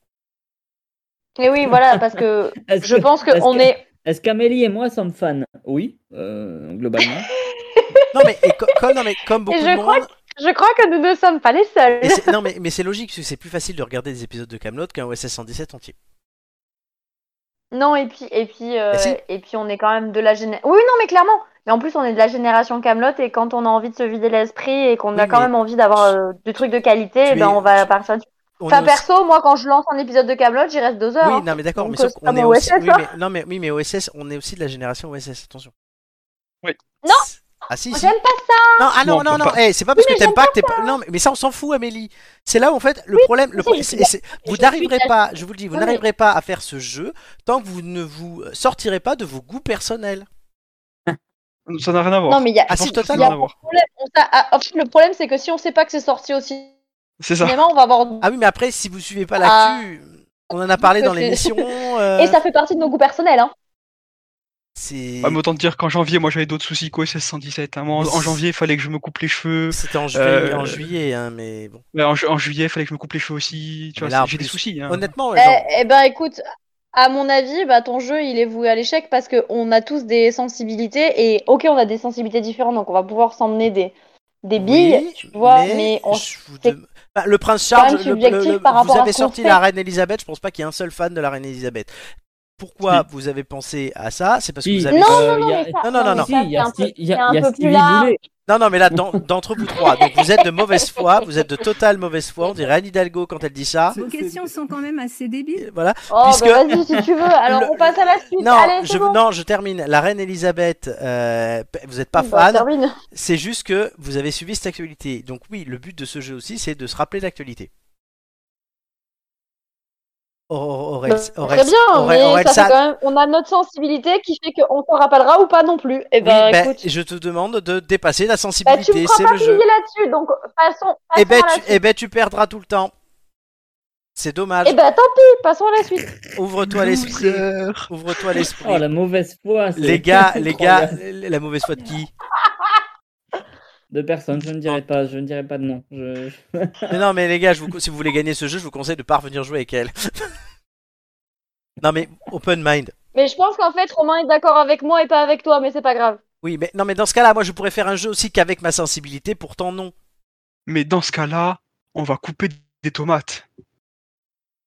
S2: Et oui, voilà, parce
S1: (laughs)
S2: que
S5: Est-ce
S2: je
S5: que-
S2: pense
S5: est-ce
S2: qu'on
S5: que-
S2: est.
S5: Est-ce qu'Amélie et moi sommes fans Oui, euh, globalement.
S1: Non mais et co- comme, non, mais comme beaucoup
S2: je
S1: de
S2: crois
S1: monde,
S2: Je crois que nous ne sommes pas les seuls.
S1: et c'est- non mais, mais c'est logique parce que c'est plus facile de regarder des épisodes de Camelot qu'un OSS 117 entier.
S2: Non, et puis, et, puis, euh,
S1: Bah si.
S2: et puis on est quand même de la génération. Oui, non, mais clairement. Mais en plus, on est de la génération Camelot et quand on a envie de se vider l'esprit et qu'on
S1: Oui,
S2: a quand
S1: mais-
S2: même envie d'avoir euh, des trucs de qualité,
S1: Tu
S2: eh ben,
S1: es-
S2: on va
S1: tu-
S2: partir du.
S1: On
S2: Enfin,
S1: est aussi-
S2: perso, moi, quand je lance un épisode de Camelot, j'y reste deux heures.
S1: Oui,
S2: hein.
S1: non mais d'accord,
S2: Donc,
S1: mais sauf
S2: c'est
S1: qu'on est
S2: comme
S1: aussi.
S2: OSS,
S1: oui,
S2: hein.
S1: mais, non mais oui mais OSS, on est aussi de la génération OSS. Attention.
S3: Oui.
S2: Non
S1: Ah si.
S2: Moi,
S1: si.
S2: J'aime pas ça.
S1: Non, ah non,
S3: Non,
S1: non,
S3: faut
S1: non,
S3: pas.
S1: eh, c'est pas parce que
S2: Oui, mais
S1: t'aimes
S2: j'aime
S1: pas que t'es pas. Non, mais, mais ça, on s'en fout, Amélie. C'est là où, en fait, le problème. Le
S2: si,
S1: pro-
S2: je
S1: c'est-
S2: suis
S1: c'est- Vous
S2: je
S1: n'arriverez
S2: suis
S1: pas, je vous le dis, vous
S2: Oui, mais-
S1: n'arriverez pas à faire ce jeu tant que vous ne vous sortirez pas de vos goûts personnels.
S3: Ça n'a rien à voir.
S2: Non, mais il y a.
S1: Ah,
S3: Je pense
S1: si,
S3: que ça
S1: totalement.
S3: n'a rien à voir.
S2: problème, on s'a- ah, en fait, le problème, c'est que si on sait pas que c'est sorti au
S3: C'est ça.
S2: cinéma, on va avoir.
S1: Ah oui, mais après, si vous suivez pas l'actu. On en a parlé dans l'émission. euh,
S2: (laughs) Et ça fait partie de nos goûts personnels. Hein.
S1: C'est.
S3: Ouais, mais autant te dire qu'en janvier, Ah, moi j'avais d'autres soucis qu'au 1617. hein. Moi, en, en janvier, il fallait que je me coupe les cheveux.
S1: C'était en juillet,
S3: Euh,
S1: en juillet, hein, mais bon.
S3: Ouais, en, ju- en juillet, il fallait que je me coupe les cheveux aussi. Tu vois,
S1: Mais là, en
S3: c'est- j'ai des
S1: plus,
S3: soucis. hein.
S1: Honnêtement, genre,
S2: Eh, eh ben écoute, à mon avis, bah, ton jeu il est voué à l'échec parce qu'on a tous des sensibilités et ok, on a des sensibilités différentes donc on va pouvoir s'emmener des, des billes,
S1: Oui, Euh,
S2: tu vois, mais, on.
S1: je vous dem- Bah, le prince
S2: quand
S1: Charles,
S2: même
S1: le-
S2: subjectif
S1: le- le-
S2: par
S1: vous
S2: rapport à
S1: avez
S2: ce qu'on
S1: sorti
S2: fait.
S1: la reine Elisabeth, je pense pas qu'il y ait un seul fan de la reine Elisabeth. Pourquoi vous avez pensé à ça C'est parce que
S5: Si,
S1: vous avez.
S2: Non,
S5: euh,
S2: non, (laughs) non,
S5: y a-
S2: mais ça,
S1: Non, non, non,
S2: mais
S1: non.
S2: ça,
S5: Ah, Si, il y
S2: c'est
S5: a
S2: un peu-
S5: Sti- il y a-
S2: c'est un
S5: il y a
S2: peu
S5: Stevie
S2: plus large.
S5: Boulet.
S1: Non, non, mais là, dans- d'entre vous trois, donc vous êtes de mauvaise foi, vous êtes de totale mauvaise foi. On dirait Anne Hidalgo quand elle dit ça.
S9: Vos questions sont quand même assez débiles.
S1: Et Voilà.
S2: Oh,
S1: Puisque-
S2: bah vas-y,
S1: (laughs)
S2: si tu veux. Alors,
S1: Le-
S2: on passe à la suite.
S1: Non,
S2: Allez, c'est
S1: je,
S2: bon.
S1: non, je termine. La reine Elisabeth, euh, p- vous n'êtes pas
S2: Bon,
S1: fan.
S2: termine.
S1: C'est juste que vous avez suivi cette actualité. Donc oui, le but de ce jeu aussi, c'est de se rappeler l'actualité. Aurel,
S2: Bah, Très bien, mais ça fait quand même- on a notre sensibilité qui fait qu'on s'en rappellera ou pas non plus. Et ben, écoute,
S1: bah, je te demande de dépasser la
S2: bah, tu
S1: sensibilité,
S2: me crois
S1: c'est
S2: pas
S1: le
S2: plié
S1: jeu.
S2: là-dessus, donc passons, passons
S1: Eh ben,
S2: à la
S1: tu,
S2: suite.
S1: eh ben, tu perdras tout le temps. C'est dommage.
S2: Eh ben, tant pis, passons à la suite.
S1: Ouvre-toi l'esprit.
S3: Loser.
S1: Ouvre-toi
S5: Oh,
S1: l'esprit.
S5: la mauvaise foi. c'est
S1: les
S2: (laughs)
S1: gars, les gars,
S5: incroyable.
S1: la mauvaise foi de qui
S5: De personne, je ne dirai pas, je ne dirai pas de nom. Je...
S1: Mais non, mais les gars, je vous- si vous voulez gagner ce jeu, je vous conseille de pas revenir jouer avec elle. (laughs) non, mais open mind.
S2: Mais je pense qu'en fait, Romain est d'accord avec moi et pas avec toi, mais c'est pas grave.
S1: Oui, mais non, mais dans ce cas-là, moi, je pourrais faire un jeu aussi qu'avec ma sensibilité. Pourtant, non.
S3: Mais dans ce cas-là, on va couper des tomates.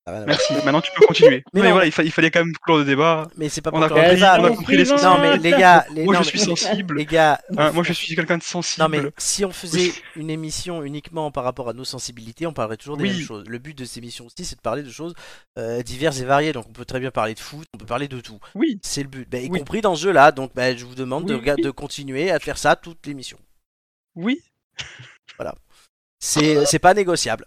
S1: Mais, (laughs)
S3: Merci. Maintenant, tu peux continuer.
S1: Mais
S3: mais
S1: non.
S3: voilà, il, fa- il fallait quand même clore le débat.
S1: c'est pas
S3: On a
S1: pour
S3: compris,
S5: Vas-y,
S3: on a
S5: on
S3: compris les
S5: suivant.
S3: sensibles.
S1: Non, mais les
S3: (laughs)
S1: gars, les,
S3: Moi,
S1: non,
S3: je suis
S1: mais-
S3: sensible.
S1: les gars,
S3: Hein, moi, je suis quelqu'un de sensible.
S1: non, mais si on faisait une émission uniquement par rapport à nos sensibilités, on parlerait toujours des
S3: Oui.
S1: mêmes choses. Le but de ces émissions aussi, c'est de parler de choses euh, diverses et variées. Donc, on peut très bien parler de foot, on peut parler de tout.
S3: Oui.
S1: C'est le but, Bah, y
S3: Oui.
S1: compris dans ce jeu-là. Donc, bah, je vous demande de,
S3: Oui.
S1: rega- de continuer à faire ça toute l'émission.
S3: Oui.
S1: C'est c'est pas négociable.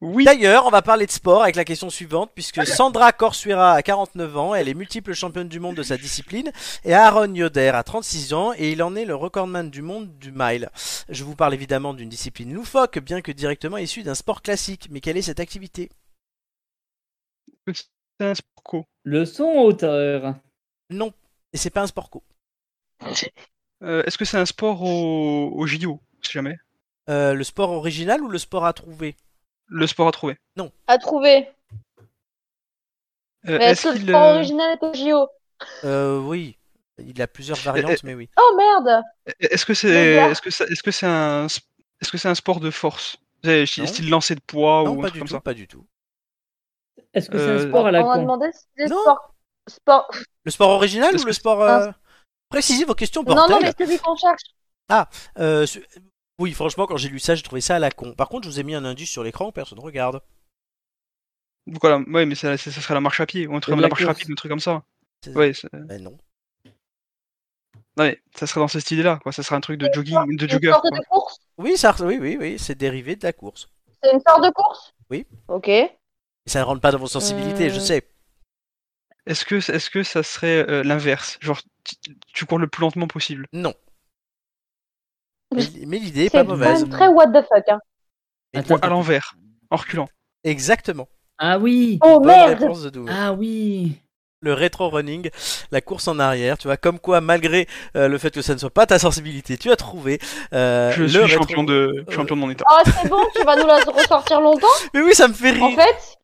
S3: Oui. Ah.
S1: D'ailleurs, on va parler de sport avec la question suivante, puisque Sandra Corsuera a 49 ans, elle est multiple championne du monde de sa discipline, et Aaron Yoder a 36 ans, et il en est le recordman du monde du mile. Je vous parle évidemment d'une discipline loufoque, bien que directement issue d'un sport classique. Mais quelle est cette activité
S3: C'est un sport co.
S5: Le son auteur.
S1: Non, et c'est pas un sport co.
S3: Euh, Est-ce que c'est un sport au, au JO Si jamais.
S1: Euh, le sport original ou le sport à trouver
S3: Le sport à trouver.
S2: À trouver.
S3: Euh,
S2: Mais est-ce que
S3: qu'il,
S2: le sport
S3: euh,
S2: original est au JO
S1: Euh, oui. Il a
S3: (laughs)
S1: plusieurs variantes, mais oui.
S2: Oh merde
S3: Est-ce que c'est
S2: gars.
S3: est-ce que ça- est-ce que c'est un sp- est-ce que c'est un sport de force Vous savez,
S1: Non.
S3: Style style lancer de poids
S1: Non,
S3: Ah, ou un
S1: pas
S3: truc
S1: du
S3: comme
S1: tout,
S3: ça.
S1: pas du tout.
S5: Est-ce que c'est
S3: Euh,
S5: un sport à Oh, la
S2: On m'a
S5: con
S2: demandé si c'était
S1: Non.
S2: sport. sport...
S1: Le sport original
S3: Est-ce
S1: ou
S3: que
S1: le sport... euh, Précisez vos questions,
S2: Non,
S1: bordel
S2: non, mais celui qu'on cherche.
S1: Euh, ce- Oui, franchement, quand j'ai lu ça, j'ai trouvé ça à la con. Par contre, je vous ai mis un indice sur l'écran, personne ne regarde.
S3: Donc Voilà, ouais, mais ça, ça ça serait la marche à pied, ou un truc
S5: de
S3: comme
S5: la
S3: la marche
S5: course.
S3: rapide, un truc comme ça.
S1: C'est-
S3: Ouais, ça,
S1: Ben non.
S3: non, mais ça serait dans cette idée-là, quoi. Ça serait un truc de jogging, de
S2: C'est une
S3: jogger.
S2: sorte
S3: quoi.
S2: de course.
S1: Oui, ça, oui, oui, oui, c'est dérivé de la course.
S2: C'est une sorte de course
S1: Oui.
S2: Ok.
S1: Et ça ne rentre pas dans vos sensibilités, je
S2: Euh.
S1: sais.
S3: Est-ce que est-ce que ça serait euh, l'inverse, genre tu- tu cours le plus lentement possible
S1: Non. Mais, mais l'idée est
S2: C'est
S1: pas
S2: quand
S1: mauvaise.
S2: même très what the fuck. hein.
S1: Mais
S5: Attends,
S3: à l'envers, en reculant.
S1: Exactement.
S5: Ah oui
S2: Oh
S1: Bonne
S2: merde
S1: réponse de Doumé.
S5: Ah oui
S1: Le rétro running, la course en arrière, tu vois, comme quoi malgré euh, le fait que ça ne soit pas ta sensibilité, tu as trouvé euh,
S3: Je
S1: le
S3: suis
S1: rétro-
S3: champion de champion de mon état.
S2: Ah, c'est bon, tu vas nous la
S1: (laughs)
S2: ressortir longtemps
S1: Mais oui, ça me fait rire.
S2: En fait,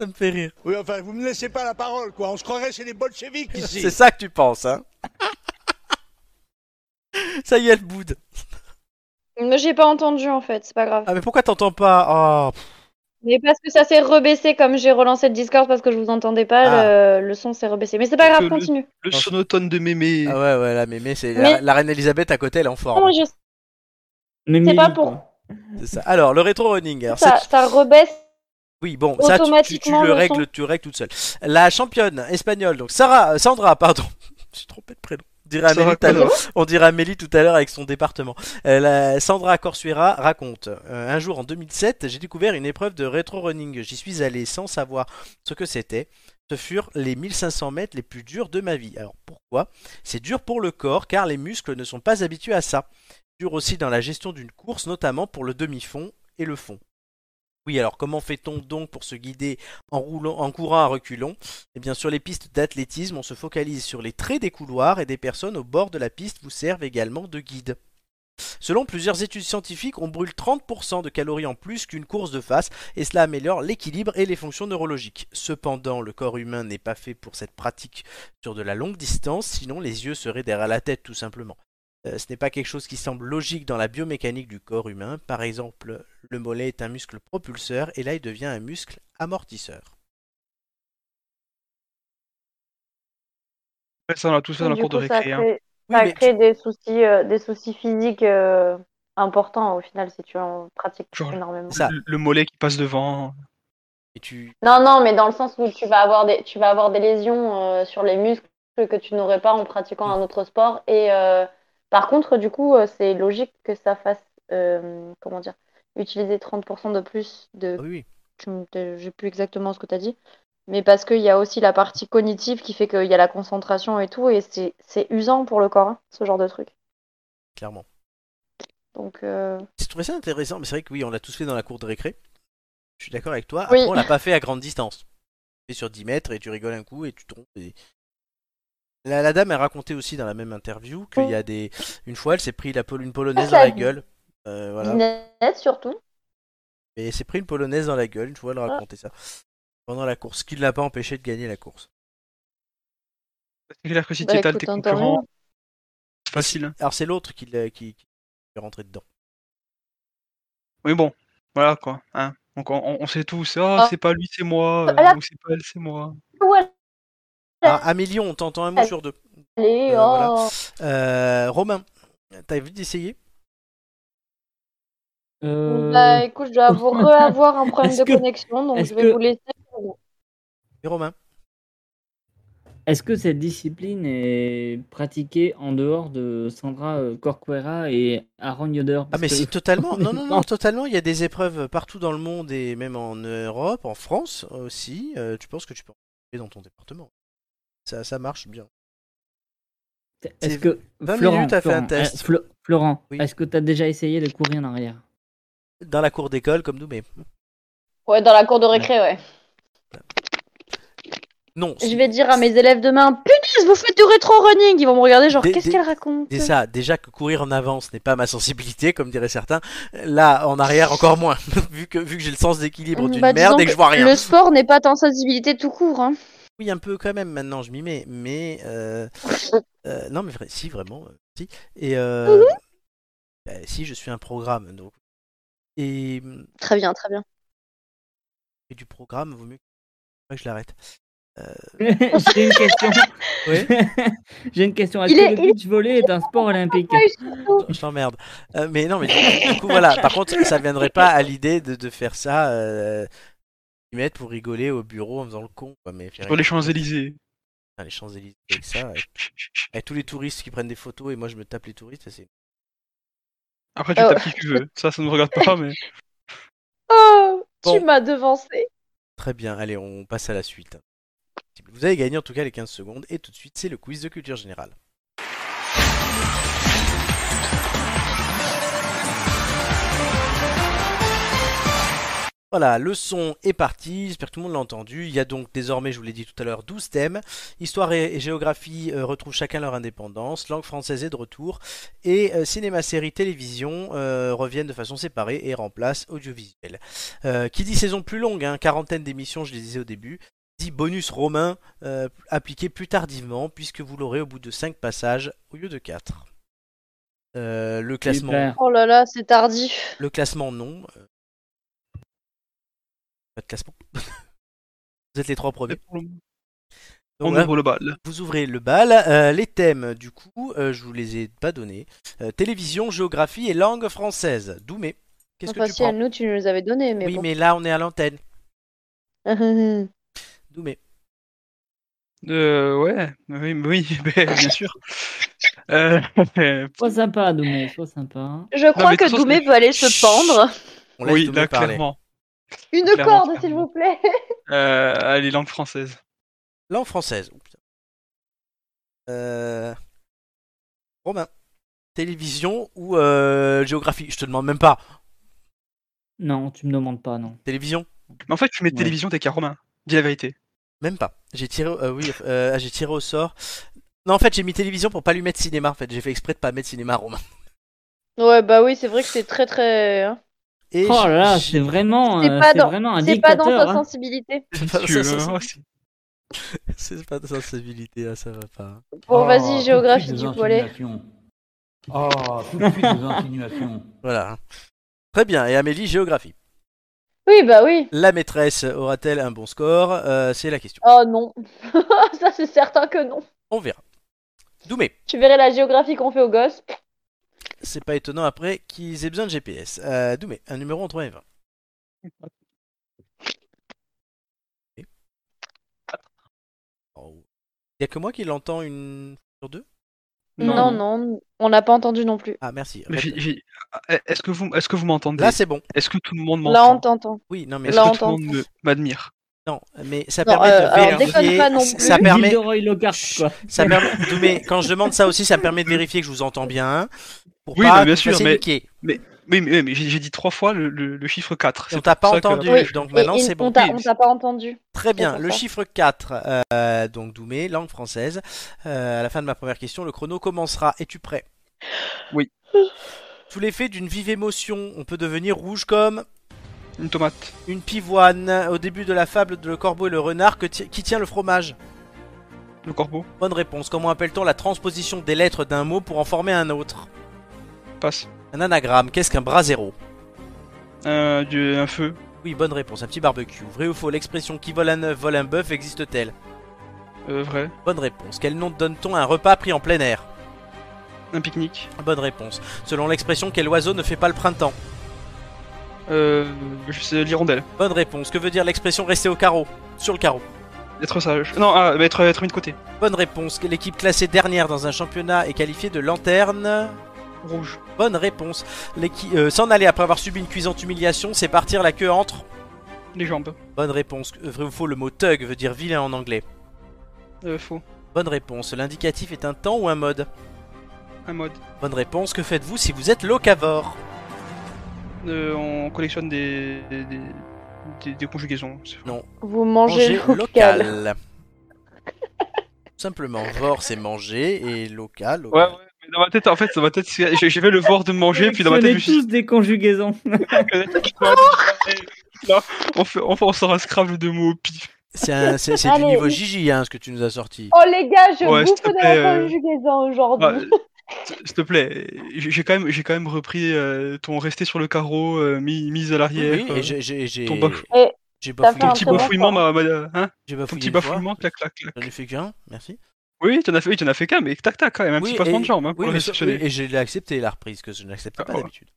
S1: Ça me fait rire.
S7: Oui, enfin, vous me laissez pas la parole, quoi. On se croirait chez les bolcheviks ici.
S5: (laughs)
S1: C'est ça que tu penses,
S2: (laughs)
S1: hein Ça y est, le boude.
S2: mais j'ai pas entendu en fait, c'est pas grave.
S1: Ah mais pourquoi t'entends pas Ah, pff,
S2: Mais parce que ça s'est rebaissé comme j'ai relancé le Discord parce que je vous entendais pas,
S1: Ah.
S2: le, le son s'est rebaissé. Mais c'est pas
S3: Parce
S2: grave,
S3: que le-
S2: continue.
S3: Le sonotone de mémé.
S1: ah ouais ouais la mémé c'est la,
S2: Mais-
S1: la reine Elisabeth à côté elle est en
S2: Non,
S1: forme.
S2: mais je-
S5: Mais
S2: C'est pas
S5: Mélie,
S2: pour-
S5: quoi.
S1: C'est ça. Alors le rétro running. alors,
S2: ça,
S1: c'est-
S2: ça rebaisse.
S1: Oui bon ça tu- tu, tu,
S2: automatiquement,
S1: le
S2: le
S1: règles
S2: son.
S1: tu règles toute seule. La championne espagnole donc Sarah euh, Sandra pardon. (laughs) Je suis trompé de prénom. On dirait
S3: Sarah
S1: Amélie tout à l'heure.
S3: Connor.
S1: (laughs) On dirait Amélie tout à l'heure avec son département. Euh, la Sandra Corsuera raconte euh, Un jour en 2007, j'ai découvert une épreuve de rétro-running. J'y suis allé sans savoir ce que c'était. Ce furent les 1500 mètres les plus durs de ma vie. Alors pourquoi C'est dur pour le corps car les muscles ne sont pas habitués à ça. Dur aussi dans la gestion d'une course, notamment pour le demi-fond et le fond. Oui, alors comment fait-on donc pour se guider en, roulant, en courant à reculons Eh bien, sur les pistes d'athlétisme, on se focalise sur les traits des couloirs et des personnes au bord de la piste vous servent également de guide. Selon plusieurs études scientifiques, on brûle 30% de calories en plus qu'une course de face et cela améliore l'équilibre et les fonctions neurologiques. Cependant, le corps humain n'est pas fait pour cette pratique sur de la longue distance, sinon les yeux seraient derrière la tête tout simplement. Euh, ce n'est pas quelque chose qui semble logique dans la biomécanique du corps humain. Par exemple, le mollet est un muscle propulseur et là il devient un muscle amortisseur.
S3: Ouais, ça, on a tout ça dans la
S2: Du
S3: cour de
S2: coup, ça
S3: récré. hein.
S2: crée,
S1: Oui,
S2: ça
S1: mais-
S2: crée des, soucis, euh, des soucis physiques euh, importants au final si tu en pratiques
S3: Genre-
S2: énormément.
S1: Ça.
S3: Le, le mollet qui passe devant.
S1: Et tu,
S2: Non, non, mais dans le sens où tu vas avoir des, tu vas avoir des lésions euh, sur les muscles que tu n'aurais pas en pratiquant
S1: Mm.
S2: un autre sport. Et euh, par contre, du coup, euh, c'est logique que ça fasse, euh, comment dire, utiliser 30% de plus de.
S1: Ah oui, oui.
S2: Je ne sais plus exactement ce que tu as dit. Mais parce qu'il y a aussi la partie cognitive qui fait qu'il y a la concentration et tout. Et c'est c'est usant pour le corps, hein, ce genre de truc.
S1: clairement.
S2: Donc, euh,
S1: J'ai trouvé ça intéressant, mais c'est vrai que oui, on l'a tous fait dans la cour de récré. Je suis d'accord avec toi.
S2: Oui.
S1: Après, on l'a pas fait à grande distance. Tu fais sur 10 mètres et tu rigoles un coup et tu tombes. et- La, la dame a raconté aussi dans la même interview qu'il y a des. Une fois, elle s'est pris la, pol- une polonaise dans la gueule. Euh, voilà.
S2: business surtout.
S1: Et elle s'est pris une polonaise dans la gueule, une fois,
S2: Ah.
S1: elle racontait ça. Pendant la course, ce qui ne l'a pas empêché de gagner la course.
S3: C'est clair que si
S2: Bah,
S3: tu étales
S2: écoute,
S3: tes
S2: hein, tant mieux.
S3: concurrents, c'est facile. hein.
S1: Alors, c'est l'autre qui, l'a- qui, qui est rentré dedans.
S3: Mais bon, voilà quoi. hein. Donc on, on- on sait tous. Ah,
S2: Ah.
S3: c'est pas lui, c'est moi. euh,
S2: Voilà.
S3: Ou c'est pas elle, c'est moi.
S2: Ouais,
S1: Ah, Amélie, on t'entend un mot sur deux.
S2: allez,
S1: Euh, voilà.
S2: oh.
S1: Euh, Romain, t'as envie d'essayer
S5: Euh,
S2: Bah écoute, je dois avoir,
S1: Euh,
S2: re-avoir un
S1: (laughs)
S2: problème
S5: Est-ce
S2: de
S5: que-
S2: connexion, donc
S5: est-ce
S2: je vais
S5: que-
S2: vous laisser.
S1: Et Romain
S5: Est-ce que cette discipline est pratiquée en dehors de Sandra euh, Corcuera et Aaron Yoder
S1: Ah
S5: Parce
S1: mais
S5: que-
S1: c'est totalement,
S5: (laughs) on
S1: non
S5: est
S1: non non,
S5: dans-
S1: totalement. Il y a des épreuves partout dans le monde et même en Europe, en France aussi. Euh, tu penses que tu peux en trouver dans ton département Ça, ça marche bien.
S5: Est-ce
S1: c'est-
S5: que
S1: 20
S5: Florent,
S1: minutes à faire un
S5: Florent,
S1: test.
S5: euh, Flo- Florent,
S1: Oui.
S5: est-ce que tu as déjà essayé de courir en arrière
S1: Dans la cour d'école comme nous, mais
S2: Ouais, dans la cour de récré, ouais.
S1: non.
S2: Je vais dire à mes élèves demain, punaise, vous faites du rétro-running Ils vont me regarder genre,
S1: Des-
S2: qu'est-ce
S1: des-
S2: qu'elle raconte
S1: C'est ça. Déjà que courir en avant, ce n'est pas ma sensibilité, comme diraient certains. Là, en arrière, encore moins, (laughs) vu que vu que j'ai le sens d'équilibre d'une
S2: Bah, disons
S1: merde et que je vois rien.
S2: Le sport n'est pas tant sensibilité tout court. Hein. (laughs)
S1: Oui, un peu quand même. Maintenant, je m'y mets, mais euh, euh, non, mais vrai, si vraiment, euh, si. Et euh,
S2: Mhm.
S1: bah, si, je suis un programme, donc et hum,
S2: Très bien, très bien.
S1: et du programme, vaut mieux que je
S3: (laughs)
S1: l'arrête.
S5: (laughs) J'ai une question.
S1: (laughs) Oui.
S5: (laughs) J'ai une question. Est-ce
S2: Il
S5: que
S2: est-
S5: le
S2: il est-
S5: beach volley est un sport olympique
S1: Je t'emmerde. Euh, mais non, mais du,
S3: (laughs)
S1: du coup, voilà. Par contre, ça viendrait pas à l'idée de, de faire ça, euh, y mettre pour rigoler au bureau en faisant le con. Quoi, mais faire
S3: Sur
S1: rigoler,
S3: les Champs-Élysées.
S1: putain, les Champs-Élysées avec ça, avec, avec tous les touristes qui prennent des photos et moi je me tape les touristes, ça, c'est.
S3: Après, tu
S2: Ah ouais.
S3: tapes qui tu veux. Ça, ça ne me regarde pas,
S1: (laughs)
S3: mais.
S2: Oh,
S1: Bon.
S2: tu m'as devancé.
S1: Très bien, allez, on passe à la suite. Vous avez gagné en tout cas les 15 secondes et tout de suite, c'est le quiz de culture générale. Voilà, le son est parti, j'espère que tout le monde l'a entendu. Il y a donc désormais, je vous l'ai dit tout à l'heure, 12 thèmes. Histoire et, et géographie euh, retrouvent chacun leur indépendance, langue française est de retour, et euh, cinéma, série, télévision euh, reviennent de façon séparée et remplacent audiovisuel. Euh, qui dit saison plus longue, hein, quarantaine d'émissions, je les disais au début, dit bonus romain euh, appliqué plus tardivement, puisque vous l'aurez au bout de 5 passages au lieu de 4. le classement,
S5: Super.
S2: Oh là là, c'est tardif.
S1: le classement non. Euh, Pas de classement. (laughs) vous êtes les trois premiers. Donc
S3: On
S1: voilà,
S3: ouvre le bal.
S1: vous ouvrez le bal. Euh, les thèmes, du coup, euh, je vous les ai pas donnés. Euh, télévision, géographie et langue française. Doumé, qu'est-ce que
S2: Enfin,
S1: tu
S2: si à
S1: prends
S2: nous, tu nous les avais donné, mais
S1: Oui,
S2: bon.
S1: mais là, on est à l'antenne. Doumé.
S3: Euh, ouais, oui, mais oui,
S1: (laughs)
S3: mais bien sûr. (laughs) Euh,
S5: Sois sympa, Doumé, sois sympa.
S2: (laughs) Je crois
S3: mais de toute
S2: que
S3: façon,
S2: Doumé
S3: c'est-
S2: peut aller se
S3: Chut.
S2: pendre.
S1: On laisse
S3: oui,
S1: Doumé
S3: là,
S1: parler.
S3: clairement.
S2: Une
S3: Clairement,
S2: corde, s'il
S3: clairement.
S2: vous plaît.
S3: Euh, allez, langue française.
S1: Langue française. Oups. Euh, Romain. Télévision ou euh, géographie Je te demande même pas.
S5: Non, tu me demandes pas, non.
S1: Télévision
S3: Mais en fait, tu mets télévision, t'es qu'à Romain. Dis la vérité.
S1: Même pas. J'ai tiré, euh, oui, euh, ah, j'ai tiré au sort. Non, en fait, j'ai mis télévision pour pas lui mettre cinéma. En fait, j'ai fait exprès de pas mettre cinéma, Romain.
S2: Ouais, bah oui, c'est vrai que c'est très très. hein.
S1: Et
S5: Oh là là,
S1: j'ai-
S5: c'est vraiment,
S2: C'est
S5: euh,
S2: pas
S5: c'est
S2: dans-
S5: vraiment un
S2: C'est pas dans
S5: dictateur.
S2: ta
S5: hein.
S2: sensibilité.
S3: Tu-
S1: (laughs) ça, ça,
S3: euh,
S1: ça.
S3: c'est-
S1: C'est pas de sensibilité, là, ça va pas. hein.
S2: Bon,
S10: Oh, tout de
S2: vas-y,
S10: suite,
S2: géographie
S10: des
S2: du collet.
S10: insinuations. Oh, tout de suite des insinuations.
S1: Voilà. hein. Très bien. Et Amélie, géographie.
S2: Oui, bah oui.
S1: La maîtresse aura-t-elle un bon score Euh, C'est la question.
S2: Oh non. (laughs) Ça, c'est certain que non.
S1: On verra. Doumé,
S2: Tu verrais la géographie qu'on fait aux gosses.
S1: c'est pas étonnant après qu'ils aient besoin de GPS. Euh, Doumé, un numéro entre 1 et 20. Il Oh. y a que moi qui l'entends une sur deux
S2: Non, non, on n'a pas entendu non plus.
S1: Ah, merci.
S3: Mais j'ai-
S1: Répète.
S3: j'ai- eh, Est-ce que vous, est-ce que vous m'entendez
S1: Là, c'est bon.
S3: Est-ce que tout le monde
S2: Là, on
S3: m'entend
S2: t'entend.
S1: Oui, non, mais
S3: Est-ce
S2: Là, on
S3: que tout le monde
S2: t'entend.
S3: me- m'admire
S1: non, mais ça
S2: Non,
S1: permet
S2: euh,
S1: de
S2: alors, déconne pas non
S1: vérifier. Ça
S2: plus.
S1: permet,
S5: Gilderoy Lockhart, quoi.
S1: ça permet. Doumé, quand je demande ça aussi, ça me permet de vérifier que je vous entends bien. Pour
S3: Oui,
S1: pas
S3: mais bien
S1: que vous
S3: sûr,
S1: fassiez
S3: mais-
S1: niquer.
S3: Oui, mais, mais j'ai j'ai dit trois fois le, le- le chiffre 4.
S1: On
S3: c'est
S1: t'a pas
S3: pour ça que-
S1: entendu,
S2: Oui,
S1: donc
S2: et-
S1: maintenant
S2: et
S1: Bah c'est
S2: On
S1: bon.
S2: t'a
S3: Oui,
S2: on
S3: mais-
S2: t'a pas entendu.
S1: Très bien,
S2: pour
S1: le
S2: ça.
S1: chiffre 4, euh, donc Doumé, langue française. Euh, à la fin de ma première question, le chrono commencera. Es-tu prêt
S3: Oui.
S1: Sous l'effet d'une vive émotion, on peut devenir rouge comme
S3: Une tomate.
S1: une pivoine. Au début de la fable de le corbeau et le renard, que ti- qui tient le fromage
S3: Le corbeau.
S1: Bonne réponse. Comment appelle-t-on la transposition des lettres d'un mot pour en former un autre
S3: Passe.
S1: Un anagramme, qu'est-ce qu'un bras zéro
S3: Euh, du- un feu.
S1: Oui, bonne réponse, un petit barbecue. Vrai ou faux, l'expression qui vole un œuf vole un bœuf existe-t-elle
S3: Euh, vrai.
S1: Bonne réponse. Quel nom donne-t-on à un repas pris en plein air
S3: Un pique-nique.
S1: Bonne réponse. Selon l'expression, quel oiseau ne fait pas le printemps
S3: Euh, je sais, l'hirondelle.
S1: Bonne réponse. Que veut dire l'expression rester au carreau Sur le carreau.
S3: Être sage. Non, ah, bah, être, être mis de côté.
S1: Bonne réponse. Que L'équipe classée dernière dans un championnat est qualifiée de lanterne.
S3: Rouge.
S1: Bonne réponse. L'équi- euh, S'en aller après avoir subi une cuisante humiliation, c'est partir la queue entre.
S3: Les jambes.
S1: Bonne réponse. Que- Vrai ou faux, le mot thug veut dire vilain en anglais.
S3: Euh, faux.
S1: Bonne réponse. L'indicatif est un temps ou un mode
S3: Un mode.
S1: Bonne réponse. Que faites-vous si vous êtes locavore
S3: Euh, on collectionne des, des, des- des- des conjugaisons. c'est vrai.
S1: Non.
S2: Vous mangez local.
S1: Tout Simplement, vor c'est manger et local.
S3: Ouais,
S1: local.
S3: ouais. Mais dans ma tête, en fait, dans ma tête, c'est- j'ai j'ai fait le voir de manger, puis dans ma tête, je me
S5: Collectionnez
S3: suis dit,
S5: tous des conjugaisons.
S3: Là, on, fait, on, fait- on sort un scrabble de mots au pif.
S1: C'est un- c'est- c'est du
S2: Allez.
S1: niveau Gigi hein, ce que tu nous as sorti.
S2: Oh les gars, je
S3: Ouais,
S2: bouffe
S3: s'il te
S2: de
S3: plaît,
S2: la
S3: euh,
S2: conjugaison
S3: Ah,
S2: aujourd'hui.
S3: s- S'il te plaît, j'ai j'ai quand même, j'ai quand même repris euh, ton resté sur le carreau, euh, mis- mise à
S1: Oui,
S3: l'arrière.
S1: oui,
S3: euh,
S1: et j'ai- j'ai- j'ai-
S3: ton baff-
S2: Et
S1: j'ai
S2: t'as
S1: bafouillé.
S2: fait
S3: ton
S2: un
S3: petit
S2: très bon
S3: bafouillement,
S2: sport.
S3: m'a, m'a- hein
S1: J'ai
S3: Ton
S1: bafouillé
S3: petit
S1: une fois.
S3: bafouillement, clac, clac, clac.
S1: J'en ai fait qu'un, merci.
S3: Oui, t'en as fait, oui, t'en as fait qu'un, mais tac, tac, quand même, un
S1: Oui,
S3: petit passement
S1: et-
S3: de jambe. Hein,
S1: Oui,
S3: pour
S1: mais
S3: les
S1: ça-
S3: sanctionner.
S1: oui, et j'ai accepté la reprise que je n'accepte
S3: Ah,
S1: pas
S3: ouais.
S1: d'habitude.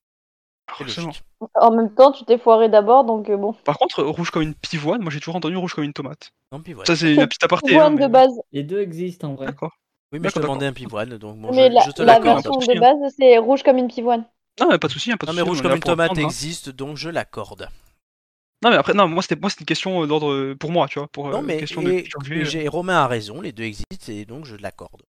S1: C'est
S3: Forcément.
S1: logique.
S2: En même temps, tu t'es foiré d'abord, donc euh, bon.
S3: Par contre, rouge comme une pivoine, moi j'ai toujours entendu rouge comme une tomate.
S1: Non, pivoine.
S3: Ça, c'est la petite aparté. hein,
S2: Pivoine
S3: mais-
S2: de base.
S5: (laughs) Les deux existent en vrai.
S3: D'accord.
S1: Oui, mais je te
S3: D'accord,
S1: demandais un pivoine, donc bon,
S2: mais
S1: je,
S2: la,
S1: je te
S2: la
S1: l'accorde.
S2: version
S3: Pas de
S2: de base, c'est rouge comme une pivoine.
S3: Non, mais pas de soucis, hein, pas de
S1: Non, mais
S3: soucis,
S1: rouge
S3: on est
S1: comme
S3: là
S1: une
S3: pour
S1: tomate
S3: apprendre, hein.
S1: existe, donc je l'accorde.
S3: Non, mais après, non, moi c'était moi, c'était une question euh, d'ordre euh, pour moi, tu vois, pour euh,
S1: non, mais
S3: question de hein.
S1: et-
S3: culture
S1: et
S3: G.
S1: j'ai- Romain a raison, les deux existent, et donc je l'accorde.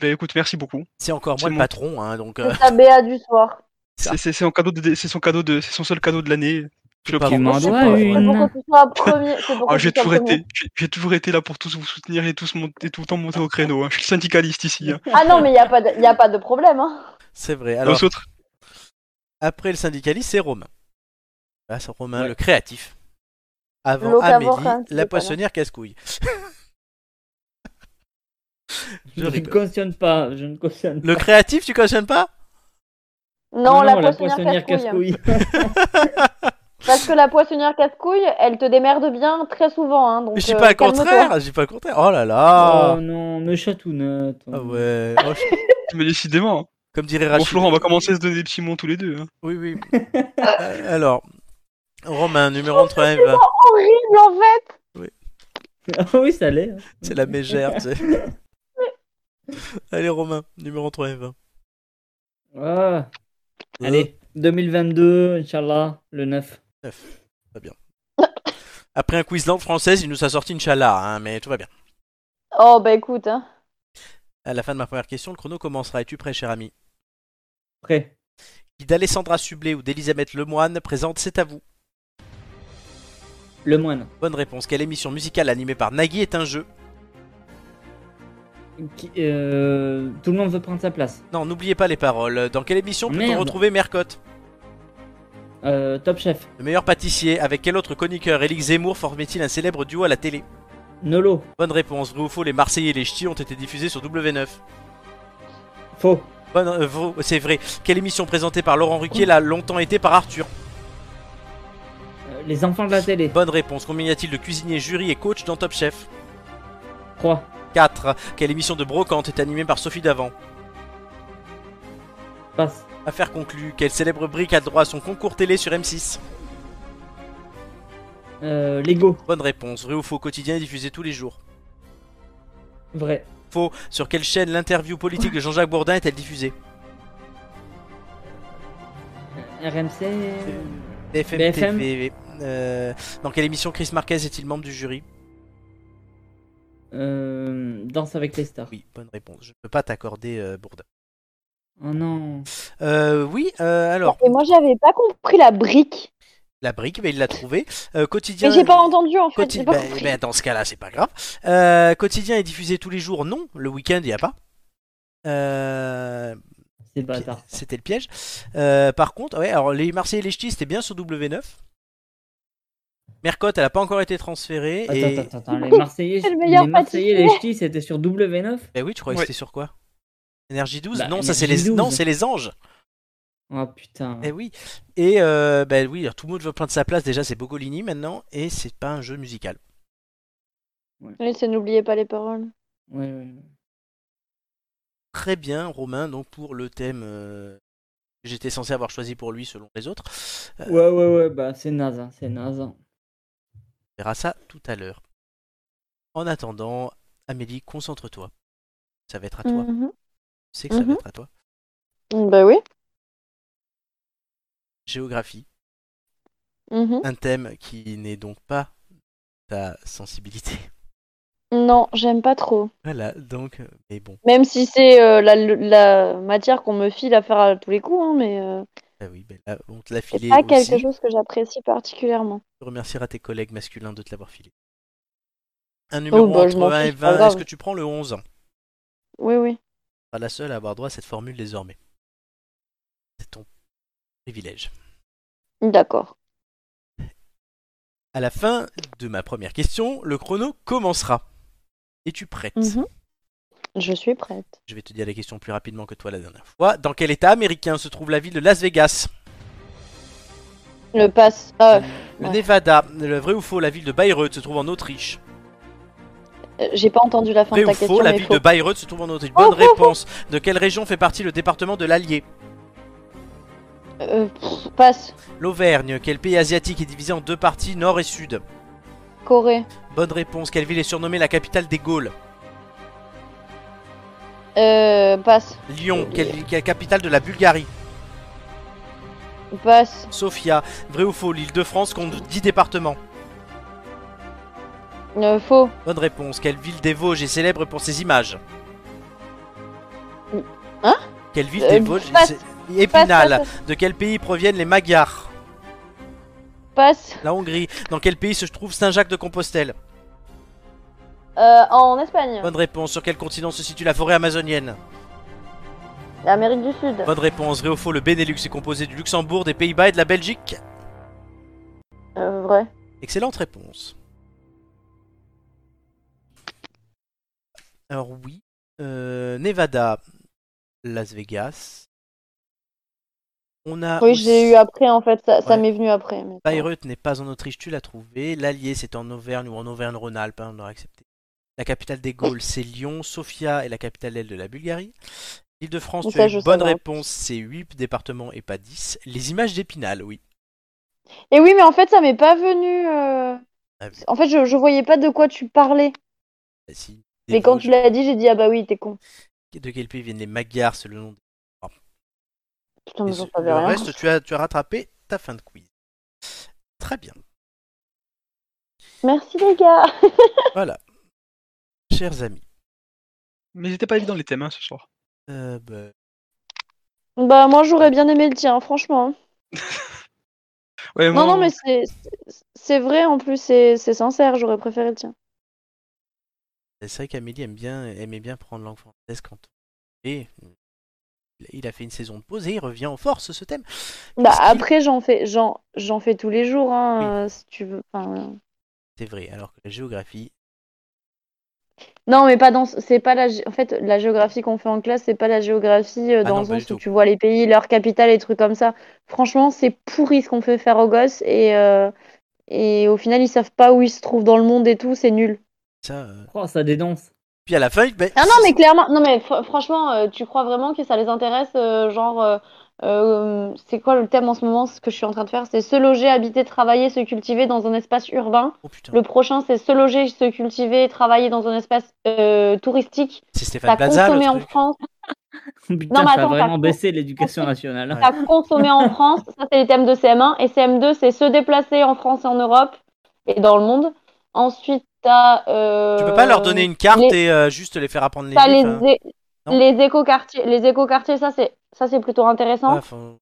S3: Bah, écoute, merci beaucoup.
S1: C'est encore moi
S3: C'est
S1: le
S3: mon-
S1: patron, hein, donc euh,
S3: (laughs)
S2: C'est ta BA du soir.
S1: Ça.
S3: C'est- C'est c'est son cadeau de, c'est son cadeau de, c'est son seul cadeau de l'année. Je le
S1: pas
S3: prends.
S1: vraiment-
S5: m'en
S2: C'est
S5: dois
S2: pour, c'est
S5: une.
S2: pour que tu
S1: (laughs)
S2: sois premier. C'est pour que
S3: Ah,
S2: tu
S3: j'ai
S2: sois
S3: toujours
S2: premier.
S3: été, j'ai- j'ai toujours été là pour tous vous soutenir et tous mon- et tout le temps monter au créneau. hein. Je suis le syndicaliste ici. hein.
S2: Ah non, mais il n'y a, pas de- y a pas de problème. Hein.
S1: c'est vrai. Alors,
S3: Aux autres,
S1: après le syndicaliste, c'est Romain. Là, c'est Romain,
S5: Ouais.
S1: le créatif. Avant
S2: Locavore, hein,
S1: Amélie,
S2: c'est
S1: la
S2: pas
S1: poissonnière casse-couille.
S5: Je,
S1: Je
S5: ne
S1: rigole.
S5: cautionne pas, je ne cautionne
S1: Le
S5: pas.
S1: créatif, tu cautionnes pas
S2: Non, la poissonnière casse-couille. Parce que la poissonnière casse-couille, elle te démerde bien très souvent. Hein, donc,
S1: Mais je dis
S2: euh,
S1: pas le
S2: calme-toi.
S1: contraire, je dis pas le contraire. Oh là là
S5: Oh non, me chatoune.
S1: Ah ouais, oh, je-
S3: mais décidément. hein.
S1: comme dirait
S3: Bon,
S1: Rachid.
S3: Florent, on va commencer à se donner des petits mots tous les deux. hein.
S1: Oui,
S2: (laughs)
S1: oui. Euh, Alors, Romain, numéro entre 1 et 20.
S2: Horrible en fait.
S5: (laughs) Ah oui, ça l'est. hein.
S1: C'est la mégère, tu sais. Allez, Romain, numéro entre 1 et 20. Euh.
S5: Ah. Allez, 2022, Inch'Allah, le 9.
S1: Euh, Après un quiz langue française, il nous a sorti Inch'Allah, hein, mais tout va bien.
S2: Oh bah écoute. Hein.
S1: À la fin de ma première question, le chrono commencera. Es-tu prêt, cher ami
S5: Prêt.
S1: puis d'Alessandra Sublet ou d'Elisabeth Lemoine présente C'est à vous.
S5: Le Moine.
S1: Bonne réponse. Quelle émission musicale animée par Nagui est un jeu
S5: Qui- euh, tout le monde veut prendre sa place.
S1: Non, n'oubliez pas les paroles. Dans quelle émission peut-on
S5: Merde.
S1: retrouver Mercotte
S5: Euh, Top Chef.
S1: Le meilleur pâtissier. Avec quel autre chroniqueur Éric Zemmour formait-il un célèbre duo à la télé
S5: Nolo.
S1: Bonne réponse. Vrai ou faux, les Marseillais et les Ch'tis ont été diffusés sur W9.
S5: Faux.
S1: Bonne, euh, faux, c'est vrai. Quelle émission présentée par Laurent Ruquier l'a longtemps été par Arthur
S5: Euh, Les enfants de la télé.
S1: Bonne réponse. Combien y a-t-il de cuisiniers, jurys et coachs dans Top Chef
S5: 3.
S1: 4. Quelle émission de Brocante est animée par Sophie Davant
S5: Passe.
S1: Affaire conclue. Quelle célèbre brique a droit à son concours télé sur M6
S5: Euh, Lego.
S1: Bonne réponse. Vrai ou faux quotidien est diffusé tous les jours
S5: Vrai.
S1: Faux. Sur quelle chaîne l'interview politique de Jean-Jacques Bourdin est-elle diffusée
S5: RMC. euh,
S1: BFM,
S5: BFM.
S1: TV. Euh, dans quelle émission Chris Marquez est-il membre du jury
S5: euh, Danse avec les stars.
S1: Oui, bonne réponse. Je ne peux pas t'accorder euh, Bourdin.
S5: Oh non.
S1: Euh, oui, euh, alors,
S2: Et moi, j'avais pas compris la brique.
S1: la brique, ben, il l'a trouvée. Euh, quotidien.
S2: Mais j'ai pas entendu en fait.
S1: Quoti-
S2: j'ai pas
S1: ben-
S2: compris.
S1: ben, dans ce cas-là, c'est pas grave. Euh, quotidien est diffusé tous les jours Non, le week-end, il n'y a pas. Euh,
S5: C'est bâtard.
S1: C'était le piège. Euh, par contre, ouais, alors les Marseillais et les Ch'tis, c'était bien sur W9. Mercotte, elle n'a pas encore été transférée.
S5: Attends,
S1: et...
S5: attends, attends, les Marseillais,
S2: C'est le
S5: les
S2: meilleur
S5: Marseillais, les
S2: pâtissier.
S5: Ch'tis, c'était sur W9
S1: Ben oui, tu croyais
S5: Ouais.
S1: que c'était sur quoi Énergie 12
S5: Bah,
S1: Non, ça c'est les...
S5: NRJ12.
S1: non, c'est les anges.
S5: Oh putain.
S1: Eh oui. Et euh, ben oui, alors, tout le monde veut prendre sa place. Déjà, c'est Bogolini maintenant, et c'est pas un jeu musical.
S2: Oui, c'est n'oubliez pas les paroles.
S5: Ouais, ouais.
S1: Très bien, Romain, donc pour le thème euh, que j'étais censé avoir choisi pour lui selon les autres. Euh,
S5: ouais, ouais, ouais, bah c'est naze, hein, c'est naze. hein.
S1: On verra ça tout à l'heure. En attendant, Amélie, concentre-toi. Ça va être à toi.
S2: Mhm.
S1: Tu sais que ça va
S2: Mhm.
S1: être à toi.
S2: Bah oui.
S1: Géographie,
S2: Mhm.
S1: un thème qui n'est donc pas ta sensibilité. (laughs)
S2: Non, j'aime pas trop.
S1: Voilà, donc, euh, mais bon,
S2: Même si c'est euh, la, la matière qu'on me file à faire à tous les coups, hein, mais euh,
S1: bah oui, ben là, on te l'a
S2: c'est
S1: filé
S2: pas
S1: aussi.
S2: quelque chose que j'apprécie particulièrement.
S1: Tu remercieras tes collègues masculins de te l'avoir filé. Un
S2: Oh,
S1: numéro
S2: bah, je
S1: entre
S2: m'en
S1: 1 et
S2: fiche, pas
S1: 20,
S2: grave.
S1: est-ce que tu prends le 11 Tu
S2: Oui, oui.
S1: seras la seule à avoir droit à cette formule désormais. C'est ton privilège.
S2: D'accord.
S1: À la fin de ma première question, le chrono commencera. Es-tu prête
S2: Mhm. Je suis prête.
S1: Je vais te dire la question plus rapidement que toi la dernière fois. Dans quel état américain se trouve la ville de Las Vegas
S2: Le passe. euh,
S1: Le
S2: Ouais.
S1: Nevada. Le vrai ou faux, la ville de Bayreuth se trouve en Autriche.
S2: euh, j'ai pas entendu la fin
S1: Vrai
S2: de
S1: ou
S2: ta
S1: faux,
S2: question,
S1: la
S2: mais Oh,
S1: ville
S2: faux.
S1: de Bayreuth se trouve en Autriche. Bonne réponse. De quelle région fait partie le département de l'Allier
S2: Euh, pff, passe.
S1: L'Auvergne. Quel pays asiatique est divisé en deux parties, nord et sud
S2: Corée.
S1: Bonne réponse. Quelle ville est surnommée la capitale des Gaules
S2: Euh, passe.
S1: Lyon. Quelle, quelle capitale de la Bulgarie
S2: Passe.
S1: Sofia. Vrai ou faux, l'île de France compte 10 départements
S2: Euh, faux.
S1: Bonne réponse. Quelle ville des Vosges est célèbre pour ses images
S2: Hein
S1: Quelle ville
S2: Euh,
S1: des Vosges
S2: passe.
S1: est épinal
S2: Passe,
S1: De quel pays proviennent les Magyars
S2: Passe.
S1: La Hongrie. Dans quel pays se trouve Saint-Jacques de Compostelle
S2: Euh, en Espagne.
S1: Bonne réponse. Sur quel continent se situe la forêt amazonienne
S2: Amérique du Sud.
S1: Bonne réponse. Vrai ou faux, le Benelux est composé du Luxembourg, des Pays-Bas et de la Belgique
S2: Euh, vrai.
S1: Excellente réponse. Alors oui, euh, Nevada, Las Vegas. On a
S2: Oui,
S1: aussi-
S2: j'ai eu après en fait, ça, ça
S1: Ah, Ouais.
S2: m'est venu après. mais-
S1: Bayreuth n'est pas en Autriche, tu l'as trouvé. L'Allier, c'est en Auvergne ou en Auvergne-Rhône-Alpes, hein, on aurait accepté. La capitale des Gaules, c'est Lyon. Sofia est la capitale elle, de la Bulgarie. L'Île-de-France,
S2: Mais
S1: tu
S2: ça,
S1: as
S2: je
S1: une bonne
S2: savais.
S1: réponse, c'est 8 départements et pas 10. Les images d'Épinal, oui.
S2: Et oui, mais en fait, ça m'est pas venu. euh,
S1: Ah, oui,
S2: En fait, je, je voyais pas de quoi tu parlais.
S1: Bah, si. Des
S2: Mais quand
S1: Vosges.
S2: tu l'as dit, j'ai dit ah bah oui, t'es con.
S1: De quel pays viennent les Magyars, c'est le nom des-
S2: Putain, mais
S1: Et ce-
S2: j'en savais
S1: le
S2: rien.
S1: reste, tu as, tu as rattrapé ta fin de quiz. Très bien.
S2: Merci les gars. (laughs)
S1: Voilà. Chers amis,
S3: Mais ils étaient pas évidents les thèmes hein, ce soir.
S1: euh, bah,
S2: Bah, moi, j'aurais bien aimé le dire, franchement. hein.
S3: Ouais,
S2: Non,
S3: moi-
S2: non, mais c'est- c'est- c'est vrai en plus, c'est c'est sincère, j'aurais préféré le tien.
S1: C'est vrai qu'Amélie aime bien, aimait bien prendre langue française quand on... Et il a fait une saison de pause et il revient en force ce thème.
S2: Bah, après, j'en fais, j'en j'en fais tous les jours, hein, euh, si tu veux. Enfin, euh,
S1: C'est vrai, alors que la géographie,
S2: Non, mais pas dans. C'est pas la. gé- En fait, la géographie qu'on fait en classe, c'est pas la géographie euh,
S1: Ah
S2: dans
S1: non,
S2: le
S1: pas
S2: sens
S1: du
S2: où
S1: tout.
S2: tu vois les pays, leurs capitales et trucs comme ça. Franchement, c'est pourri ce qu'on fait faire aux gosses et euh, et au final, ils savent pas où ils se trouvent dans le monde et tout. C'est nul.
S1: ça. euh,
S5: Oh, ça dénonce. (laughs)
S1: Puis à la fin, ben, il- mais-
S2: Ah non, mais clairement, non mais fr- franchement, euh, tu crois vraiment que ça les intéresse, euh, genre, euh, euh, c'est quoi le thème en ce moment, ce que je suis en train de faire, c'est se loger, habiter, travailler, se cultiver dans un espace urbain.
S1: oh, Ah.
S2: le prochain, c'est se loger, se cultiver, travailler dans un espace euh, touristique.
S1: C'est Stéphane
S2: T'as
S1: Plaza, le
S2: consommé en
S1: truc.
S2: France,
S5: Putain,
S2: mais
S5: ça a
S2: attends,
S5: vraiment
S2: t'as-
S5: baissé l'éducation nationale. hein.
S2: t'as consommé en France, ça c'est les thèmes de CM1, et CM2, c'est se déplacer en France et en Europe, et dans le monde. Ensuite, t'as...
S1: tu peux pas leur donner une carte
S2: les-
S1: et euh, juste les faire apprendre les
S2: T'as les,
S1: livres, hein.
S2: é- les éco-quartiers, les éco-quartiers, ça c'est ça c'est plutôt intéressant.
S1: Ouais, faut-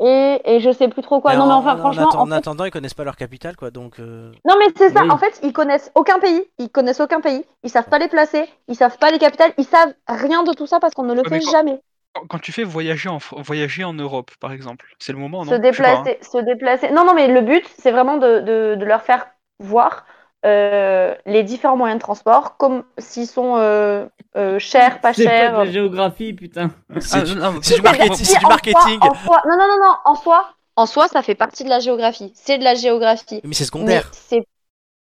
S2: Et, et je sais plus trop quoi.
S1: Ah, Mais
S2: non mais
S1: en-
S2: enfin
S1: en
S2: franchement,
S1: atten-
S2: en
S1: en
S2: fait-
S1: attendant, ils connaissent pas leur capitale, quoi, donc... euh,
S2: non mais c'est ça.
S1: Oui.
S2: En fait, ils connaissent aucun pays, ils connaissent aucun pays, ils savent pas les placer, ils savent pas les capitales, ils savent rien de tout ça parce qu'on ne le
S1: Ah,
S3: Ouais, mais
S2: fait
S3: quand-
S2: jamais.
S3: Quand- Quand tu fais voyager en, Fr- voyager en Europe, par exemple, c'est le moment, non
S2: se
S3: Je sais pas, hein.
S2: déplacer, se déplacer. Non non mais le but c'est vraiment de, de, de leur faire voir euh, les différents moyens de transport, comme s'ils sont euh, euh, chers, pas
S5: C'est pas
S2: chers.
S5: de la géographie, putain.
S3: hein.
S1: C'est
S3: euh,
S1: du, c'est du marketing, c'est du
S2: en
S1: marketing.
S2: soi- en soi- non, non, non, non, en soi, en soi, ça fait partie de la géographie. C'est de la géographie.
S1: Mais c'est secondaire.
S2: Mais c'est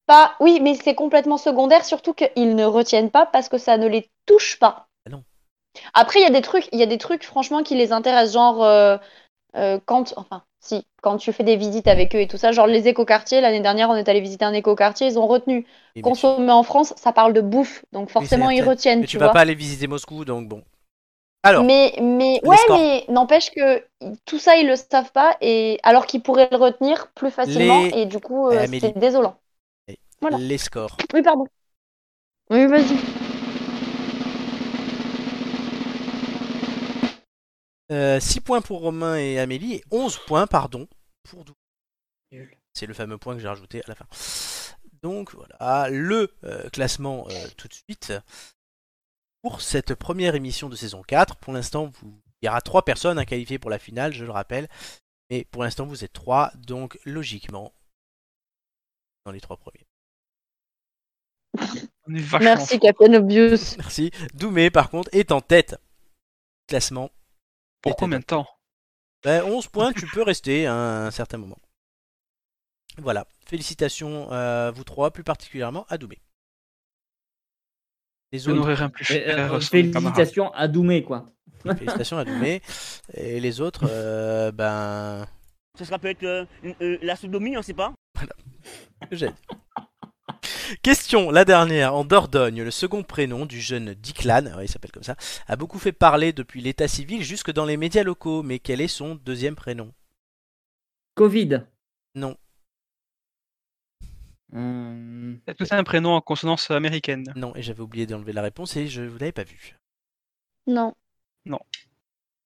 S2: pas. Oui, mais c'est complètement secondaire, surtout qu'ils ne retiennent pas parce que ça ne les touche pas.
S1: Ah
S2: Après, il y a des trucs, il y a des trucs, franchement, qui les intéressent, genre euh, euh, quand, enfin, si, quand tu fais des visites avec eux et tout ça, genre les écoquartiers. L'année dernière, on est allé visiter un écoquartier, ils ont retenu.
S1: Oui, mais
S2: Consommer en France, ça parle de bouffe, donc
S1: Oui,
S2: forcément,
S1: c'est-
S2: ils retiennent.
S1: Mais tu,
S2: tu
S1: vas
S2: vois.
S1: pas aller visiter Moscou, donc bon. Alors,
S2: Mais, mais
S1: les
S2: ouais,
S1: scores.
S2: mais n'empêche que tout ça, ils le savent pas, et alors qu'ils pourraient le retenir plus facilement,
S1: Les- Eh,
S2: et du coup, euh,
S1: Amélie.
S2: c'est désolant. Voilà.
S1: les scores.
S2: Oui, pardon. Oui, vas-y.
S1: Euh, 6 points pour Romain et Amélie et 11 points, pardon, pour Dou. C'est le fameux point que j'ai rajouté à la fin. Donc voilà, le euh, classement euh, tout de suite pour cette première émission de saison 4. Pour l'instant, vous- il y aura 3 personnes à qualifier pour la finale, je le rappelle. Mais pour l'instant, vous êtes 3, donc logiquement, dans les 3 premiers.
S3: On est vachement
S2: Merci, Captain Obvious.
S1: Merci. Doumé, par contre, est en tête. Classement. Pour combien de
S3: temps
S1: 11 Ben, points, tu peux rester à un certain moment. Voilà. Félicitations à vous trois, plus particulièrement à Doumé. Les
S3: Je n'aurais rien pu
S5: Mais, euh,
S3: faire. sans mes camarades.
S5: félicitations à Doumé, quoi.
S1: Félicitations à Doumé. Et les autres, euh, ben.
S4: Ce sera peut-être euh, une- euh, la sodomie, on sait pas.
S1: J'ai- Question, la dernière, en Dordogne, le second prénom du jeune Diclan, ouais, il s'appelle comme ça, a beaucoup fait parler depuis l'état civil jusque dans les médias locaux, mais quel est son deuxième prénom
S5: Covid.
S1: Non.
S5: Euh,
S3: Est-ce que c'est un prénom en consonance américaine
S1: Non, et j'avais oublié d'enlever la réponse et je vous l'avais pas vue.
S2: Non.
S3: Non.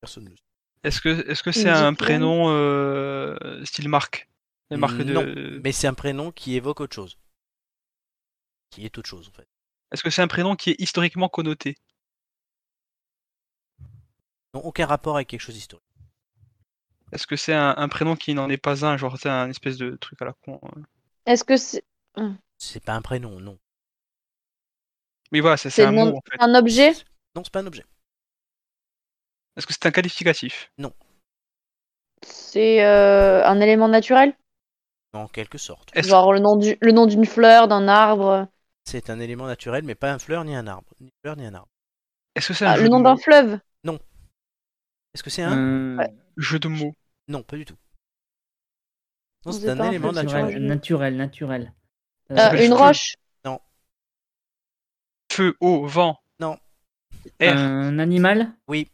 S1: Personne ne le sait.
S3: Est-ce que est-ce que
S1: Une
S3: c'est un
S1: diplôme.
S3: prénom euh, style marque Les marques de-
S1: Non, Euh, mais c'est un prénom qui évoque autre chose. Qui est autre chose, en fait.
S3: Est-ce que c'est un prénom qui est historiquement connoté
S1: Non, aucun rapport avec quelque chose d'historique.
S3: Est-ce que c'est un, un prénom qui n'en est pas un, genre c'est un espèce de truc à la con euh.
S2: Est-ce que c'est. Hum.
S1: C'est pas un prénom, non.
S3: Mais voilà, c'est c'est
S2: C'est
S3: un
S2: non-
S3: mot en fait.
S2: un objet
S1: Non, c'est pas un objet.
S3: Est-ce que c'est un qualificatif
S1: Non.
S2: C'est euh, un élément naturel
S1: En quelque sorte.
S2: Genre le nom du, le nom d'une fleur, d'un arbre.
S1: C'est un élément naturel, mais pas un fleur ni un arbre. Ni fleur ni un arbre.
S3: Est-ce que c'est un
S2: Ah,
S3: jeu
S2: le
S3: de
S2: nom
S3: mots
S2: d'un fleuve
S1: Est-ce que c'est
S5: Mm. euh,
S1: un
S3: jeu de mots
S1: Non, pas du tout. Non,
S5: Vous
S1: c'est
S5: êtes
S1: un
S5: pas
S1: élément
S5: naturel,
S1: naturel.
S5: Naturel, naturel. Euh,
S2: Euh, Une roche
S1: Non.
S3: Feu, eau, vent.
S1: Non.
S3: Air.
S5: Un animal
S1: Oui.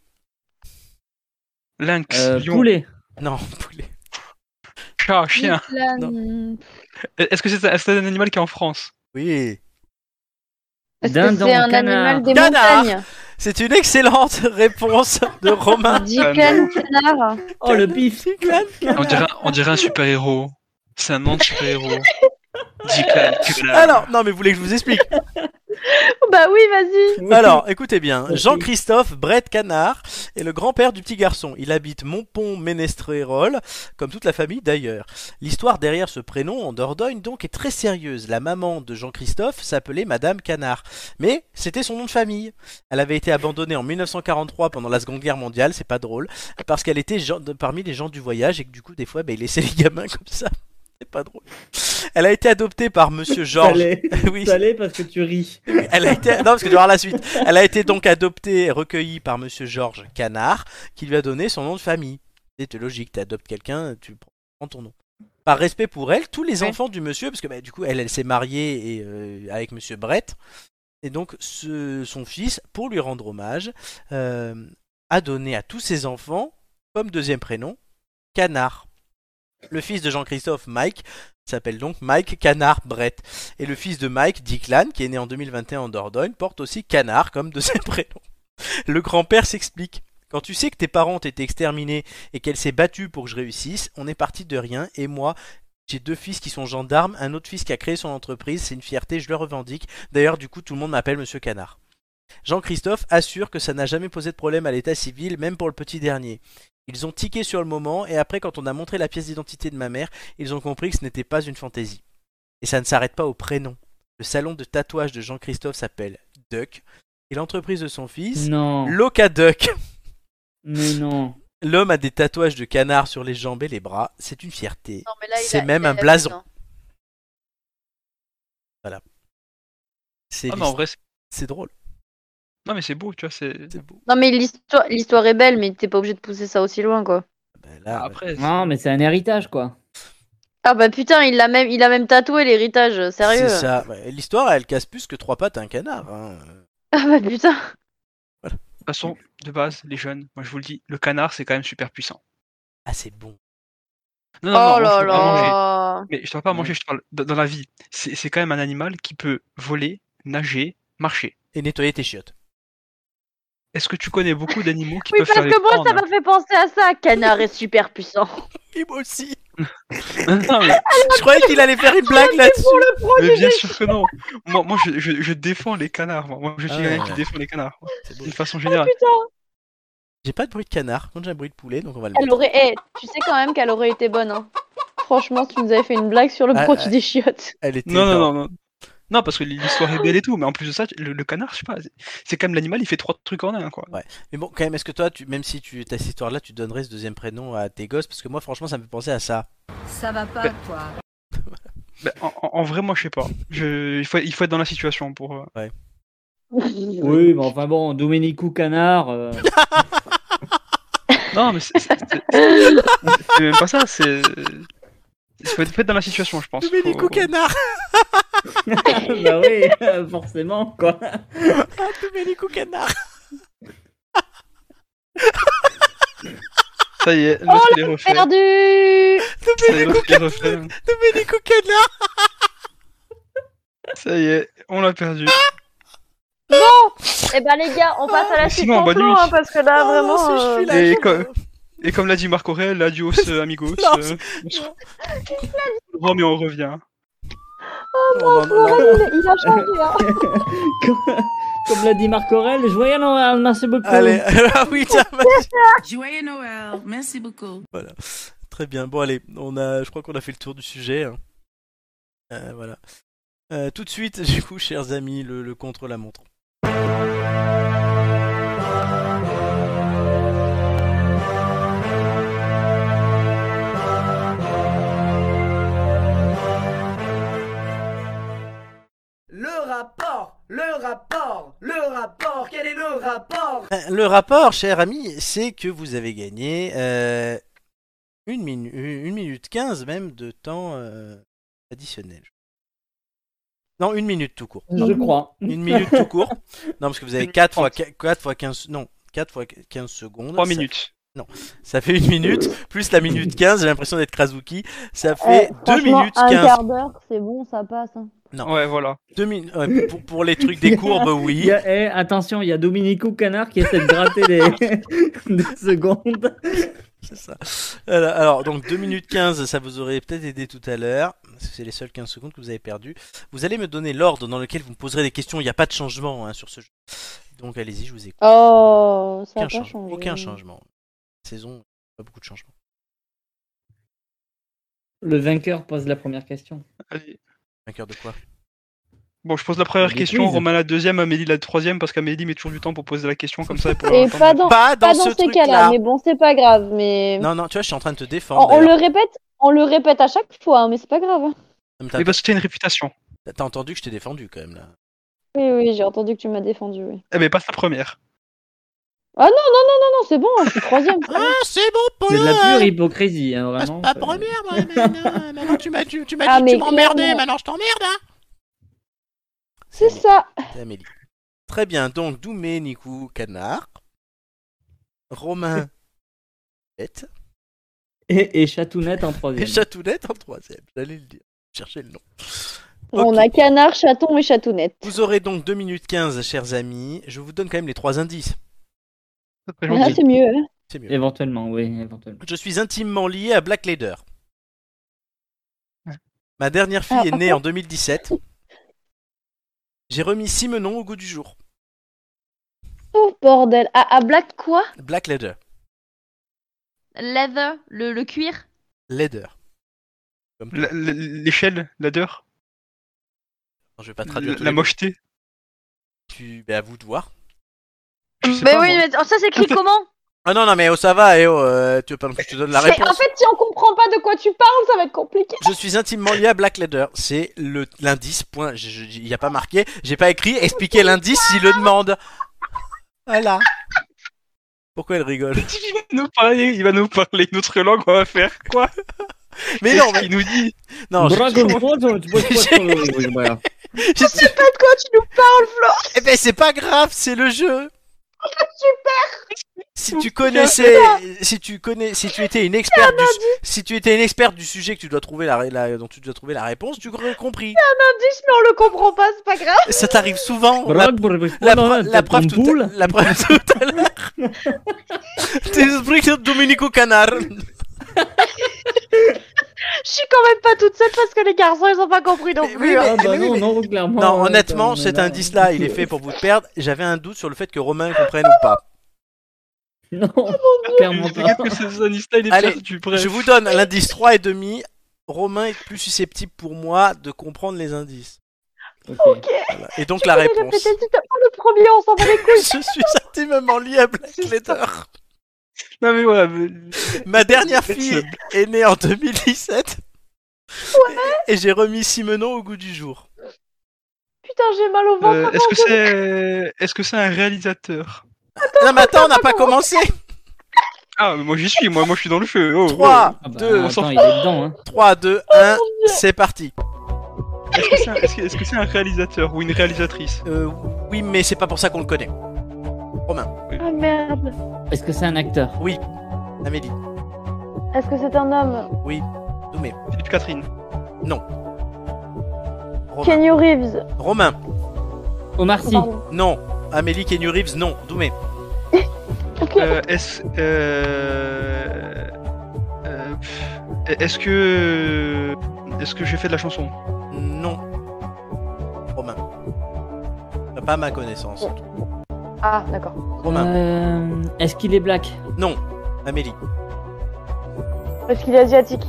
S3: Lynx,
S5: Euh,
S3: lion.
S5: poulet.
S1: Non, (laughs) poulet.
S3: Chat, chien.
S2: Non.
S3: Euh, Est-ce que c'est un, est-ce que c'est un animal qui est en France
S1: Oui.
S2: Est-ce que c'est un animal des montagnes
S1: C'est une excellente (laughs) réponse de
S3: Ah,
S1: Romain.
S2: Dickens Connard.
S5: Oh le pif.
S3: On dirait, on dirait un super-héros. C'est un nom
S11: (laughs)
S3: de super-héros. Dickens Connard.
S1: Alors, non, mais vous voulez que je vous explique
S2: (laughs) Bah oui,
S1: (laughs)
S2: vas-y.
S1: Alors, écoutez bien. Jean-Christophe Brett Canard est le grand-père du petit garçon. Il habite Montpont-Ménestrérol, comme toute la famille d'ailleurs. L'histoire derrière ce prénom en Dordogne donc est très sérieuse. La maman de Jean-Christophe s'appelait Madame Canard, mais c'était son nom de famille. Elle avait été abandonnée en 1943 pendant la Seconde Guerre mondiale, c'est pas drôle, parce qu'elle était gen- de- parmi les gens du voyage et que du coup des fois, bah, ils laissaient les gamins (laughs) comme ça. C'est pas drôle. Elle a été adoptée par Monsieur Georges.
S5: T'allais
S1: (laughs) Oui.
S5: t'allais parce que tu ris.
S1: (laughs) Elle a été non parce que je vais voir la suite. Elle a été donc adoptée et recueillie par Monsieur Georges Canard, qui lui a donné son nom de famille. C'est logique, tu adoptes quelqu'un, tu prends ton nom. Par respect pour elle, tous les enfants du monsieur, parce que bah, du coup elle, elle s'est mariée et, euh, avec Monsieur Brett, et donc ce- son fils, pour lui rendre hommage, euh, a donné à tous ses enfants comme deuxième prénom Canard. Le fils de Jean-Christophe, Mike, s'appelle donc Mike Canard Brett. Et le fils de Mike, Dicklan, qui est né en 2021 en Dordogne, porte aussi Canard comme de ses (laughs) prénoms. Le grand-père s'explique. Quand tu sais que tes parents ont été exterminés et qu'elle s'est battue pour que je réussisse, on est parti de rien et moi, j'ai deux fils qui sont gendarmes, un autre fils qui a créé son entreprise, c'est une fierté, je le revendique. D'ailleurs, du coup, tout le monde m'appelle Monsieur Canard. Jean-Christophe assure que ça n'a jamais posé de problème à l'état civil, même pour le petit dernier. Ils ont tiqué sur le moment, et après, quand on a montré la pièce d'identité de ma mère, ils ont compris que ce n'était pas une fantaisie. Et ça ne s'arrête pas au prénom. Le salon de tatouage de Jean-Christophe s'appelle Duck, et l'entreprise de son fils,
S5: Non.
S1: Locaduck.
S5: Mais non.
S1: L'homme a des tatouages de canard sur les jambes et les bras, c'est une fierté.
S11: Non, mais là, il
S1: C'est
S11: a-
S1: même
S11: il a
S1: un
S11: la
S1: blason.
S11: thune, hein.
S1: C'est
S3: Ah, mais en
S1: l'hist-
S3: vrai, c'est-
S1: c'est drôle.
S3: non, mais c'est beau, tu vois. C'est...
S1: C'est beau.
S11: Non, mais l'histoire l'histoire est belle, mais t'es pas obligé de pousser ça aussi loin, quoi.
S1: Ben là,
S3: Après, c'est-
S5: Non, mais c'est un héritage, quoi.
S11: Ah bah putain, il l'a même, il a même tatoué l'héritage, euh, sérieux.
S1: C'est ça. Ouais, L'histoire, elle casse plus que trois pattes à un canard. hein.
S11: Ah bah putain.
S3: de toute façon, de base, les jeunes, moi je vous le dis, le canard, c'est quand même super puissant.
S1: Ah, c'est bon.
S3: Non, non,
S11: Oh
S3: non, moi,
S11: là
S3: je parle pas manger.
S11: là.
S3: Mais je te parle pas manger, je te parle dans, dans la vie. C'est, c'est quand même un animal qui peut voler, nager, marcher.
S1: Et nettoyer tes chiottes.
S3: Est-ce que tu connais beaucoup d'animaux qui
S11: Oui,
S3: peuvent
S11: parce
S3: faire hein. les
S11: que moi, ça
S3: cornes
S11: m'a fait penser à ça. Canard est super
S1: (laughs)
S11: puissant.
S1: Et moi aussi.
S3: (laughs) Non,
S11: (laughs)
S3: mais-
S1: Je croyais qu'il allait faire une blague là-dessus.
S11: Oh,
S3: mais, bien sûr que non. Moi, moi je, je- je défends les canards. Moi, Moi, je suis
S1: Ah
S3: quelqu'un
S1: ouais.
S3: qui défend les canards. moi,
S1: C'est beau.
S3: D'une façon
S2: Ah,
S3: générale.
S1: J'ai pas de bruit de canard. Quand j'ai un bruit de poulet, donc on
S2: Ah,
S1: va le
S11: Elle
S1: mettre.
S11: aurait, eh, tu sais quand même qu'elle aurait été bonne. Hein. Franchement, si tu nous avais fait une blague sur le
S1: Ah,
S11: produit
S1: ah.
S11: des chiottes.
S1: Elle était.
S3: Non, non,
S1: dans-
S3: non, non. Non, parce que l'histoire est belle et tout, mais en plus de ça, le, le canard, je sais pas, c'est- c'est quand même l'animal, il fait trois trucs en un, quoi.
S1: Mais bon, quand même, est-ce que toi, tu, même si tu as cette histoire-là, tu donnerais ce deuxième prénom à tes gosses Parce que moi, franchement, ça me fait penser à ça.
S8: Ça va pas, quoi.
S3: Ben, en, en- en vrai, moi, je sais pas. Je, il, faut, il faut être dans la situation pour. euh,
S5: Oui,
S1: bah,
S5: mais enfin bon, Domenico Canard. euh, (laughs)
S3: Non, mais c'est c'est- c'est- c'est même pas ça, c'est. Il faut être, faut être dans la situation, je pense.
S1: Domenico
S3: Faut-
S1: Canard (laughs)
S5: bah oui, (laughs) forcément, quoi.
S1: Ah, Domenico Canard
S3: Ça y est, l'autre, il est refait.
S2: Oh,
S11: Perdu.
S3: Ça y est, l'autre, il est refait.
S1: Domenico Canard
S3: Ça y est, on l'a perdu.
S11: Eh ben les gars, on passe à la suite
S3: Sinon,
S11: sans
S3: bonne
S11: plan,
S3: nuit.
S11: hein, parce que là
S1: Oh,
S11: vraiment.
S1: si je
S11: euh,
S1: suis là,
S3: et
S1: je-
S3: comme- Et comme l'a dit Marc Aurel, adios, euh, amigos.
S1: Non,
S3: euh, on se- on mais on revient.
S1: Oh, non, non, non.
S11: euh, Il il a changé. Hein.
S1: (laughs)
S5: Comme, comme l'a dit Marc Aurel, je voyais Noël, merci beaucoup.
S1: Allez, (laughs) ah oui, tiens, bah,
S9: Joyeux Noël. Merci beaucoup.
S1: Très bien. Bon, allez, on a, je crois qu'on a fait le tour du sujet. hein. Euh, voilà. Euh, tout de suite, (laughs) du coup, chers amis, le, le contre-la-montre.
S12: Le rapport, le rapport, le rapport, quel est le rapport
S1: Euh, Le rapport, cher ami, c'est que vous avez gagné euh, une, minu- une minute 15 même de temps euh, additionnel. Non, une minute tout
S5: (laughs)
S1: court.
S5: Je crois.
S1: Une minute tout court. Non, parce que vous avez
S3: Une
S1: 4 fois,
S3: minute
S1: 4 fois 15... Non, 4 fois 15 secondes.
S3: 3
S1: Ça-
S3: minutes.
S1: Ça fait une minute, plus la minute 15, j'ai l'impression d'être Krasuki. Ça fait
S11: Eh,
S1: 2
S11: franchement,
S1: minutes
S11: Un
S1: 15.
S11: quart d'heure, c'est bon, ça passe. hein.
S1: Non.
S3: Ouais, voilà.
S1: euh, pour, pour les trucs des courbes,
S5: Il
S1: oui.
S5: y a- eh, attention, il y a Dominico Canard qui essaie de gratter des, (laughs) des secondes.
S1: C'est ça. Alors, alors, donc 2 minutes 15, ça vous aurait peut-être aidé tout à l'heure. parce que C'est les seules 15 secondes que vous avez perdues. Vous allez me donner l'ordre dans lequel vous me poserez des questions. Il n'y a pas de changement hein, sur ce jeu. Donc allez-y, je vous écoute.
S2: Oh,
S1: aucun,
S2: ça a pas
S1: change-
S2: changé.
S1: aucun changement. Saison, pas beaucoup de changements.
S5: Le vainqueur pose la première question.
S1: Vainqueur de quoi
S3: Bon, je pose la première
S5: Des
S3: question,
S5: quiz.
S3: Romain la deuxième, Amélie la troisième, parce qu'Amélie met toujours du temps pour poser la question comme ça. Et, pour
S2: Et
S3: attendre.
S2: pas dans,
S1: Pas dans
S2: pas
S1: ce
S2: dans ces
S1: truc-là.
S2: cas-là, mais bon, c'est pas grave. Mais
S1: Non, non, tu vois, je suis en train de te
S2: on,
S1: défendre.
S2: on le
S1: d'ailleurs.
S2: répète, on le répète à chaque fois, hein, mais c'est pas grave.
S1: Mais
S3: Mais
S1: t'as-
S3: parce que t'as une réputation.
S1: T'as entendu que je t'ai défendu quand même là.
S2: Oui, oui, j'ai entendu que tu m'as défendu. Oui.
S3: Eh ben, passe la première.
S2: Ah non, non, non, non, non, c'est bon, hein, je
S1: (laughs)
S2: suis troisième. c'est bon.
S1: Ah, c'est bon, Ah,
S5: C'est de la pure hypocrisie, hein, vraiment.
S1: Pas
S5: c'est-
S1: première, moi,
S2: (laughs)
S1: maintenant, maintenant tu m'as tu, tu m'as
S2: Ah,
S1: dit que
S2: mais
S1: tu m'emmerdais,
S2: clairement.
S1: maintenant je t'emmerde, hein
S2: C'est ça.
S1: C'est Amélie. Très bien, donc Doumé, Nico, Canard, Romain, Bête,
S5: Et, et Chatounette en troisième.
S1: et Chatounette en troisième, j'allais le dire, chercher le nom.
S2: On
S1: Ok.
S2: a canard, chaton et chatounette.
S1: Vous aurez donc 2 minutes 15, chers amis, je vous donne quand même les trois indices,
S3: C'est très
S2: Ah,
S3: gentil.
S2: c'est mieux. hein.
S1: c'est mieux.
S5: Éventuellement, oui, éventuellement.
S1: Je suis intimement lié à Black Leader. Ma dernière fille
S2: Ah,
S1: est
S2: par
S1: née en 2017. J'ai remis Simenon au goût du jour.
S2: Oh bordel. À, à Black quoi
S1: Black Leader.
S2: Leather, le, le cuir.
S1: Leader. Comme toi.
S3: La- la- L'échelle, la deur,
S1: Non, Je vais pas traduire.
S3: la
S1: tous
S3: la
S1: les
S3: mocheté.
S1: mots. Tu... ben, à vous de voir.
S3: Je sais
S2: Mais
S3: pas,
S2: Ben oui,
S3: moi.
S2: mais oh, ça s'écrit comment
S1: Ah non, non, mais oh, ça va, eh, oh, euh, tu veux pas que je te donne la
S2: C'est- En
S1: réponse.
S2: fait, si on comprend pas de quoi tu parles, ça va être compliqué.
S1: Je suis intimement lié à Black Leader. C'est le l'indice, point. Je- je- Il n'y a pas marqué. J'ai pas écrit. Expliquez l'indice s'il le demande. Voilà. Pourquoi elle
S2: (laughs)
S1: rigole
S3: Il va nous parler, il va nous parler une autre langue, on va faire quoi
S1: (laughs) Mais non, mais.
S3: Il nous dit.
S1: Non, je-
S5: Dragon Ball, je- je- je-
S1: (laughs)
S5: je- je- voilà.
S1: je-
S2: Je sais pas de quoi tu nous parles, Flo.
S1: Eh ben c'est pas grave, c'est le jeu.
S2: (laughs) Super.
S1: Si tu connaissais, si tu connais, si tu étais une experte du, si tu étais une experte du sujet que tu dois trouver la, la- dont tu dois trouver la réponse, tu aurais compris.
S2: Indice, mais on le comprend pas, c'est pas grave.
S1: Ça t'arrive souvent. La,
S5: Dragon Ball,
S1: la
S5: voilà,
S1: pre- la
S5: t'as
S1: preuve
S5: ton
S1: tout,
S5: boule.
S1: à- la preuve (laughs) tout à l'heure. T'expliques sur Domenico (laughs) Canard.
S2: (laughs) Je suis quand même pas toute seule parce que les garçons, ils ont pas compris non
S1: Mais
S2: plus. hein.
S1: oui, mais-
S5: Ah
S1: mais
S5: bah
S1: oui,
S5: non,
S1: mais-
S5: non, clairement.
S1: Non,
S5: euh,
S1: honnêtement,
S5: t'as-
S1: cet
S5: là,
S1: indice-là, il est fait pour vous perdre. J'avais un doute sur le fait que Romain comprenne ou pas.
S5: (laughs) Non, (laughs) clairement pas.
S3: Regarde que ces indices-là, il est
S1: Allez,
S3: bien, tu prêt.
S1: Je vous donne l'indice 3 et demi. Romain est plus susceptible pour moi de comprendre les indices.
S5: Ok.
S2: Ok.
S1: Voilà. Et donc la
S2: Allez,
S1: réponse.
S2: répétez, s'il te plaît. le premier, on s'en va les couilles.
S1: (laughs) Je suis intimement lié à Black Letter.
S3: Non, mais voilà. mais-
S2: Oh,
S1: Ma dernière fille est née en 2017. Et j'ai remis Simenon au goût du jour.
S2: Putain, j'ai mal au ventre.
S3: Euh, Est-ce que c'est est-ce que c'est un réalisateur
S1: Non, mais attends, on n'a pas commencé.
S3: Ah, mais moi j'y suis, moi, moi je suis dans le feu. Oh,
S1: 3,
S5: Ah bah,
S1: 2,
S5: attends, il est dedans. Hein.
S1: 3, 2, 1, c'est parti.
S3: oh. Est-ce que c'est un, est-ce que- est-ce que c'est un réalisateur ou une réalisatrice
S1: Euh, oui, mais c'est pas pour ça qu'on le connaît.
S2: Ah merde.
S5: Est-ce que c'est un acteur
S1: Amélie,
S2: Est-ce que c'est un homme
S1: Doumé,
S3: Philippe Catherine.
S1: Romain.
S2: Kenny Reeves.
S1: Romain,
S5: Omar Sy.
S2: Pardon.
S1: non. Amélie Kenny Reeves, non. Doumé,
S2: Ok.
S3: Euh, est-ce euh, euh, pff, est-ce que est-ce que j'ai fait de la chanson
S1: non. Romain. Pas à ma connaissance. en tout cas.
S2: Ah, d'accord.
S1: Romain,
S5: Euh, Est-ce qu'il est black
S1: non. Amélie,
S2: Est-ce qu'il est asiatique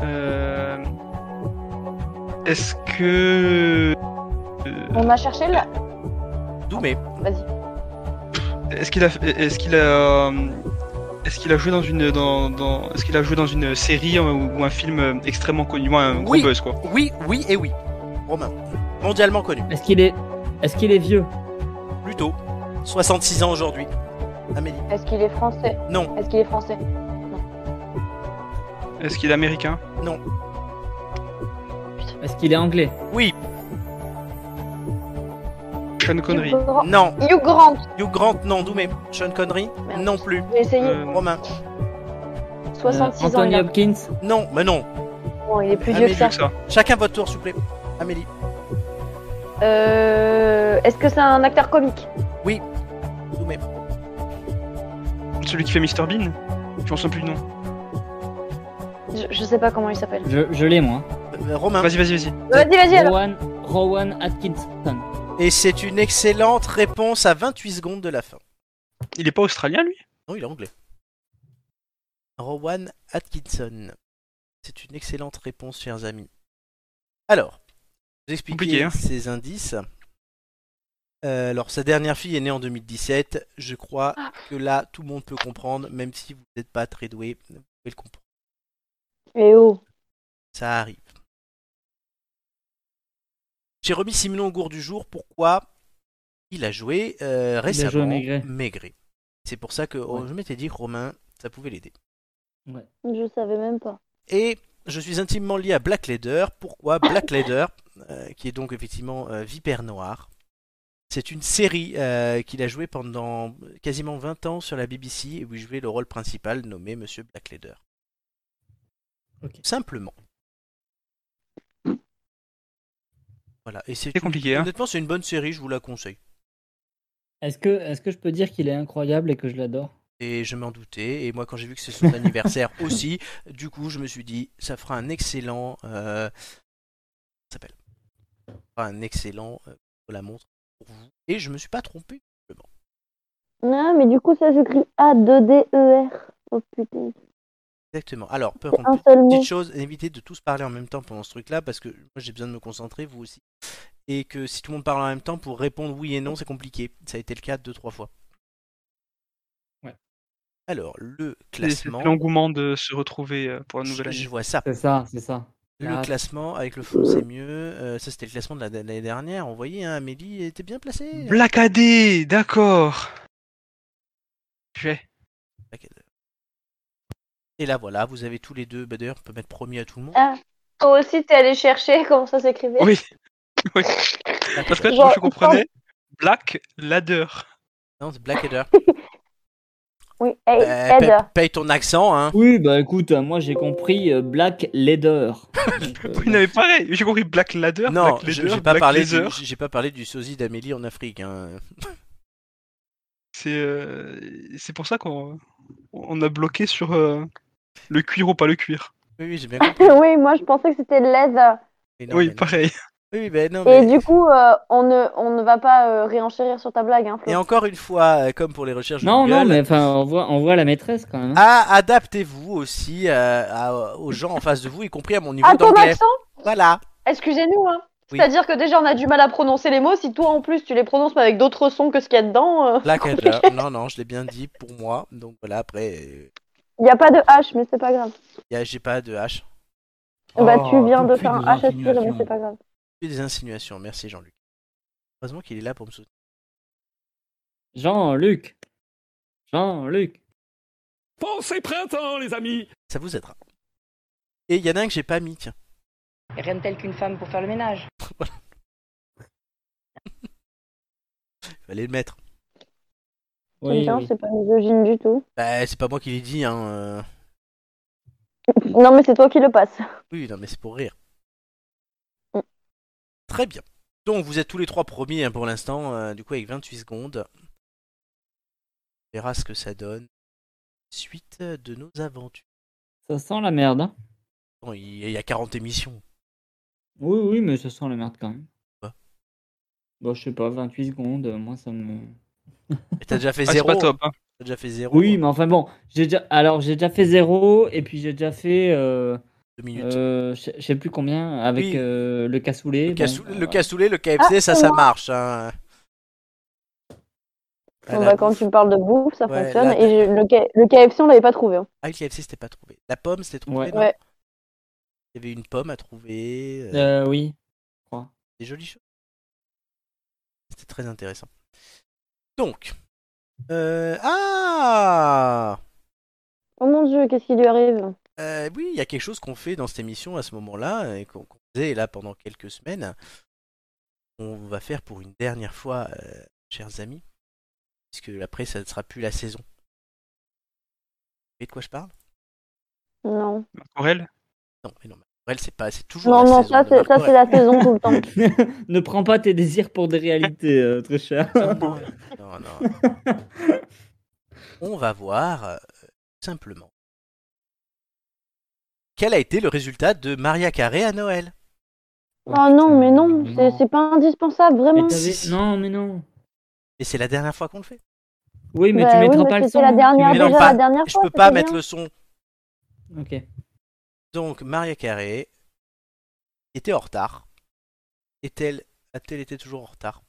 S3: Euh, Est-ce que euh,
S2: On a cherché là.
S1: Doumé,
S2: Vas-y.
S3: Est-ce qu'il a, est-ce qu'il a, euh, est-ce qu'il a joué dans une, dans, dans- est-ce qu'il a joué dans une série euh, ou, ou un film euh, extrêmement connu, ou un gros
S1: Oui.
S3: buzz quoi
S1: oui, oui et oui. Romain, mondialement connu.
S5: Est-ce qu'il est... Est-ce qu'il est vieux
S1: Plutôt. 66 ans aujourd'hui. Amélie.
S2: Est-ce qu'il est français
S1: Non.
S2: Est-ce qu'il est français
S3: Est-ce qu'il est américain
S5: Est-ce qu'il est anglais
S1: Oui.
S3: Sean Connery.
S2: Hugh Grant.
S1: Non.
S2: Hugh Grant.
S1: Hugh Grant, non. Doumé. Sean Connery,
S2: Merde.
S1: non plus.
S2: J'ai essayé.
S3: Euh,
S1: Romain,
S5: Euh,
S2: 66 ans.
S5: Anthony
S2: il a.
S5: Hopkins
S1: non. Mais non.
S2: Bon, il est plus vieux que ça.
S1: Chacun votre tour, s'il vous plaît. Amélie.
S2: Euh, Est-ce que c'est un acteur comique
S1: Oui. Vous-même.
S3: Celui qui fait Mr Bean Je m'en souviens plus du nom.
S2: je, je sais pas comment il s'appelle. Euh,
S5: Je, je l'ai moi.
S1: Euh, Romain.
S3: Vas-y, vas-y, vas-y.
S2: Vas-y, vas-y alors.
S5: Rowan, Rowan Atkinson.
S1: Et c'est une excellente réponse à 28 secondes de la fin.
S3: Il est pas australien lui
S1: Non, il est anglais. Rowan Atkinson. C'est une excellente réponse, chers amis. Alors, je vous expliquer
S3: Compliqué, hein.
S1: ces indices. Euh, alors, sa dernière fille est née en 2017. Je crois que là, tout le monde peut comprendre, même si vous n'êtes pas très doué. Vous pouvez le comprendre.
S2: Eh oh.
S1: Ça arrive. J'ai remis Simon au goût du jour. Pourquoi il a joué euh, récemment
S5: joué Maigret.
S1: C'est pour ça que oh, je m'étais dit que Romain, ça pouvait l'aider.
S2: Je savais même pas.
S1: Et je suis intimement lié à Black Leader. Pourquoi Black Leader, euh, qui est donc effectivement euh, Vipère Noire, c'est une série euh, qu'il a jouée pendant quasiment 20 ans sur la BBC et où il jouait le rôle principal nommé Monsieur Black Leader.
S5: Ok.
S1: Simplement. Voilà. Et c'est
S3: C'est
S1: une-
S3: compliqué, hein.
S1: Honnêtement, c'est une bonne série, je vous la conseille.
S5: Est-ce que, est que je peux dire qu'il est incroyable et que je l'adore
S1: Et je m'en doutais. Et moi, quand j'ai vu que c'est son anniversaire aussi, du coup, je me suis dit, ça fera un excellent. Euh... comment ça s'appelle Ça fera un excellent. euh, pour la montre pour vous. Et je me suis pas trompé.
S2: Non, Ah, mais du coup, ça j'écris A-D-D-E-R. Oh putain.
S1: Exactement. Alors, par
S2: C'est
S1: contre,
S2: un
S1: petite
S2: seul mot.
S1: chose, évitez de tous parler en même temps pendant ce truc-là, parce que moi, j'ai besoin de me concentrer, vous aussi. Et que si tout le monde parle en même temps, pour répondre oui et non, c'est compliqué. Ça a été le cas deux, trois fois.
S5: Ouais.
S1: Alors, le
S3: C'est- c'est
S1: classement.
S3: L'engouement de se retrouver euh, pour la nouvelle
S1: Je,
S3: année.
S1: je vois ça.
S5: C'est ça, c'est ça.
S1: Le
S5: Ah,
S1: classement avec le fond, c'est mieux. Euh, ça, c'était le classement de la- de l'année dernière. On voyait, hein, Amélie était bien placée.
S3: Black AD, d'accord. J'ai.
S1: Et là, voilà, vous avez tous les deux. Bah, D'ailleurs, on peut mettre premier à tout le monde.
S2: Ah, toi aussi, t'es allé chercher comment ça s'écrivait
S3: Oui. (laughs) oui. Parce que
S2: Genre,
S3: je comprenais Black Ladder.
S1: Non, c'est hein. Black Header.
S2: Oui, hey,
S1: Euh,
S2: Ed.
S1: paye, paye ton accent, hein.
S5: Oui, bah écoute, euh, moi j'ai compris euh, Black Leader.
S1: (laughs)
S5: Donc, euh,
S3: Il n'avait pas pareil. J'ai compris Black Ladder.
S1: Non,
S3: Black
S1: je-
S3: Ladder,
S1: j'ai pas,
S3: Black
S1: parlé du-
S3: Laser.
S1: j'ai pas parlé du sosie d'Amélie en Afrique. hein.
S3: C'est euh, c'est pour ça qu'on on a bloqué sur euh, le cuir ou pas le cuir.
S1: Oui, oui, j'ai bien compris.
S2: (laughs) oui, moi je pensais que c'était l'aide.
S1: Mais non,
S3: (laughs) oui,
S1: mais non.
S3: pareil.
S1: Oui, oui, ben non,
S2: Et
S1: mais-
S2: du coup, euh, on, ne, on ne va pas euh, réenchérir sur ta blague. Hein, Flo.
S1: Et encore une fois, euh, comme pour les recherches
S5: Non,
S1: Google,
S5: non, mais enfin, on voit, on voit la maîtresse quand même. hein.
S1: ah, adaptez-vous aussi euh, à- aux gens en face de vous, y compris à mon niveau
S2: Ah, ton
S1: d'anglais.
S2: accent
S1: Voilà.
S2: Excusez-nous. Hein.
S1: Oui.
S2: C'est-à-dire que déjà, on a du mal à prononcer les mots. Si toi en plus, tu les prononces mais avec d'autres sons que ce qu'il y a dedans. euh,
S1: Black Header. Non, non, je l'ai bien dit pour moi. Donc voilà, après, euh,
S2: Il n'y a pas de H, mais c'est pas grave.
S1: y a- j'ai pas de H.
S2: bah,
S10: Oh,
S2: tu viens
S10: tout
S2: de
S10: suite
S2: faire un
S10: des
S2: H à ce sujet, mais
S10: insinuations.
S2: c'est pas grave.
S1: Fais des insinuations, merci Jean-Luc. Heureusement qu'il est là pour me soutenir.
S5: Jean-Luc. Jean-Luc.
S13: Pensez
S3: Ah,
S13: printemps, les amis
S1: Ça vous aidera. Et il y en a un que j'ai pas mis, tiens.
S4: Rien de tel qu'une femme pour faire le ménage.
S1: Fallait le mettre.
S5: Oui,
S2: Tiens,
S5: oui.
S2: c'est pas misogyne du tout. (laughs)
S1: Bah, c'est pas moi qui l'ai dit, hein. euh.
S2: Non, mais c'est toi qui le passes.
S1: Oui, non, mais c'est pour rire.
S2: Mm.
S1: Très bien. Donc, vous êtes tous les trois premiers hein, pour l'instant, euh, du coup, avec 28 secondes. On verra ce que ça donne. Suite de nos aventures.
S5: Ça sent la merde. hein.
S1: Bon, il y a- il y a 40 émissions.
S5: Oui, oui, mais ça sent la merde quand même.
S1: Quoi
S5: Bon, je sais pas, 28 secondes, euh, moi ça me.
S1: Et t'as déjà fait
S3: Ah, c'est
S1: zéro.
S3: pas top.
S1: hein.
S3: hein.
S1: T'as déjà fait zéro.
S5: Oui, mais enfin bon, j'ai déjà... alors j'ai déjà fait zéro et puis j'ai déjà fait. euh,
S1: Deux minutes.
S5: euh, je je sais plus combien avec
S1: Oui.
S5: euh, le cassoulet.
S1: le,
S5: bon,
S1: cassou-
S5: bah,
S1: le cassoulet, le KFC,
S2: Ah,
S1: ça,
S2: c'est
S1: ça
S2: moi.
S1: marche. hein. Ah, la
S2: Bon, bah, quand
S1: bouffe.
S2: tu me parles de bouffe, ça
S1: Ouais,
S2: fonctionne.
S1: là,
S2: Et je- le, K- le KFC, on l'avait pas trouvé. hein.
S1: Ah, le KFC, c'était pas trouvé. La pomme, c'était trouvé.
S5: Ouais.
S1: non
S2: Ouais.
S1: Il y avait une pomme à trouver. euh,
S5: euh, oui.
S1: des jolies choses. C'était très intéressant. Donc. euh, ah
S2: Oh mon dieu, qu'est-ce qui lui arrive
S1: Euh, Oui, il y a quelque chose qu'on fait dans cette émission à ce moment-là, et qu'on qu'on faisait là pendant quelques semaines. On va faire pour une dernière fois, euh, chers amis, puisque après, ça ne sera plus la saison. Vous savez de quoi je parle
S2: Non.
S3: Aurel
S1: Non, mais non. mais elle, c'est pas, c'est toujours.
S2: Non,
S1: la
S2: non,
S1: saison
S2: ça,
S1: de
S2: c'est ça,
S1: Marc
S2: c'est la saison tout
S1: (laughs)
S2: le temps.
S5: ne prends pas tes désirs pour des réalités, euh, très cher.
S1: (laughs) Non, non. On va voir euh, simplement quel a été le résultat de Maria Carré à Noël.
S2: Oh non, mais non, c'est- c'est pas indispensable, vraiment.
S5: Non, mais non.
S1: Et c'est la dernière fois qu'on le fait.
S5: Oui, mais
S2: Bah
S5: tu
S2: oui,
S5: mettras
S2: mais
S5: pas le
S2: c'était
S5: son.
S2: la
S1: hein.
S5: tu
S2: dernière-
S5: mets-
S1: Mais non,
S2: déjà
S1: pas-
S2: la dernière
S1: je
S2: fois,
S1: peux pas
S2: c'était
S1: mettre
S2: Ah, bien.
S1: le son.
S5: Ok.
S1: Donc Maria Carré était en retard. Est-elle a-t-elle été toujours en retard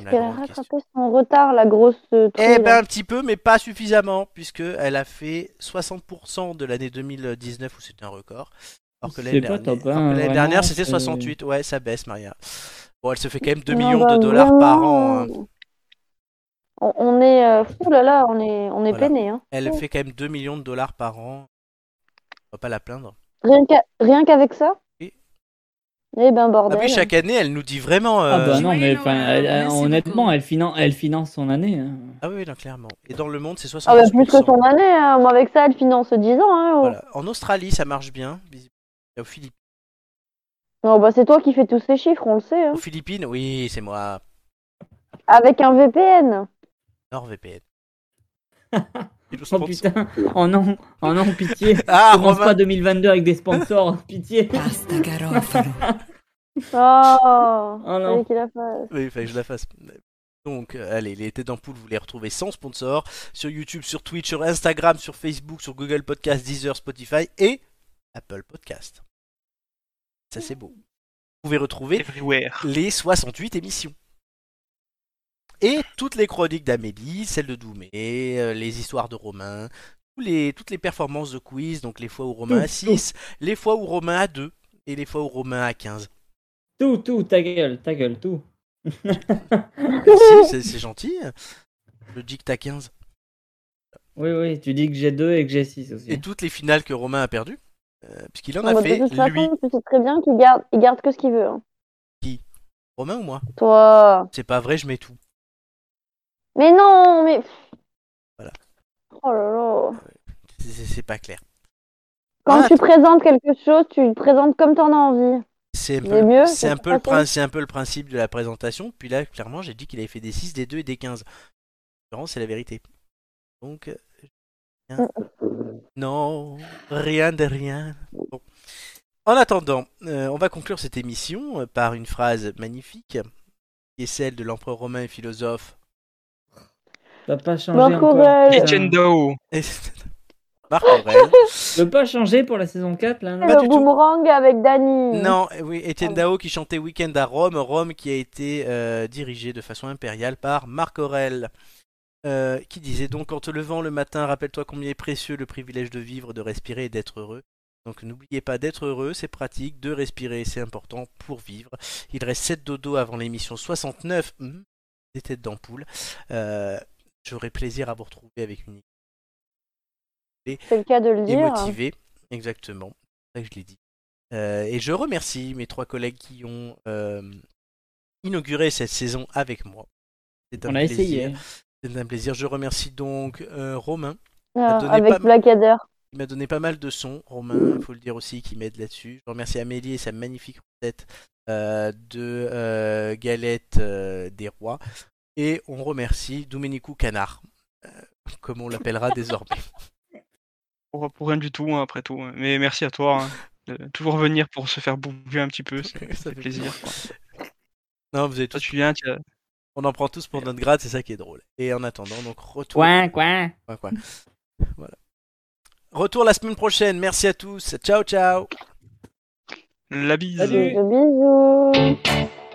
S1: Elle me l'a
S2: qu'elle a
S1: grande question.
S2: rattrapé son retard, la grosse. euh,
S1: Eh
S2: truie,
S1: ben
S2: là.
S1: un petit peu, mais pas suffisamment, puisque elle a fait 60% de l'année 2019 où c'était un record. Alors que
S5: C'est
S1: l'année
S5: pas
S1: dernière,
S5: top, hein,
S1: alors que l'année
S5: vraiment,
S1: dernière, c'était
S5: c'est-
S1: 68. Ouais, ça baisse, Maria. Bon, elle se fait quand même 2
S2: Non,
S1: millions
S2: bah,
S1: de dollars par an. hein.
S2: vraiment, On, on est. euh, fou là là, on est, on est
S1: Voilà.
S2: peiné. Hein.
S1: Elle
S2: Oh.
S1: fait quand même 2 millions de dollars par an. On va pas la plaindre.
S2: Rien qu'à- rien qu'avec ça
S1: Oui.
S2: Eh ben,
S1: Ah
S2: bordel.
S1: oui, chaque année, elle nous dit vraiment.
S5: Ah
S1: euh,
S5: bah non, mais enfin, elle- elle-
S2: merci
S5: honnêtement, elle finance, elle finance son année. hein.
S1: Ah oui, non, clairement. Et dans le monde, c'est 60%.
S2: Ah bah, plus que son année, hein. moi avec ça, elle finance 10 ans. Hein, oh.
S1: Voilà. En Australie, ça marche bien. visiblement. Et Aux Philippines,
S2: Non, bah, c'est toi qui fais tous ces chiffres, on le sait. hein.
S1: aux Philippines oui, c'est moi.
S2: Avec un VPN.
S1: NordVPN.
S5: Oh putain, oh non, oh non, pitié.
S1: Ah,
S5: Commence
S1: Romain.
S5: pas 2022 avec des sponsors, (laughs) pitié.
S2: Oh,
S1: Ah
S5: Oh non.
S2: fallait qu'il la fasse.
S1: Oui, il fallait que je la fasse. Donc, euh, allez, les têtes d'ampoule, vous les retrouvez sans sponsor sur YouTube, sur Twitch, sur Instagram, sur Facebook, sur Google Podcast, Deezer, Spotify et Apple Podcast. Ça, c'est beau. Vous pouvez retrouver
S3: Everywhere.
S1: les 68 émissions. Et toutes les chroniques d'Amélie, celles de Doumé, euh, les histoires de Romain, tous les, toutes les performances de quiz, donc les fois où Romain a
S5: Tout,
S1: 6, les fois où Romain a 2 et les fois où Romain a 15.
S5: Tout, tout, ta gueule, ta gueule, tout.
S1: Merci, c'est- c'est gentil. hein. Le que t'as 15.
S5: Oui, oui, tu dis que j'ai 2 et que j'ai 6 aussi.
S1: Et toutes les finales que Romain a perdues, euh, puisqu'il en
S2: Non,
S1: a
S2: bah, de
S1: fait,
S2: toute façon,
S1: lui,
S2: tu sais très bien qu'il garde, il garde que ce qu'il veut. hein.
S1: Romain ou moi
S2: Toi.
S1: C'est pas vrai, je mets tout.
S2: Mais non, mais.
S1: Voilà.
S2: Oh là là.
S1: C'est- C'est c'est pas clair.
S2: Quand
S1: Ah,
S2: tu présentes quelque chose, tu le présentes comme t'en as envie.
S1: C'est un peu,
S2: Mais
S1: le-
S2: mieux,
S1: c'est
S2: de
S1: un,
S2: toute
S1: peu le
S2: façon.
S1: prin- c'est un peu le principe de la présentation. Puis là, clairement, j'ai dit qu'il avait fait des 6, des 2 et des 15. Vraiment, C'est la vérité. Donc, euh, rien. non, rien de rien. Bon. En attendant, euh, on va conclure cette émission euh, par une phrase magnifique, qui est celle de l'empereur romain et philosophe. (laughs)
S5: T'as pas changé
S2: Marc
S5: encore.
S2: Aurèle.
S5: putain.
S1: euh,
S3: Legendo.
S1: Marc Aurèle.
S5: Ne pas changer pour la saison 4 là, non
S1: Pas
S2: le
S1: du tout.
S2: boomerang avec Dany.
S1: Non, eh oui, Étienne Dao qui chantait Weekend à Rome, Rome qui a été euh, dirigée de façon impériale par Marc Aurèle, euh, qui disait donc en te levant le matin, rappelle-toi combien est précieux le privilège de vivre, de respirer et d'être heureux. Donc n'oubliez pas d'être heureux, c'est pratique, de respirer, c'est important pour vivre. Il reste 7 dodo avant l'émission 69 hum, des têtes d'ampoule. Euh, J'aurai plaisir à vous retrouver avec une
S2: C'est le cas de le dire.
S1: démotivé. Exactement. C'est pour ça que je l'ai dit. Euh, et je remercie mes trois collègues qui ont euh, inauguré cette saison avec moi. C'est un
S5: On a
S1: plaisir.
S5: essayé.
S1: C'est un plaisir. Je remercie donc euh, Romain
S2: Ah,
S1: donné
S2: avec
S1: pas-
S2: Blackadder.
S1: qui m'a donné pas mal de sons. Romain, il faut le dire aussi, qui m'aide là-dessus. Je remercie Amélie et sa magnifique recette euh, de euh, galette euh, des rois. Et on remercie Domenico Canard, euh, comme on
S5: (laughs)
S1: l'appellera désormais.
S3: Pour, pour rien du tout, hein, après tout. hein. Mais merci à toi. hein, de toujours venir pour se faire bouger un
S1: (laughs)
S3: petit peu, c'est
S1: Ça
S3: c'est
S1: fait
S3: plaisir. quoi.
S1: Non, vous avez
S3: Toi,
S1: tous
S3: tu viens, tu as-
S1: On en prend tous pour notre grade, c'est ça qui est drôle. Et en attendant, donc retour.
S5: Coin, coin.
S1: Coin, coin. Voilà. Retour la semaine prochaine. Merci à tous. Ciao, ciao.
S3: la bise.
S5: Salut.
S2: Bisous. bisous.